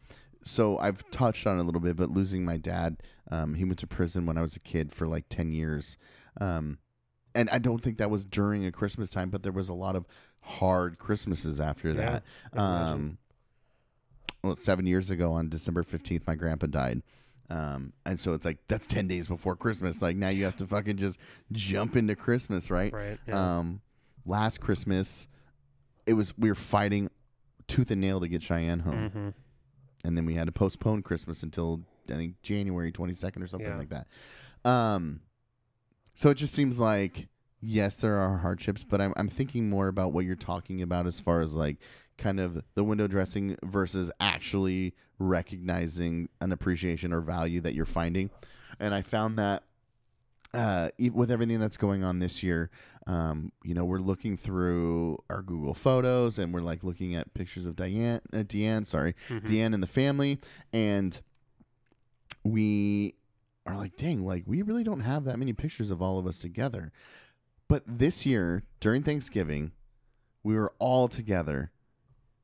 Speaker 1: so I've touched on it a little bit but losing my dad um he went to prison when I was a kid for like 10 years um and I don't think that was during a Christmas time but there was a lot of hard Christmases after
Speaker 2: Yeah,
Speaker 1: that
Speaker 2: I can imagine.
Speaker 1: um well 7 years ago on December 15th my grandpa died um and so it's like that's 10 days before Christmas like now you have to fucking just jump into Christmas right
Speaker 2: Right. Yeah.
Speaker 1: um, last Christmas, it was we were fighting tooth and nail to get Cheyenne home,
Speaker 2: hmm
Speaker 1: and then we had to postpone Christmas until I think January twenty second or something
Speaker 2: Yeah.
Speaker 1: like that. Um, so it just seems like yes, there are hardships, but I'm I'm thinking more about what you're talking about as far as like kind of the window dressing versus actually recognizing an appreciation or value that you're finding, and I found that. Uh, e- with everything that's going on this year, um, you know, we're looking through our Google Photos and we're like looking at pictures of Diane, uh, Deanne, sorry, Deanne and the family, and we are like, dang, like we really don't have that many pictures of all of us together. But this year during Thanksgiving, we were all together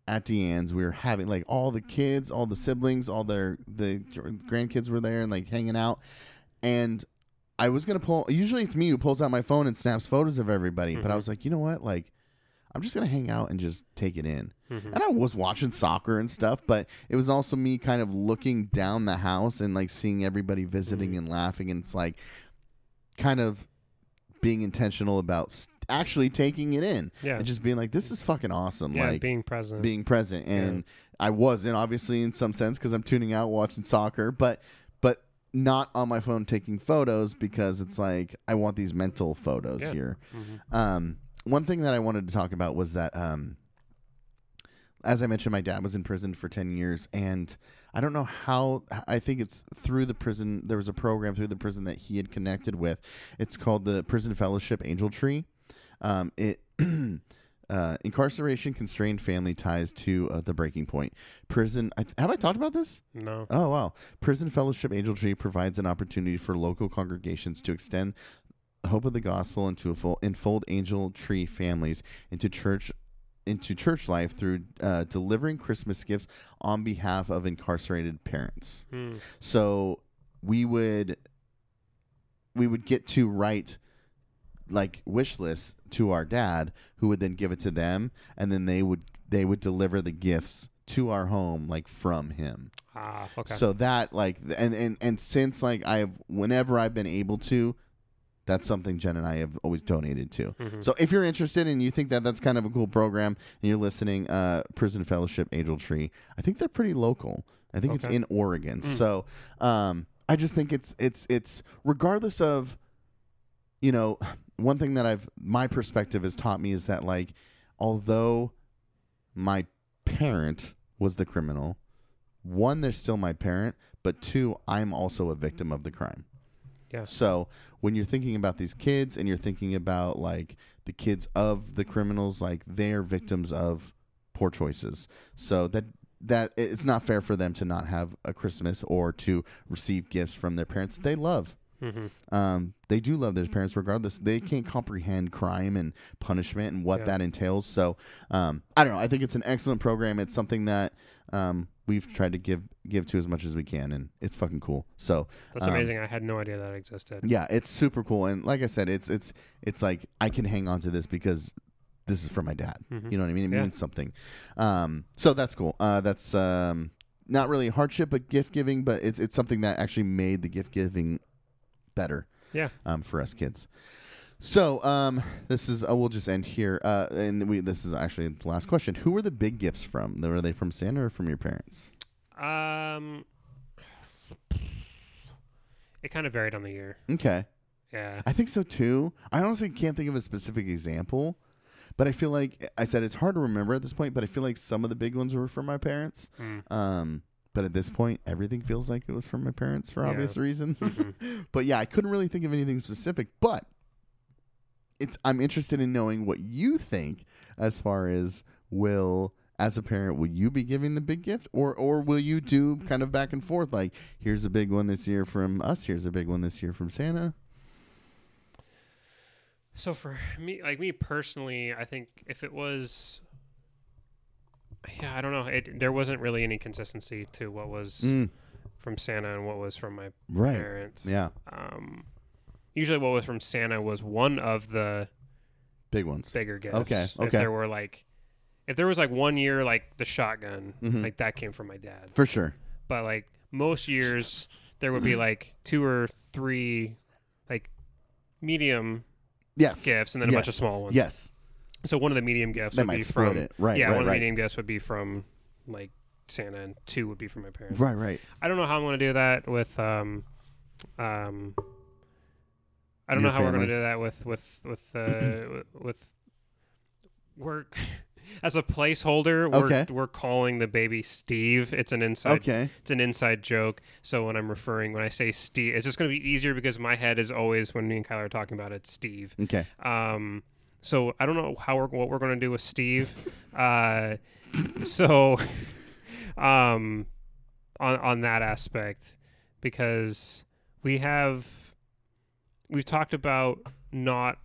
Speaker 1: at Deanne's. We were having like all the kids, all the siblings, all their the grandkids were there and like hanging out. And I was gonna pull. Usually it's me who pulls out my phone and snaps photos of everybody. But I
Speaker 2: Mhm.
Speaker 1: was like, you know what, like. I'm just gonna hang out and just take it in.
Speaker 2: Mhm.
Speaker 1: And I was watching soccer and stuff, but it was also me kind of looking down the house and like seeing everybody visiting
Speaker 2: Mm.
Speaker 1: and laughing. And it's like kind of being intentional about s- actually taking it in
Speaker 2: Yeah.
Speaker 1: and just being like, this is fucking awesome.
Speaker 2: yeah.
Speaker 1: like,
Speaker 2: being present.
Speaker 1: being present and i wasn't obviously in some sense because i'm tuning out watching soccer but but not on my phone taking photos because it's like i want these mental photos
Speaker 2: Yeah. Mm-hmm.
Speaker 1: here um, one thing that i wanted to talk about was that um, as i mentioned my dad was in prison for 10 years and i don't know how i think it's through the prison there was a program through the prison that he had connected with it's called the prison fellowship angel tree um, it uh, incarceration constrained family ties to uh, the breaking point prison I, have i talked about this
Speaker 2: no.
Speaker 1: oh wow prison fellowship angel tree provides an opportunity for local congregations to extend the hope of the gospel into a full enfold angel tree families into church into church life through uh, delivering christmas gifts on behalf of incarcerated parents
Speaker 2: Mm.
Speaker 1: so we would we would get to write like wish lists to our dad, who would then give it to them, and then they would they would deliver the gifts to our home like from him.
Speaker 2: Ah. Okay.
Speaker 1: So that like th- and and and since like I've whenever I've been able to, that's something Jen and I have always donated to.
Speaker 2: Mhm.
Speaker 1: So if you're interested and you think that that's kind of a cool program and you're listening, uh, Prison Fellowship Angel Tree, I think they're pretty local. I think it's
Speaker 2: Okay. Mm.
Speaker 1: in Oregon. So um, I just think it's it's it's regardless of you know, one thing that I've my perspective has taught me is that like although my parent was the criminal, one they're still my parent, but two I'm also a victim of the crime.
Speaker 2: Yeah.
Speaker 1: So, when you're thinking about these kids and you're thinking about like the kids of the criminals, like they're victims of poor choices. So that that it- it's not fair for them to not have a Christmas or to receive gifts from their parents that they love
Speaker 2: hmm
Speaker 1: um, they do love their parents regardless. They can't comprehend crime and punishment and what
Speaker 2: Yeah.
Speaker 1: that entails. So um, I don't know. I think it's an excellent program. It's something that um, we've tried to give give to as much as we can, and it's fucking cool. So
Speaker 2: That's
Speaker 1: um,
Speaker 2: amazing. I had no idea that existed.
Speaker 1: yeah, it's super cool. And like I said, it's it's it's like I can hang on to this because this is from my dad.
Speaker 2: Mhm.
Speaker 1: You know what I mean? It
Speaker 2: Yeah.
Speaker 1: means something. Um, so that's cool. Uh, that's um, not really hardship, but gift giving. But it's it's something that actually made the gift giving better.
Speaker 2: Yeah.
Speaker 1: Um, for us kids. So um, this is uh, we'll just end here. Uh, and we this is actually the last question. Who were the big gifts from? Were they from Santa or from your parents?
Speaker 2: Um, it kind of varied on the year.
Speaker 1: Okay.
Speaker 2: Yeah.
Speaker 1: I think so too. I honestly can't think of a specific example, but I feel like I said it's hard to remember at this point. But I feel like some of the big ones were from my parents.
Speaker 2: Mm.
Speaker 1: Um, but at this point, everything feels like it was from my parents for
Speaker 2: Yeah.
Speaker 1: obvious reasons.
Speaker 2: Mhm.
Speaker 1: but yeah, I couldn't really think of anything specific. But it's I'm interested in knowing what you think as far as will as a parent will you be giving the big gift or or will you do kind of back and forth like here's a big one this year from us here's a big one this year from Santa
Speaker 2: So for me, like me personally, I think if it was, yeah, I don't know. It, there wasn't really any consistency to what was
Speaker 1: Mm,
Speaker 2: from Santa and what was from my
Speaker 1: right
Speaker 2: parents.
Speaker 1: Yeah,
Speaker 2: Um, usually, what was from Santa was one of the
Speaker 1: big ones.
Speaker 2: bigger gifts.
Speaker 1: Okay,
Speaker 2: If
Speaker 1: okay.
Speaker 2: there were like, if there was like one year, like the shotgun,
Speaker 1: Mhm.
Speaker 2: like that came from my dad.
Speaker 1: For sure.
Speaker 2: But like most years, there would be like two or three, like medium
Speaker 1: Yes.
Speaker 2: gifts and then a bunch of
Speaker 1: Yes.
Speaker 2: small ones.
Speaker 1: Yes.
Speaker 2: So one of the medium gifts
Speaker 1: They
Speaker 2: would be
Speaker 1: might spread
Speaker 2: from
Speaker 1: it. Right.
Speaker 2: yeah,
Speaker 1: right,
Speaker 2: one of the
Speaker 1: right.
Speaker 2: medium gifts would be from like Santa, and two would be from my parents.
Speaker 1: right, right.
Speaker 2: I don't know how I'm going to do that with um, um. I
Speaker 1: Your
Speaker 2: don't know how we're
Speaker 1: family.
Speaker 2: going to do that with with with uh, w- with work. As a placeholder,
Speaker 1: Okay.
Speaker 2: we're, we're calling the baby Steve. It's an inside
Speaker 1: Okay.
Speaker 2: it's an inside joke. So when I'm referring when I say Steve, it's just going to be easier because my head is always when me and Kyler are talking about it, Steve.
Speaker 1: Okay.
Speaker 2: Um, so I don't know how we're, what we're going to do with Steve. uh, so, um, on on that aspect, because we have we've talked about not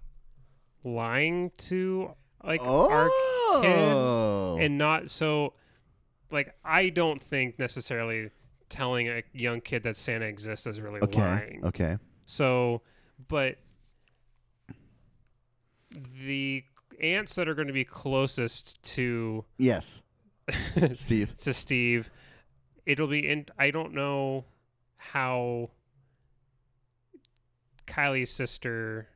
Speaker 2: lying to like our
Speaker 1: oh.
Speaker 2: and not so like I don't think necessarily telling a young kid that Santa exists is really
Speaker 1: okay.
Speaker 2: lying.
Speaker 1: Okay.
Speaker 2: So, but the ants that are going to be closest to
Speaker 1: Yes. Steve.
Speaker 2: to Steve, it'll be in. I don't know how Kylie's sister,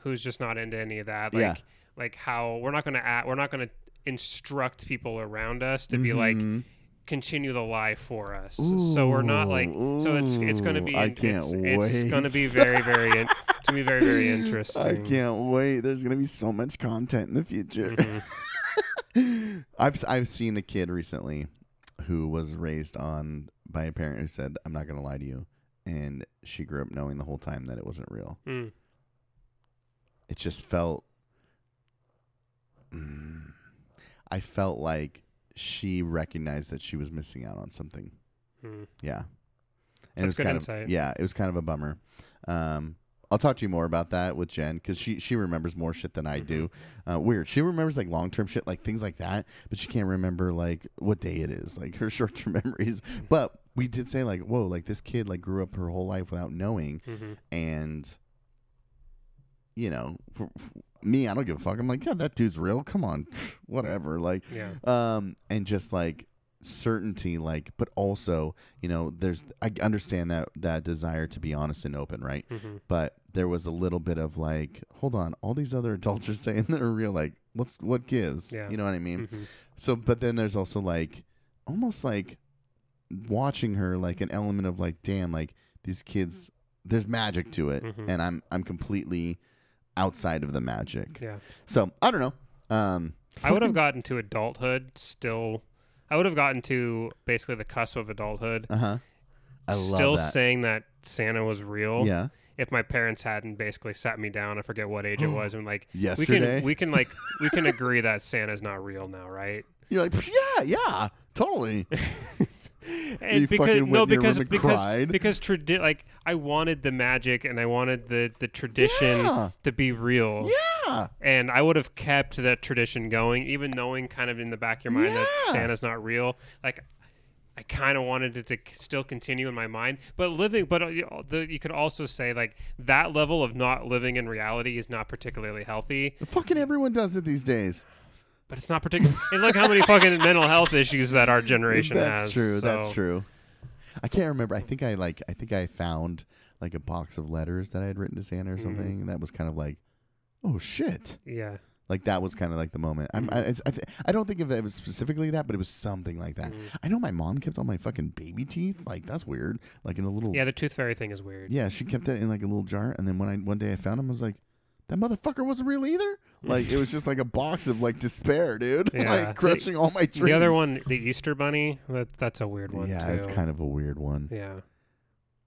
Speaker 2: who's just not into any of that, like
Speaker 1: Yeah.
Speaker 2: like how we're not going to act. We're not going to instruct people around us to be like
Speaker 1: Mhm.
Speaker 2: continue the lie for us. so we're not like so it's it's going to be
Speaker 1: Ooh, I
Speaker 2: in-
Speaker 1: can't
Speaker 2: it's, it's going to be
Speaker 1: wait.
Speaker 2: very very in, to be very very interesting.
Speaker 1: I can't wait. There's gonna be so much content in the future.
Speaker 2: Mhm. Mm.
Speaker 1: I've I've seen a kid recently who was raised on by a parent who said, "I'm not gonna lie to you," and she grew up knowing the whole time that it wasn't real.
Speaker 2: Mm.
Speaker 1: it just felt Mm. i felt like she recognized that she was missing out on something
Speaker 2: Mm.
Speaker 1: yeah
Speaker 2: That's
Speaker 1: and it was
Speaker 2: good
Speaker 1: kind
Speaker 2: insight.
Speaker 1: of yeah it was kind of a bummer um I'll talk to you more about that with Jen because she, she remembers more shit than I do.
Speaker 2: Mm-hmm.
Speaker 1: Uh, weird. She remembers like long term shit, like things like that, but she can't remember like what day it is, like her short term memories.
Speaker 2: Mm-hmm.
Speaker 1: But we did say like, whoa, like this kid like grew up her whole life without knowing
Speaker 2: Mhm.
Speaker 1: and you know f- f- me i don't give a fuck i'm like yeah that dude's real come on whatever like
Speaker 2: Yeah.
Speaker 1: um and just like certainty like but also you know there's i understand that that desire to be honest and open right
Speaker 2: Mhm.
Speaker 1: but there was a little bit of like hold on all these other adults are saying they're real like what's what gives
Speaker 2: Yeah.
Speaker 1: you know what i mean
Speaker 2: Mhm.
Speaker 1: so, but then there's also like almost like watching her, like an element of like, damn, like these kids there's magic to it,
Speaker 2: Mm-hmm.
Speaker 1: and I'm I'm completely outside of the magic.
Speaker 2: Yeah.
Speaker 1: So I don't know. Um,
Speaker 2: I would have gotten to adulthood still. I would have gotten to basically the cusp of adulthood.
Speaker 1: uh huh. I love
Speaker 2: still
Speaker 1: that.
Speaker 2: saying that Santa was real.
Speaker 1: yeah.
Speaker 2: If my parents hadn't basically sat me down, I forget what age it was, and like we
Speaker 1: Yesterday?
Speaker 2: can we can like we can agree that Santa's not real now, right?
Speaker 1: You're like, "Psh, yeah, yeah, totally.
Speaker 2: And
Speaker 1: You
Speaker 2: because
Speaker 1: fucking went
Speaker 2: no,
Speaker 1: in your
Speaker 2: because
Speaker 1: room and
Speaker 2: because
Speaker 1: cried.
Speaker 2: because tradi- like I wanted the magic and I wanted the the tradition
Speaker 1: Yeah.
Speaker 2: to be real.
Speaker 1: yeah.
Speaker 2: and I would have kept that tradition going, even knowing kind of in the back of your mind that
Speaker 1: Yeah.
Speaker 2: Santa's not real. Like, I kind of wanted it to c- still continue in my mind, but living, but uh, you- the, you could also say like that level of not living in reality is not particularly healthy.
Speaker 1: Fucking everyone does it these days.
Speaker 2: But it's not particular. and look how many fucking mental health issues that our generation
Speaker 1: that's
Speaker 2: has.
Speaker 1: true. That's
Speaker 2: so-
Speaker 1: true. I can't remember. I think I like. I think I found like a box of letters that I had written to Santa
Speaker 2: Mm.
Speaker 1: or something, and that was kind of like, oh shit.
Speaker 2: Yeah.
Speaker 1: Like that was kind of like the moment. I'm,
Speaker 2: Mm.
Speaker 1: I, it's, I, th- I don't think if it was specifically that, but it was something like that.
Speaker 2: Mm.
Speaker 1: I know my mom kept all my fucking baby teeth. Like that's weird. Like in a little.
Speaker 2: Yeah. The tooth fairy thing is weird.
Speaker 1: Yeah, she kept that in like a little jar, and then when I one day I found him, I was like, "That motherfucker wasn't real either." Like it was just like a box of like despair, dude.
Speaker 2: Yeah.
Speaker 1: like crushing all my dreams.
Speaker 2: The other one, the Easter Bunny, that, that's a weird one.
Speaker 1: yeah,
Speaker 2: too.
Speaker 1: it's kind of a weird one.
Speaker 2: Yeah.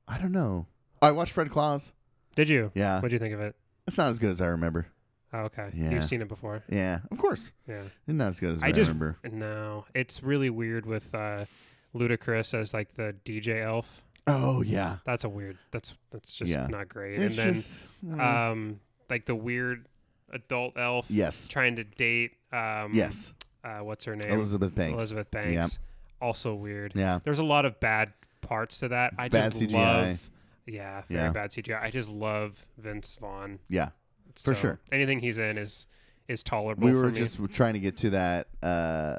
Speaker 1: I don't know. I watched Fred Claus.
Speaker 2: Did you?
Speaker 1: Yeah,
Speaker 2: What'd you think of it?
Speaker 1: it's not as good as I remember.
Speaker 2: Oh, okay.
Speaker 1: Yeah.
Speaker 2: You've seen it before.
Speaker 1: Yeah, of course,
Speaker 2: Yeah.
Speaker 1: it's not as good as I,
Speaker 2: I just
Speaker 1: remember.
Speaker 2: no. It's really weird with uh, Ludacris as like the DJ elf.
Speaker 1: Oh yeah,
Speaker 2: That's a weird. That's that's just
Speaker 1: Yeah.
Speaker 2: not great.
Speaker 1: it's
Speaker 2: and then
Speaker 1: just mm,
Speaker 2: um, like the weird adult elf
Speaker 1: yes,
Speaker 2: trying to date um,
Speaker 1: yes.
Speaker 2: uh, what's her name
Speaker 1: Elizabeth Banks.
Speaker 2: Elizabeth Banks. Also weird.
Speaker 1: Yeah,
Speaker 2: There's a lot of bad parts to that. I
Speaker 1: Bad
Speaker 2: just
Speaker 1: CGI.
Speaker 2: love. Yeah, very
Speaker 1: Yeah.
Speaker 2: bad CGI. I just love Vince Vaughn
Speaker 1: yeah. For
Speaker 2: So
Speaker 1: sure.
Speaker 2: Anything he's in is is tolerable.
Speaker 1: we
Speaker 2: for
Speaker 1: were
Speaker 2: me.
Speaker 1: just trying to get to that uh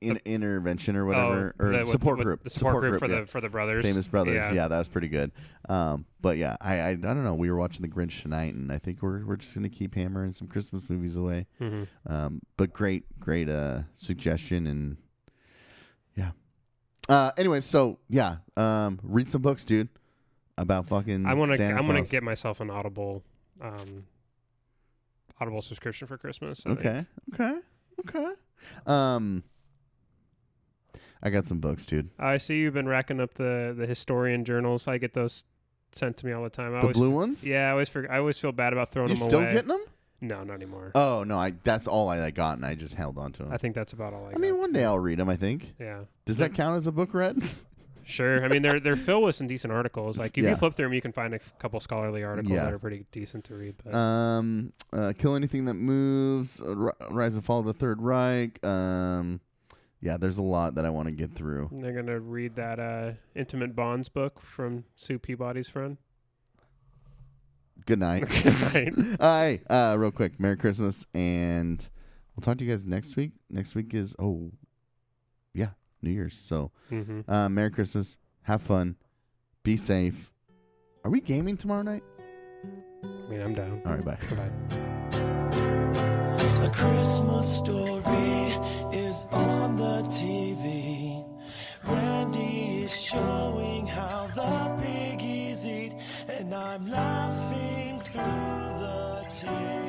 Speaker 1: in, intervention or whatever
Speaker 2: Oh,
Speaker 1: or
Speaker 2: the- with-
Speaker 1: support
Speaker 2: with
Speaker 1: group
Speaker 2: The support, group, for
Speaker 1: yeah.
Speaker 2: the for the brothers.
Speaker 1: famous brothers
Speaker 2: Yeah.
Speaker 1: yeah. that was pretty good um but yeah I, I i don't know we were watching the grinch tonight and i think we're we're just gonna keep hammering some christmas movies away
Speaker 2: Mm-hmm.
Speaker 1: um but great great uh suggestion and yeah uh anyway so yeah um read some books dude about fucking
Speaker 2: I want to.
Speaker 1: Santa
Speaker 2: I'm going
Speaker 1: Claus.
Speaker 2: to get myself an Audible, um, Audible subscription for Christmas. I think.
Speaker 1: Okay. Okay. Okay. Um I got some books, dude.
Speaker 2: I see you've been racking up the the historian journals. I get those sent to me all the time. I
Speaker 1: The
Speaker 2: always,
Speaker 1: blue ones?
Speaker 2: yeah, I always forget. I always feel bad about throwing
Speaker 1: you
Speaker 2: them
Speaker 1: still
Speaker 2: away.
Speaker 1: getting them?
Speaker 2: no, not anymore.
Speaker 1: Oh, no, I that's all I like, got and I just held on to them.
Speaker 2: I think that's about all I.
Speaker 1: I mean,
Speaker 2: got.
Speaker 1: one day I'll read them, I think.
Speaker 2: yeah,
Speaker 1: Does that count as a book read?
Speaker 2: sure. I mean, they're they're filled with some decent articles. Like if you
Speaker 1: Yeah.
Speaker 2: flip through them, you can find a f- couple scholarly articles
Speaker 1: Yeah.
Speaker 2: that are pretty decent to read. But
Speaker 1: um uh, Kill Anything That Moves, uh, Ri- Rise and Fall of the Third Reich. Um yeah, there's a lot that I want to get through.
Speaker 2: they're gonna read that uh, intimate bonds book from Sue Peabody's friend.
Speaker 1: Good night.
Speaker 2: Good
Speaker 1: All right. Uh, real quick, Merry Christmas, and we'll talk to you guys next week. Next week is oh, yeah, New Year's. So,
Speaker 2: Mm-hmm.
Speaker 1: uh, Merry Christmas. Have fun. Be safe. Are we gaming tomorrow night?
Speaker 2: I mean, I'm down.
Speaker 1: All right. Bye.
Speaker 2: Bye.
Speaker 3: A Christmas story is on the TV. Randy is showing how the piggies eat, and I'm laughing through the tears.